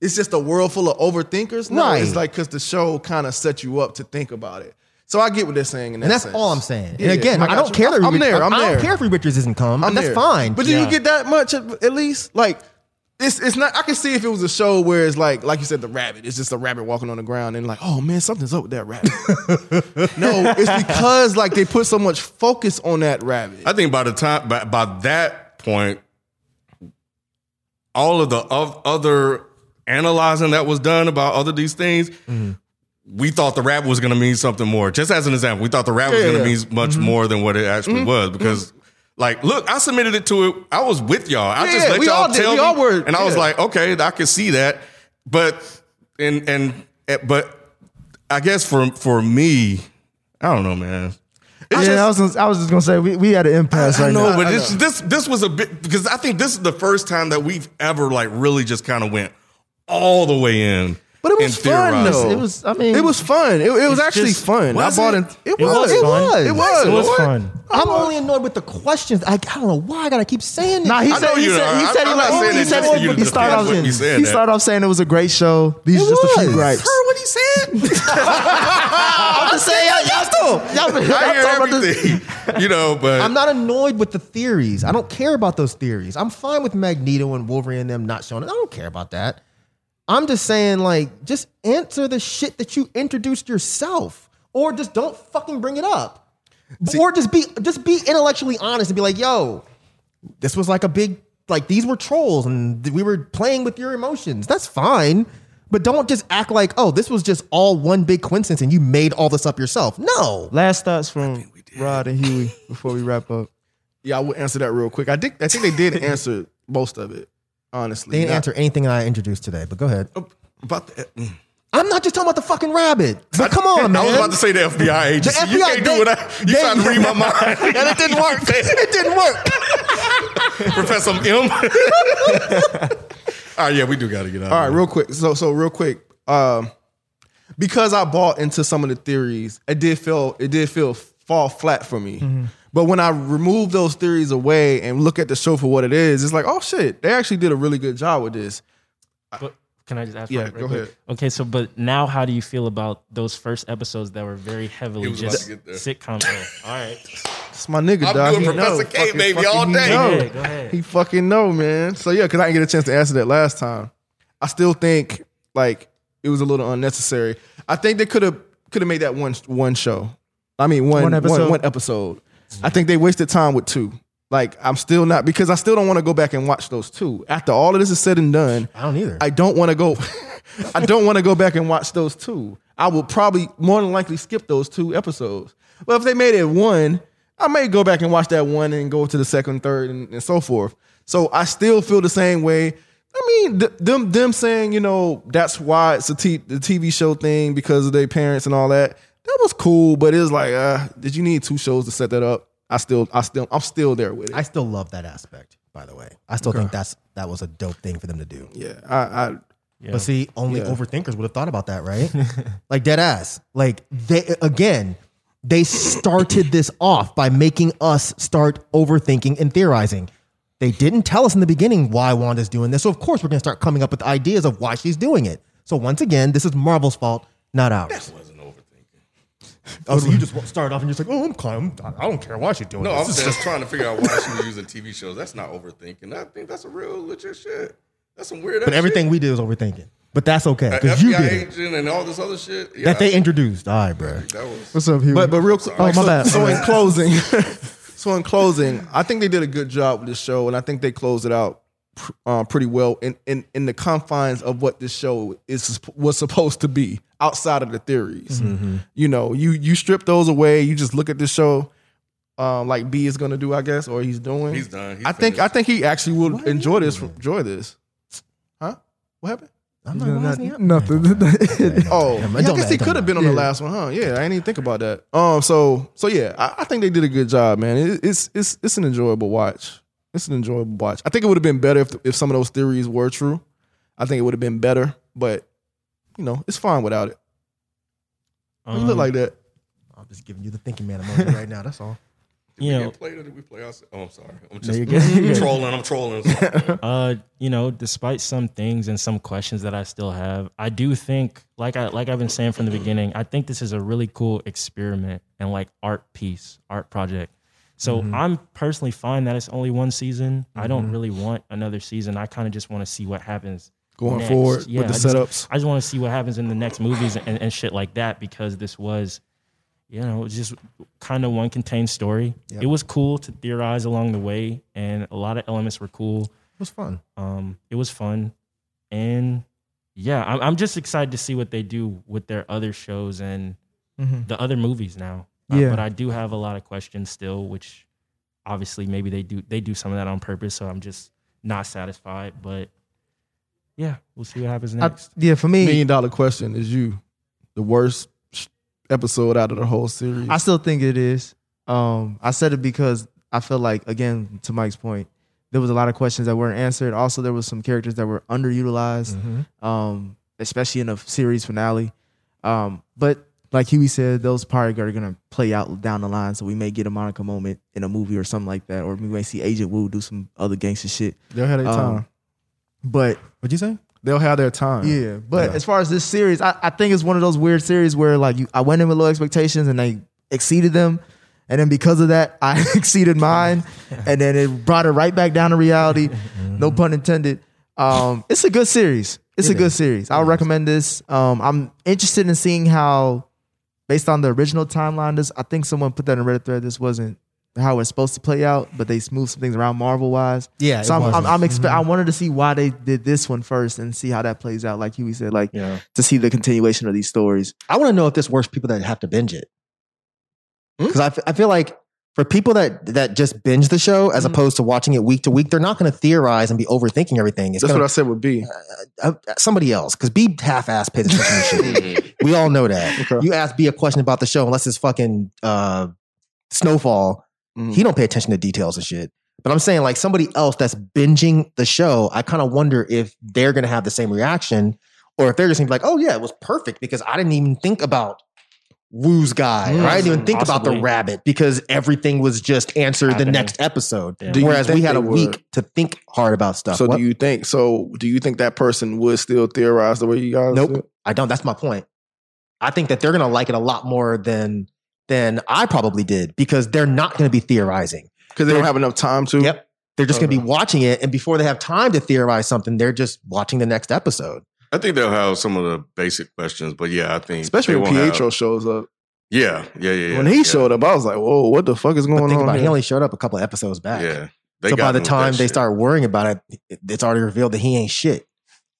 B: it's just a world full of overthinkers. No,
I: Right.
B: it's like because the show kind of set you up to think about it. So I get what they're saying, in that
I: And that's
B: sense.
I: all I'm saying.
B: Yeah,
I: and again, I
B: got
I: don't
B: you.
I: care. That
B: I'm
I: Rich-
B: there. I'm
I: I, I
B: there.
I: don't care if Reed Richards isn't come.
B: I'm
I: that's
B: there.
I: fine.
B: But do you get that much at, at least? Like, it's it's not. I can see if it was a show where it's like, like you said, the rabbit. It's just a rabbit walking on the ground and like, oh man, something's up with that rabbit. no, it's because like they put so much focus on that rabbit.
E: I think by the time by, by that point, all of the of, other analyzing that was done about other these things, we thought the rap was going to mean something more. Just as an example, we thought the rap was
B: Yeah,
E: going to
B: yeah.
E: mean much more than what it actually
B: Mhm.
E: was because. Like, look, I submitted it to it. I was with y'all. I
B: Yeah,
E: just
B: yeah,
E: let
B: we
E: y'all
B: all did.
E: tell
B: We
E: me,
B: all were-
E: and I was
B: yeah.
E: like, okay, I can see that. But and and eh, but I guess for for me, I don't know, man.
F: yeah, I was gonna, I was just gonna say we, we had an impasse
E: I
F: right
E: know,
F: now.
E: but this, this this was a bit because I think this is the first time that we've ever like really just kind of went all the way in.
F: But it
E: and
F: was fun
E: theorized.
F: though. It was. I mean,
B: It was fun. It, it was
F: It's
B: actually
F: just-
B: fun.
F: was
B: I bought
F: it?
B: it.
F: It was fun.
B: It was.
F: It was
B: What?
F: fun.
I: I'm only annoyed with the questions. I, I don't know why I gotta keep saying this.
F: Nah, he
I: I
F: said
I: know
F: he
I: you
F: said
I: are.
F: he
I: I'm-
F: said he
I: I'm
F: like
I: not saying
F: he
I: that
F: said
I: just for you
F: he-
I: to
F: he started
I: defend
F: off
I: what
F: he
I: you said that.
F: started off saying it was a great show. These are just a few gripes.
I: what he said? I'm just saying, y'all, y'all still. Y'all, y'all
E: I
I: talking about
E: hear
I: this-
E: everything, you know. But
I: I'm not annoyed with the theories. I don't care about those theories. I'm fine with Magneto and Wolverine and them not showing it. I don't care about that. I'm just saying, like, just answer the shit that you introduced yourself, or just don't fucking bring it up, or just be just be intellectually honest and be like, yo, this was like a big like these were trolls and th- we were playing with your emotions. That's fine. But don't just act like, oh, this was just all one big coincidence and you made all this up yourself. No.
F: Last thoughts from Rod and Huey before we wrap up.
B: Yeah, I will answer that real quick. I think I think they did answer most of it. Honestly,
I: They didn't
B: Not-
I: answer anything I introduced today, but go ahead.
E: about the, mm.
I: I'm not just talking about the fucking rabbit. But come on, man.
E: I was about to say the FBI
I: The
E: agency. you
I: FBI
E: can't do
I: they-
E: what I. You
I: they-
E: trying to read my mind?
I: and it didn't work. it didn't work.
E: Professor M. All right, yeah, we do got to get out.
B: All
E: All
B: right,
E: right,
B: real quick. So so real quick. Um, because I bought into some of the theories, it did feel it did feel fall flat for me.
I: Mm-hmm.
B: But when I remove those theories away and look at the show for what it is, it's like, oh shit, they actually did a really good job with this.
G: But can I just ask?
B: Yeah,
G: right- right
B: go
G: quick?
B: ahead.
G: Okay, so but now, how do you feel about those first episodes that were very heavily
B: He was about
G: just
B: to get there.
G: sitcom? All right,
B: It's my nigga,
G: I'm
B: dog.
G: doing
B: He
G: Professor
B: know.
G: K, baby, all
B: he
G: day.
B: know.
G: Go ahead, go ahead.
B: He fucking know, man. So yeah, because I didn't get a chance to answer that last time. I still think like it was a little unnecessary. I think they could have could have made that one one show. I mean one
F: One
B: one episode.
F: episode.
B: One, episode. I think they wasted time with two. Like I'm still not because I still don't want to go back and watch those two. After all of this is said and done,
I: I don't either.
B: I don't want to go. I don't want to go back and watch those two. I will probably more than likely skip those two episodes. But if they made it one, I may go back and watch that one and go to the second, third, and, and so forth. So I still feel the same way. I mean, th- them them saying you know that's why it's a t- the TV show thing because of their parents and all that. That was cool, but it's like, uh, did you need two shows to set that up? I still, I still, I'm still there with it.
I: I still love that aspect, by the way. I still think that's that was a dope thing for them to do.
B: Yeah. I, I
I: But see, only
B: Yeah.
I: overthinkers would have thought about that, right? like dead ass. Like they again, they started this off by making us start overthinking and theorizing. They didn't tell us in the beginning why Wanda's doing this. So of course we're gonna start coming up with ideas of why she's doing it. So once again, this is Marvel's fault, not ours. That wasn't overthinking. Oh, so you just started off and you're just like, oh, I'm calm. I don't care why she's doing
E: no,
I: this.
E: I'm
I: This is
E: just,
I: just-
E: trying to figure out why she was using TV shows. That's not overthinking. I think that's a real legit shit. That's some weird.
I: But
E: ass
I: everything
E: shit.
I: we did was overthinking. But that's okay.
E: Uh,
I: Because you
E: FBI
I: did it.
E: agent and all this other shit yeah.
I: That they introduced. All right, bro.
E: That was
F: What's up, Huey?
B: But but real quick,
F: Oh,
B: like,
F: my
B: so,
F: bad.
B: so
F: My
B: in
F: bad.
B: closing, so in closing, I think they did a good job with this show, and I think they closed it out pr- uh, pretty well in, in in the confines of what this show is was supposed to be outside of the theories.
F: Mm-hmm.
O: Mhm.
B: You know, you you strip those away, you just look at this show. Um, like B is gonna do, I guess, or he's doing.
E: He's done. He's
B: I think. I think he actually will enjoy this. Enjoy this. Huh? What happened?
I: I'm
F: not Nothing.
B: Oh, yeah,
F: Damn,
B: I
F: it don't
B: guess he
F: matter, it don't
B: could have been on the
F: matter.
B: last one, huh? Yeah, I didn't even think about that. Um, so so yeah, I, I think they did a good job, man. It, it's it's it's an enjoyable watch.
E: It's an enjoyable watch. I think it would have been better if if some of those theories were true. I think it would have been better, but you know, it's fine without it. It look
I: Um,
E: like that.
I: I'm just giving you the thinking man emoji right now. That's all.
G: You know,
B: Or did we play outside? Oh, I'm sorry. I'm
G: No,
B: just
G: you're good. You're good.
B: trolling. I'm trolling.
G: uh, you know, despite some things and some questions that I still have, I do think, like I like I've been saying from the beginning, I think this is a really cool experiment and like art piece, art project. So
E: Mm-hmm.
M: Mhm.
G: I'm personally fine that it's only one season. I don't
M: Mhm.
G: really want another season. I kind of just want to see what happens
E: Going forward with the
G: I just-
E: setups.
G: I just want to see what happens in the next movies and, and shit like that because this was, you know, it was just kind of one contained story.
I: Yep.
G: It was cool to theorize along the way, and a lot of elements were cool. It
I: was fun.
G: Um, it was fun, and yeah, I'm, I'm just excited to see what they do with their other shows and
I: Mm-hmm.
E: Mhm.
G: the other movies now. Uh,
E: Yeah.
G: but I do have a lot of questions still, which obviously maybe they do they do some of that on purpose. So I'm just not satisfied, but. Yeah, we'll see what happens
I: Uh,
E: I-
G: next.
F: yeah, for me,
E: million dollar question is you the worst sh- episode out of the whole series.
F: I still think it is. Um, I said it because I feel like, again, to Mike's point, there was a lot of questions that weren't answered. Also, there was some characters that were underutilized, um, especially in the series finale. Um, but like Huey said, those probably are gonna play out down the line. So we may get a Monica moment in a movie or something like that, or we may see Agent Wu do some other gangster shit.
E: They'll have their
F: Um,
E: time.
F: But
I: what'd you say?
E: They'll have their time.
F: yeah, but as far as this series, I, I think it's one of those weird series where like you, I went in with low expectations and they exceeded them, and then because of that, I exceeded mine, and then it brought it right back down to reality. No pun intended. Um, it's a good series. It's
I: Mm-hmm. It
F: a good
I: is.
F: series. I'll recommend this. Um, I'm interested in seeing how, based on the original timeline, this I think someone put that in a Reddit thread. This wasn't how it's supposed to play out, but they moved some things around Marvel wise.
I: Yeah, it
F: so I'm, I'm,
I: wasn't.
F: I'm expe-
I: Mhm.
F: I wanted to see why they did this one first and see how that plays out. Like Huey said, like to see the continuation of these stories.
I: I want to know if this works for people that have to binge it.
B: Hmm?
I: Because I, f- I feel like for people that that just binge the show
B: Hmm.
I: as opposed to watching it week to week, they're not going to theorize and be overthinking everything.
E: That's what I said with B.
I: I said. uh, somebody else, because B half ass pays attention to shit. We all know that. You ask B a question about the show, unless it's fucking uh, Snowfall,
E: Mm-hmm.
I: he don't pay attention to details and shit. But I'm saying like somebody else that's binging the show, I kind of wonder if they're gonna have the same reaction, or if they're just gonna be like, "Oh yeah, it was perfect because I didn't even think about Woo's guy, or I didn't even think about the
E: Mm, Possibly.
I: rabbit because everything was just answered the
E: Happening.
I: next episode."
E: Do you
I: Whereas
E: think
I: we had
E: they
I: a week
E: would-
I: to think hard about stuff.
E: So
I: What?
E: do you think? So do you think that person would still theorize the way you guys?
I: Nope,
E: did?
I: I don't. That's my point. I think that they're gonna like it a lot more than than I probably did because they're not gonna be theorizing
E: because they don't have enough time to.
I: Yep, they're just gonna be watching it, and before they have time to theorize something, they're just watching the next episode.
B: I think they'll have some of the basic questions, but yeah, I think
E: Especially
B: they
E: when
B: won't have-
E: Pietro shows up.
B: yeah, yeah, yeah, yeah.
E: when he showed up, I was like, "Whoa, what the fuck is going
I: But think
E: on?"
I: about it,
E: here?
I: he only showed up a couple of episodes back.
B: Yeah, they
I: so
B: got
I: by the
B: him with
I: time
B: that
I: they
B: shit.
I: start worrying about it, it- it's already revealed that he ain't shit.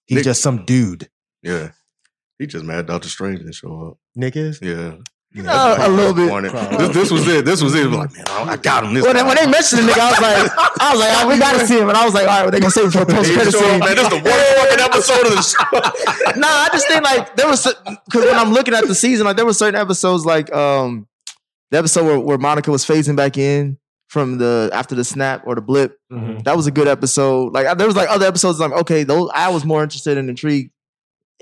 I: He's
B: Nick-
I: just some dude.
B: yeah, he just mad Doctor Strange didn't show up.
I: Nick is.
B: Yeah.
I: Uh, a little bit.
B: Disappointed. This, this was it. This was it. It was Like, man, I, I got him. This
I: Well,
B: guy.
I: then when they mentioned the nigga, I was like, I was like, oh, we gotta see him, and I was like, all right, well, they gonna save him for a post
B: He
I: credit
B: showed
I: scene.
B: up, man, this is the worst fucking episode of the show.
F: no, I just think like there was because when I'm looking at the season, like there were certain episodes like um the episode where, where Monica was phasing back in from the after the snap or the blip. That was a good episode. Like I, there was like other episodes. I'm okay. Those I was more interested and intrigued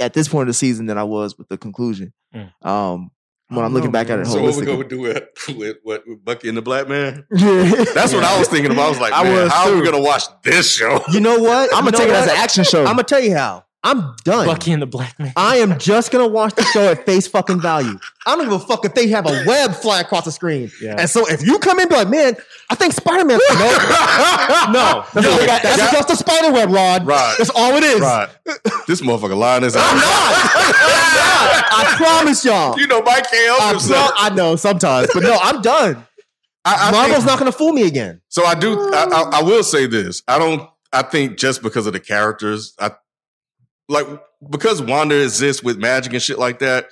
F: at this point of the season than I was with the conclusion. Um, when I'm looking back at it
B: so what we
F: holistically.
B: gonna do with with, with, with Bucky and the Black Man?
F: Yeah.
B: That's what I was thinking about. I was like,
I: I
B: man,
I: was
B: how are we
I: too.
B: gonna watch this show?
I: You know what?
B: I'ma take it as an action show.
I: I'm gonna tell you how. I'm done.
G: Bucky and the Black Man.
I: I am just gonna watch the show at face fucking value. I don't give a fuck if they have a web fly across the screen.
G: Yeah.
I: And so if you come in and be like, man, I think Spider Man. no, no, that's,
B: Yo,
I: that's
B: yeah.
I: just a spider web, Rod.
B: Right.
I: That's all it is.
B: Right. This motherfucker lying his ass.
I: I promise y'all.
B: You know, Mike can't help
I: I,
B: himself.
I: pro- I know sometimes, but no, I'm done.
B: I, I
I: Marvel's
B: think-
I: not gonna fool me again.
B: So I do. I, I, I will say this. I don't. I think just because of the characters, I like because Wanda exists with magic and shit like that.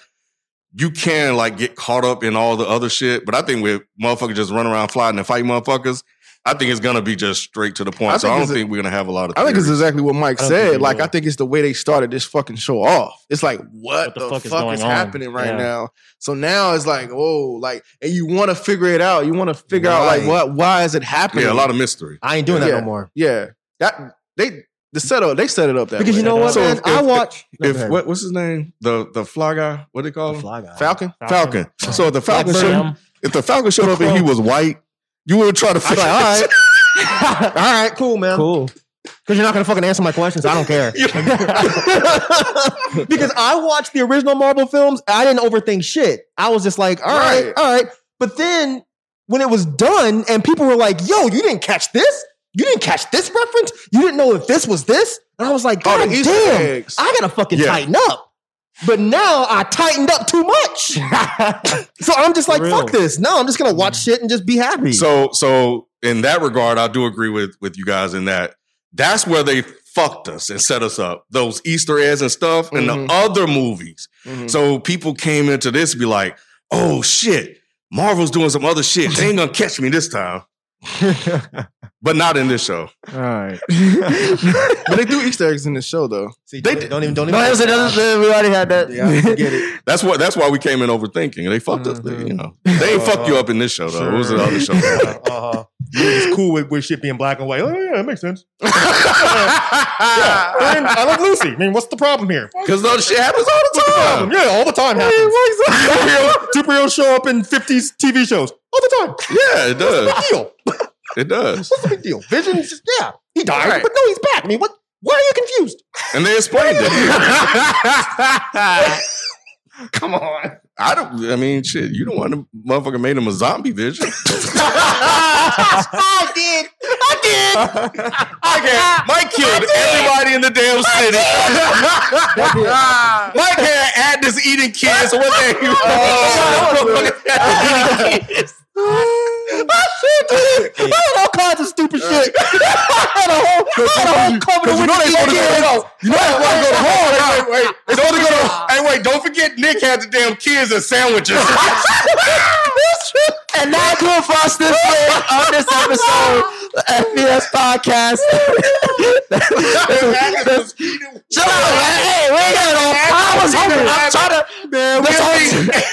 B: You can like get caught up in all the other shit, but I think with motherfuckers just run around flying and fight motherfuckers.
C: I think it's going to be just straight to the point.
B: I
C: so
B: think
C: I don't
B: it's a-
C: think we're going to have a lot of.
B: I think it's
C: theories.
B: exactly what Mike
C: I don't think
B: said.
C: we
B: Like,
C: will.
B: I think it's the way they started this fucking show off. It's like, what,
C: What
B: the,
C: the
B: fuck,
C: fuck
B: is,
C: is going on?
B: happening right
C: Yeah.
B: now? So now it's like, whoa, like, and you want to figure it out. You want to figure out, like,
C: Right.
B: what, why is it happening?
C: Yeah, a lot of mystery.
I: I ain't doing that
B: Yeah.
I: no more.
B: Yeah, that they the setup they set it up that
I: Because
B: way.
I: you know what, man? I watch- No,
C: If
I: go ahead.
C: what, what's his name? The the fly guy. What do they call him?
I: Fly guy.
B: Falcon?
C: Falcon. So if the Falcon
B: Blackbird.
C: showed, if the Falcon showed up and he was white, you would try to
I: I'm
C: figure
I: like, all right. all right, cool, man. Cool. Because you're not going to fucking answer my questions. I don't care. because I watched the original Marvel films. I didn't overthink shit. I was just like, all right,
B: Right.
I: all right. But then when it was done and people were like, yo, you didn't catch this? You didn't catch this reference? You didn't know that this was this? And I was like,
B: Oh, the
I: God damn,
B: Easter eggs.
I: I got to fucking
B: Yeah.
I: tighten up. But now I tightened up too much. so I'm just like, fuck this. No, I'm just going to watch shit and just be happy.
C: Mm. So so in that regard, I do agree with with you guys in that that's where they fucked us and set us up. Those Easter eggs and stuff and
I: Mm-hmm.
B: Mhm.
C: the other movies.
B: Mhm.
C: So people came into this and be like, oh shit, Marvel's doing some other shit. They ain't gonna catch me this time. but not in this show.
B: All right, but they do Easter eggs in the show though.
I: See, they don't even don't
B: even-
I: we already had that.
C: That's what that's why we came in overthinking. They fucked us. They, you know. They ain't fuck you up in this show though. It was the other show.
I: uh-huh. It's cool with, with shit being black and white. Oh yeah, that makes sense. yeah. I, mean, I love Lucy. I mean, what's the problem here?
C: Because other shit happens all the time.
I: Yeah, all the time happens. superheroes, superheroes show up in fifties TV shows all the time.
C: Yeah, it does.
I: What's the big deal?
C: It does.
I: What's the big deal? Vision's just- yeah, he died,
C: Right.
I: but no, he's back. I mean, what? Why are you confused?
C: And they explained it. Come on. I don't I mean shit, you don't want to motherfucker made him a zombie vision.
I: I did. I did.
C: I can't. Mike killed everybody in the damn city. Mike had had this eating kids. So what the hell?
I: I sure did. I had all kinds of stupid shit. I had a whole, I had a whole covenant
C: You
I: with
C: know they
I: the
C: supposed to go
I: kids.
C: to You know they supposed to go to Wait, wait, wait. They supposed to go to- Hey, wait, don't forget Nick had the damn kids and sandwiches.
I: And that concludes this way on this episode of FBS Podcast. Shut up, man. Hey, wait a minute. I was hoping. I'm trying to. Man, this, whole,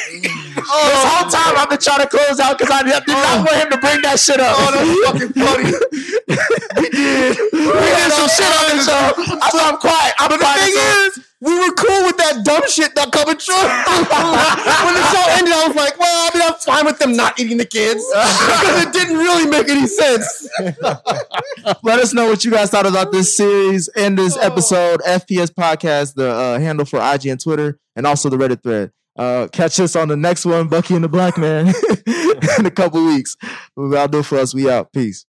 I: this whole time I've been trying to close out because I did
C: Oh,
I: not want him to bring that shit up. Oh, that's fucking funny. we did. We did some shit on this show. That's why I'm quiet. I'm but quiet. The thing is, we were cool with that dumb shit not coming true. when the show ended, I was like, well, I mean, I'm fine with them not eating the kids because it didn't really make any sense.
P: Let us know what you guys thought about this series and this
I: Oh.
P: episode. FPS Podcast, the uh, handle for IG and Twitter, and also the Reddit thread. Uh, catch us on the next one, Bucky and the Black Man, in a couple weeks. That'll do it for us. We out. Peace.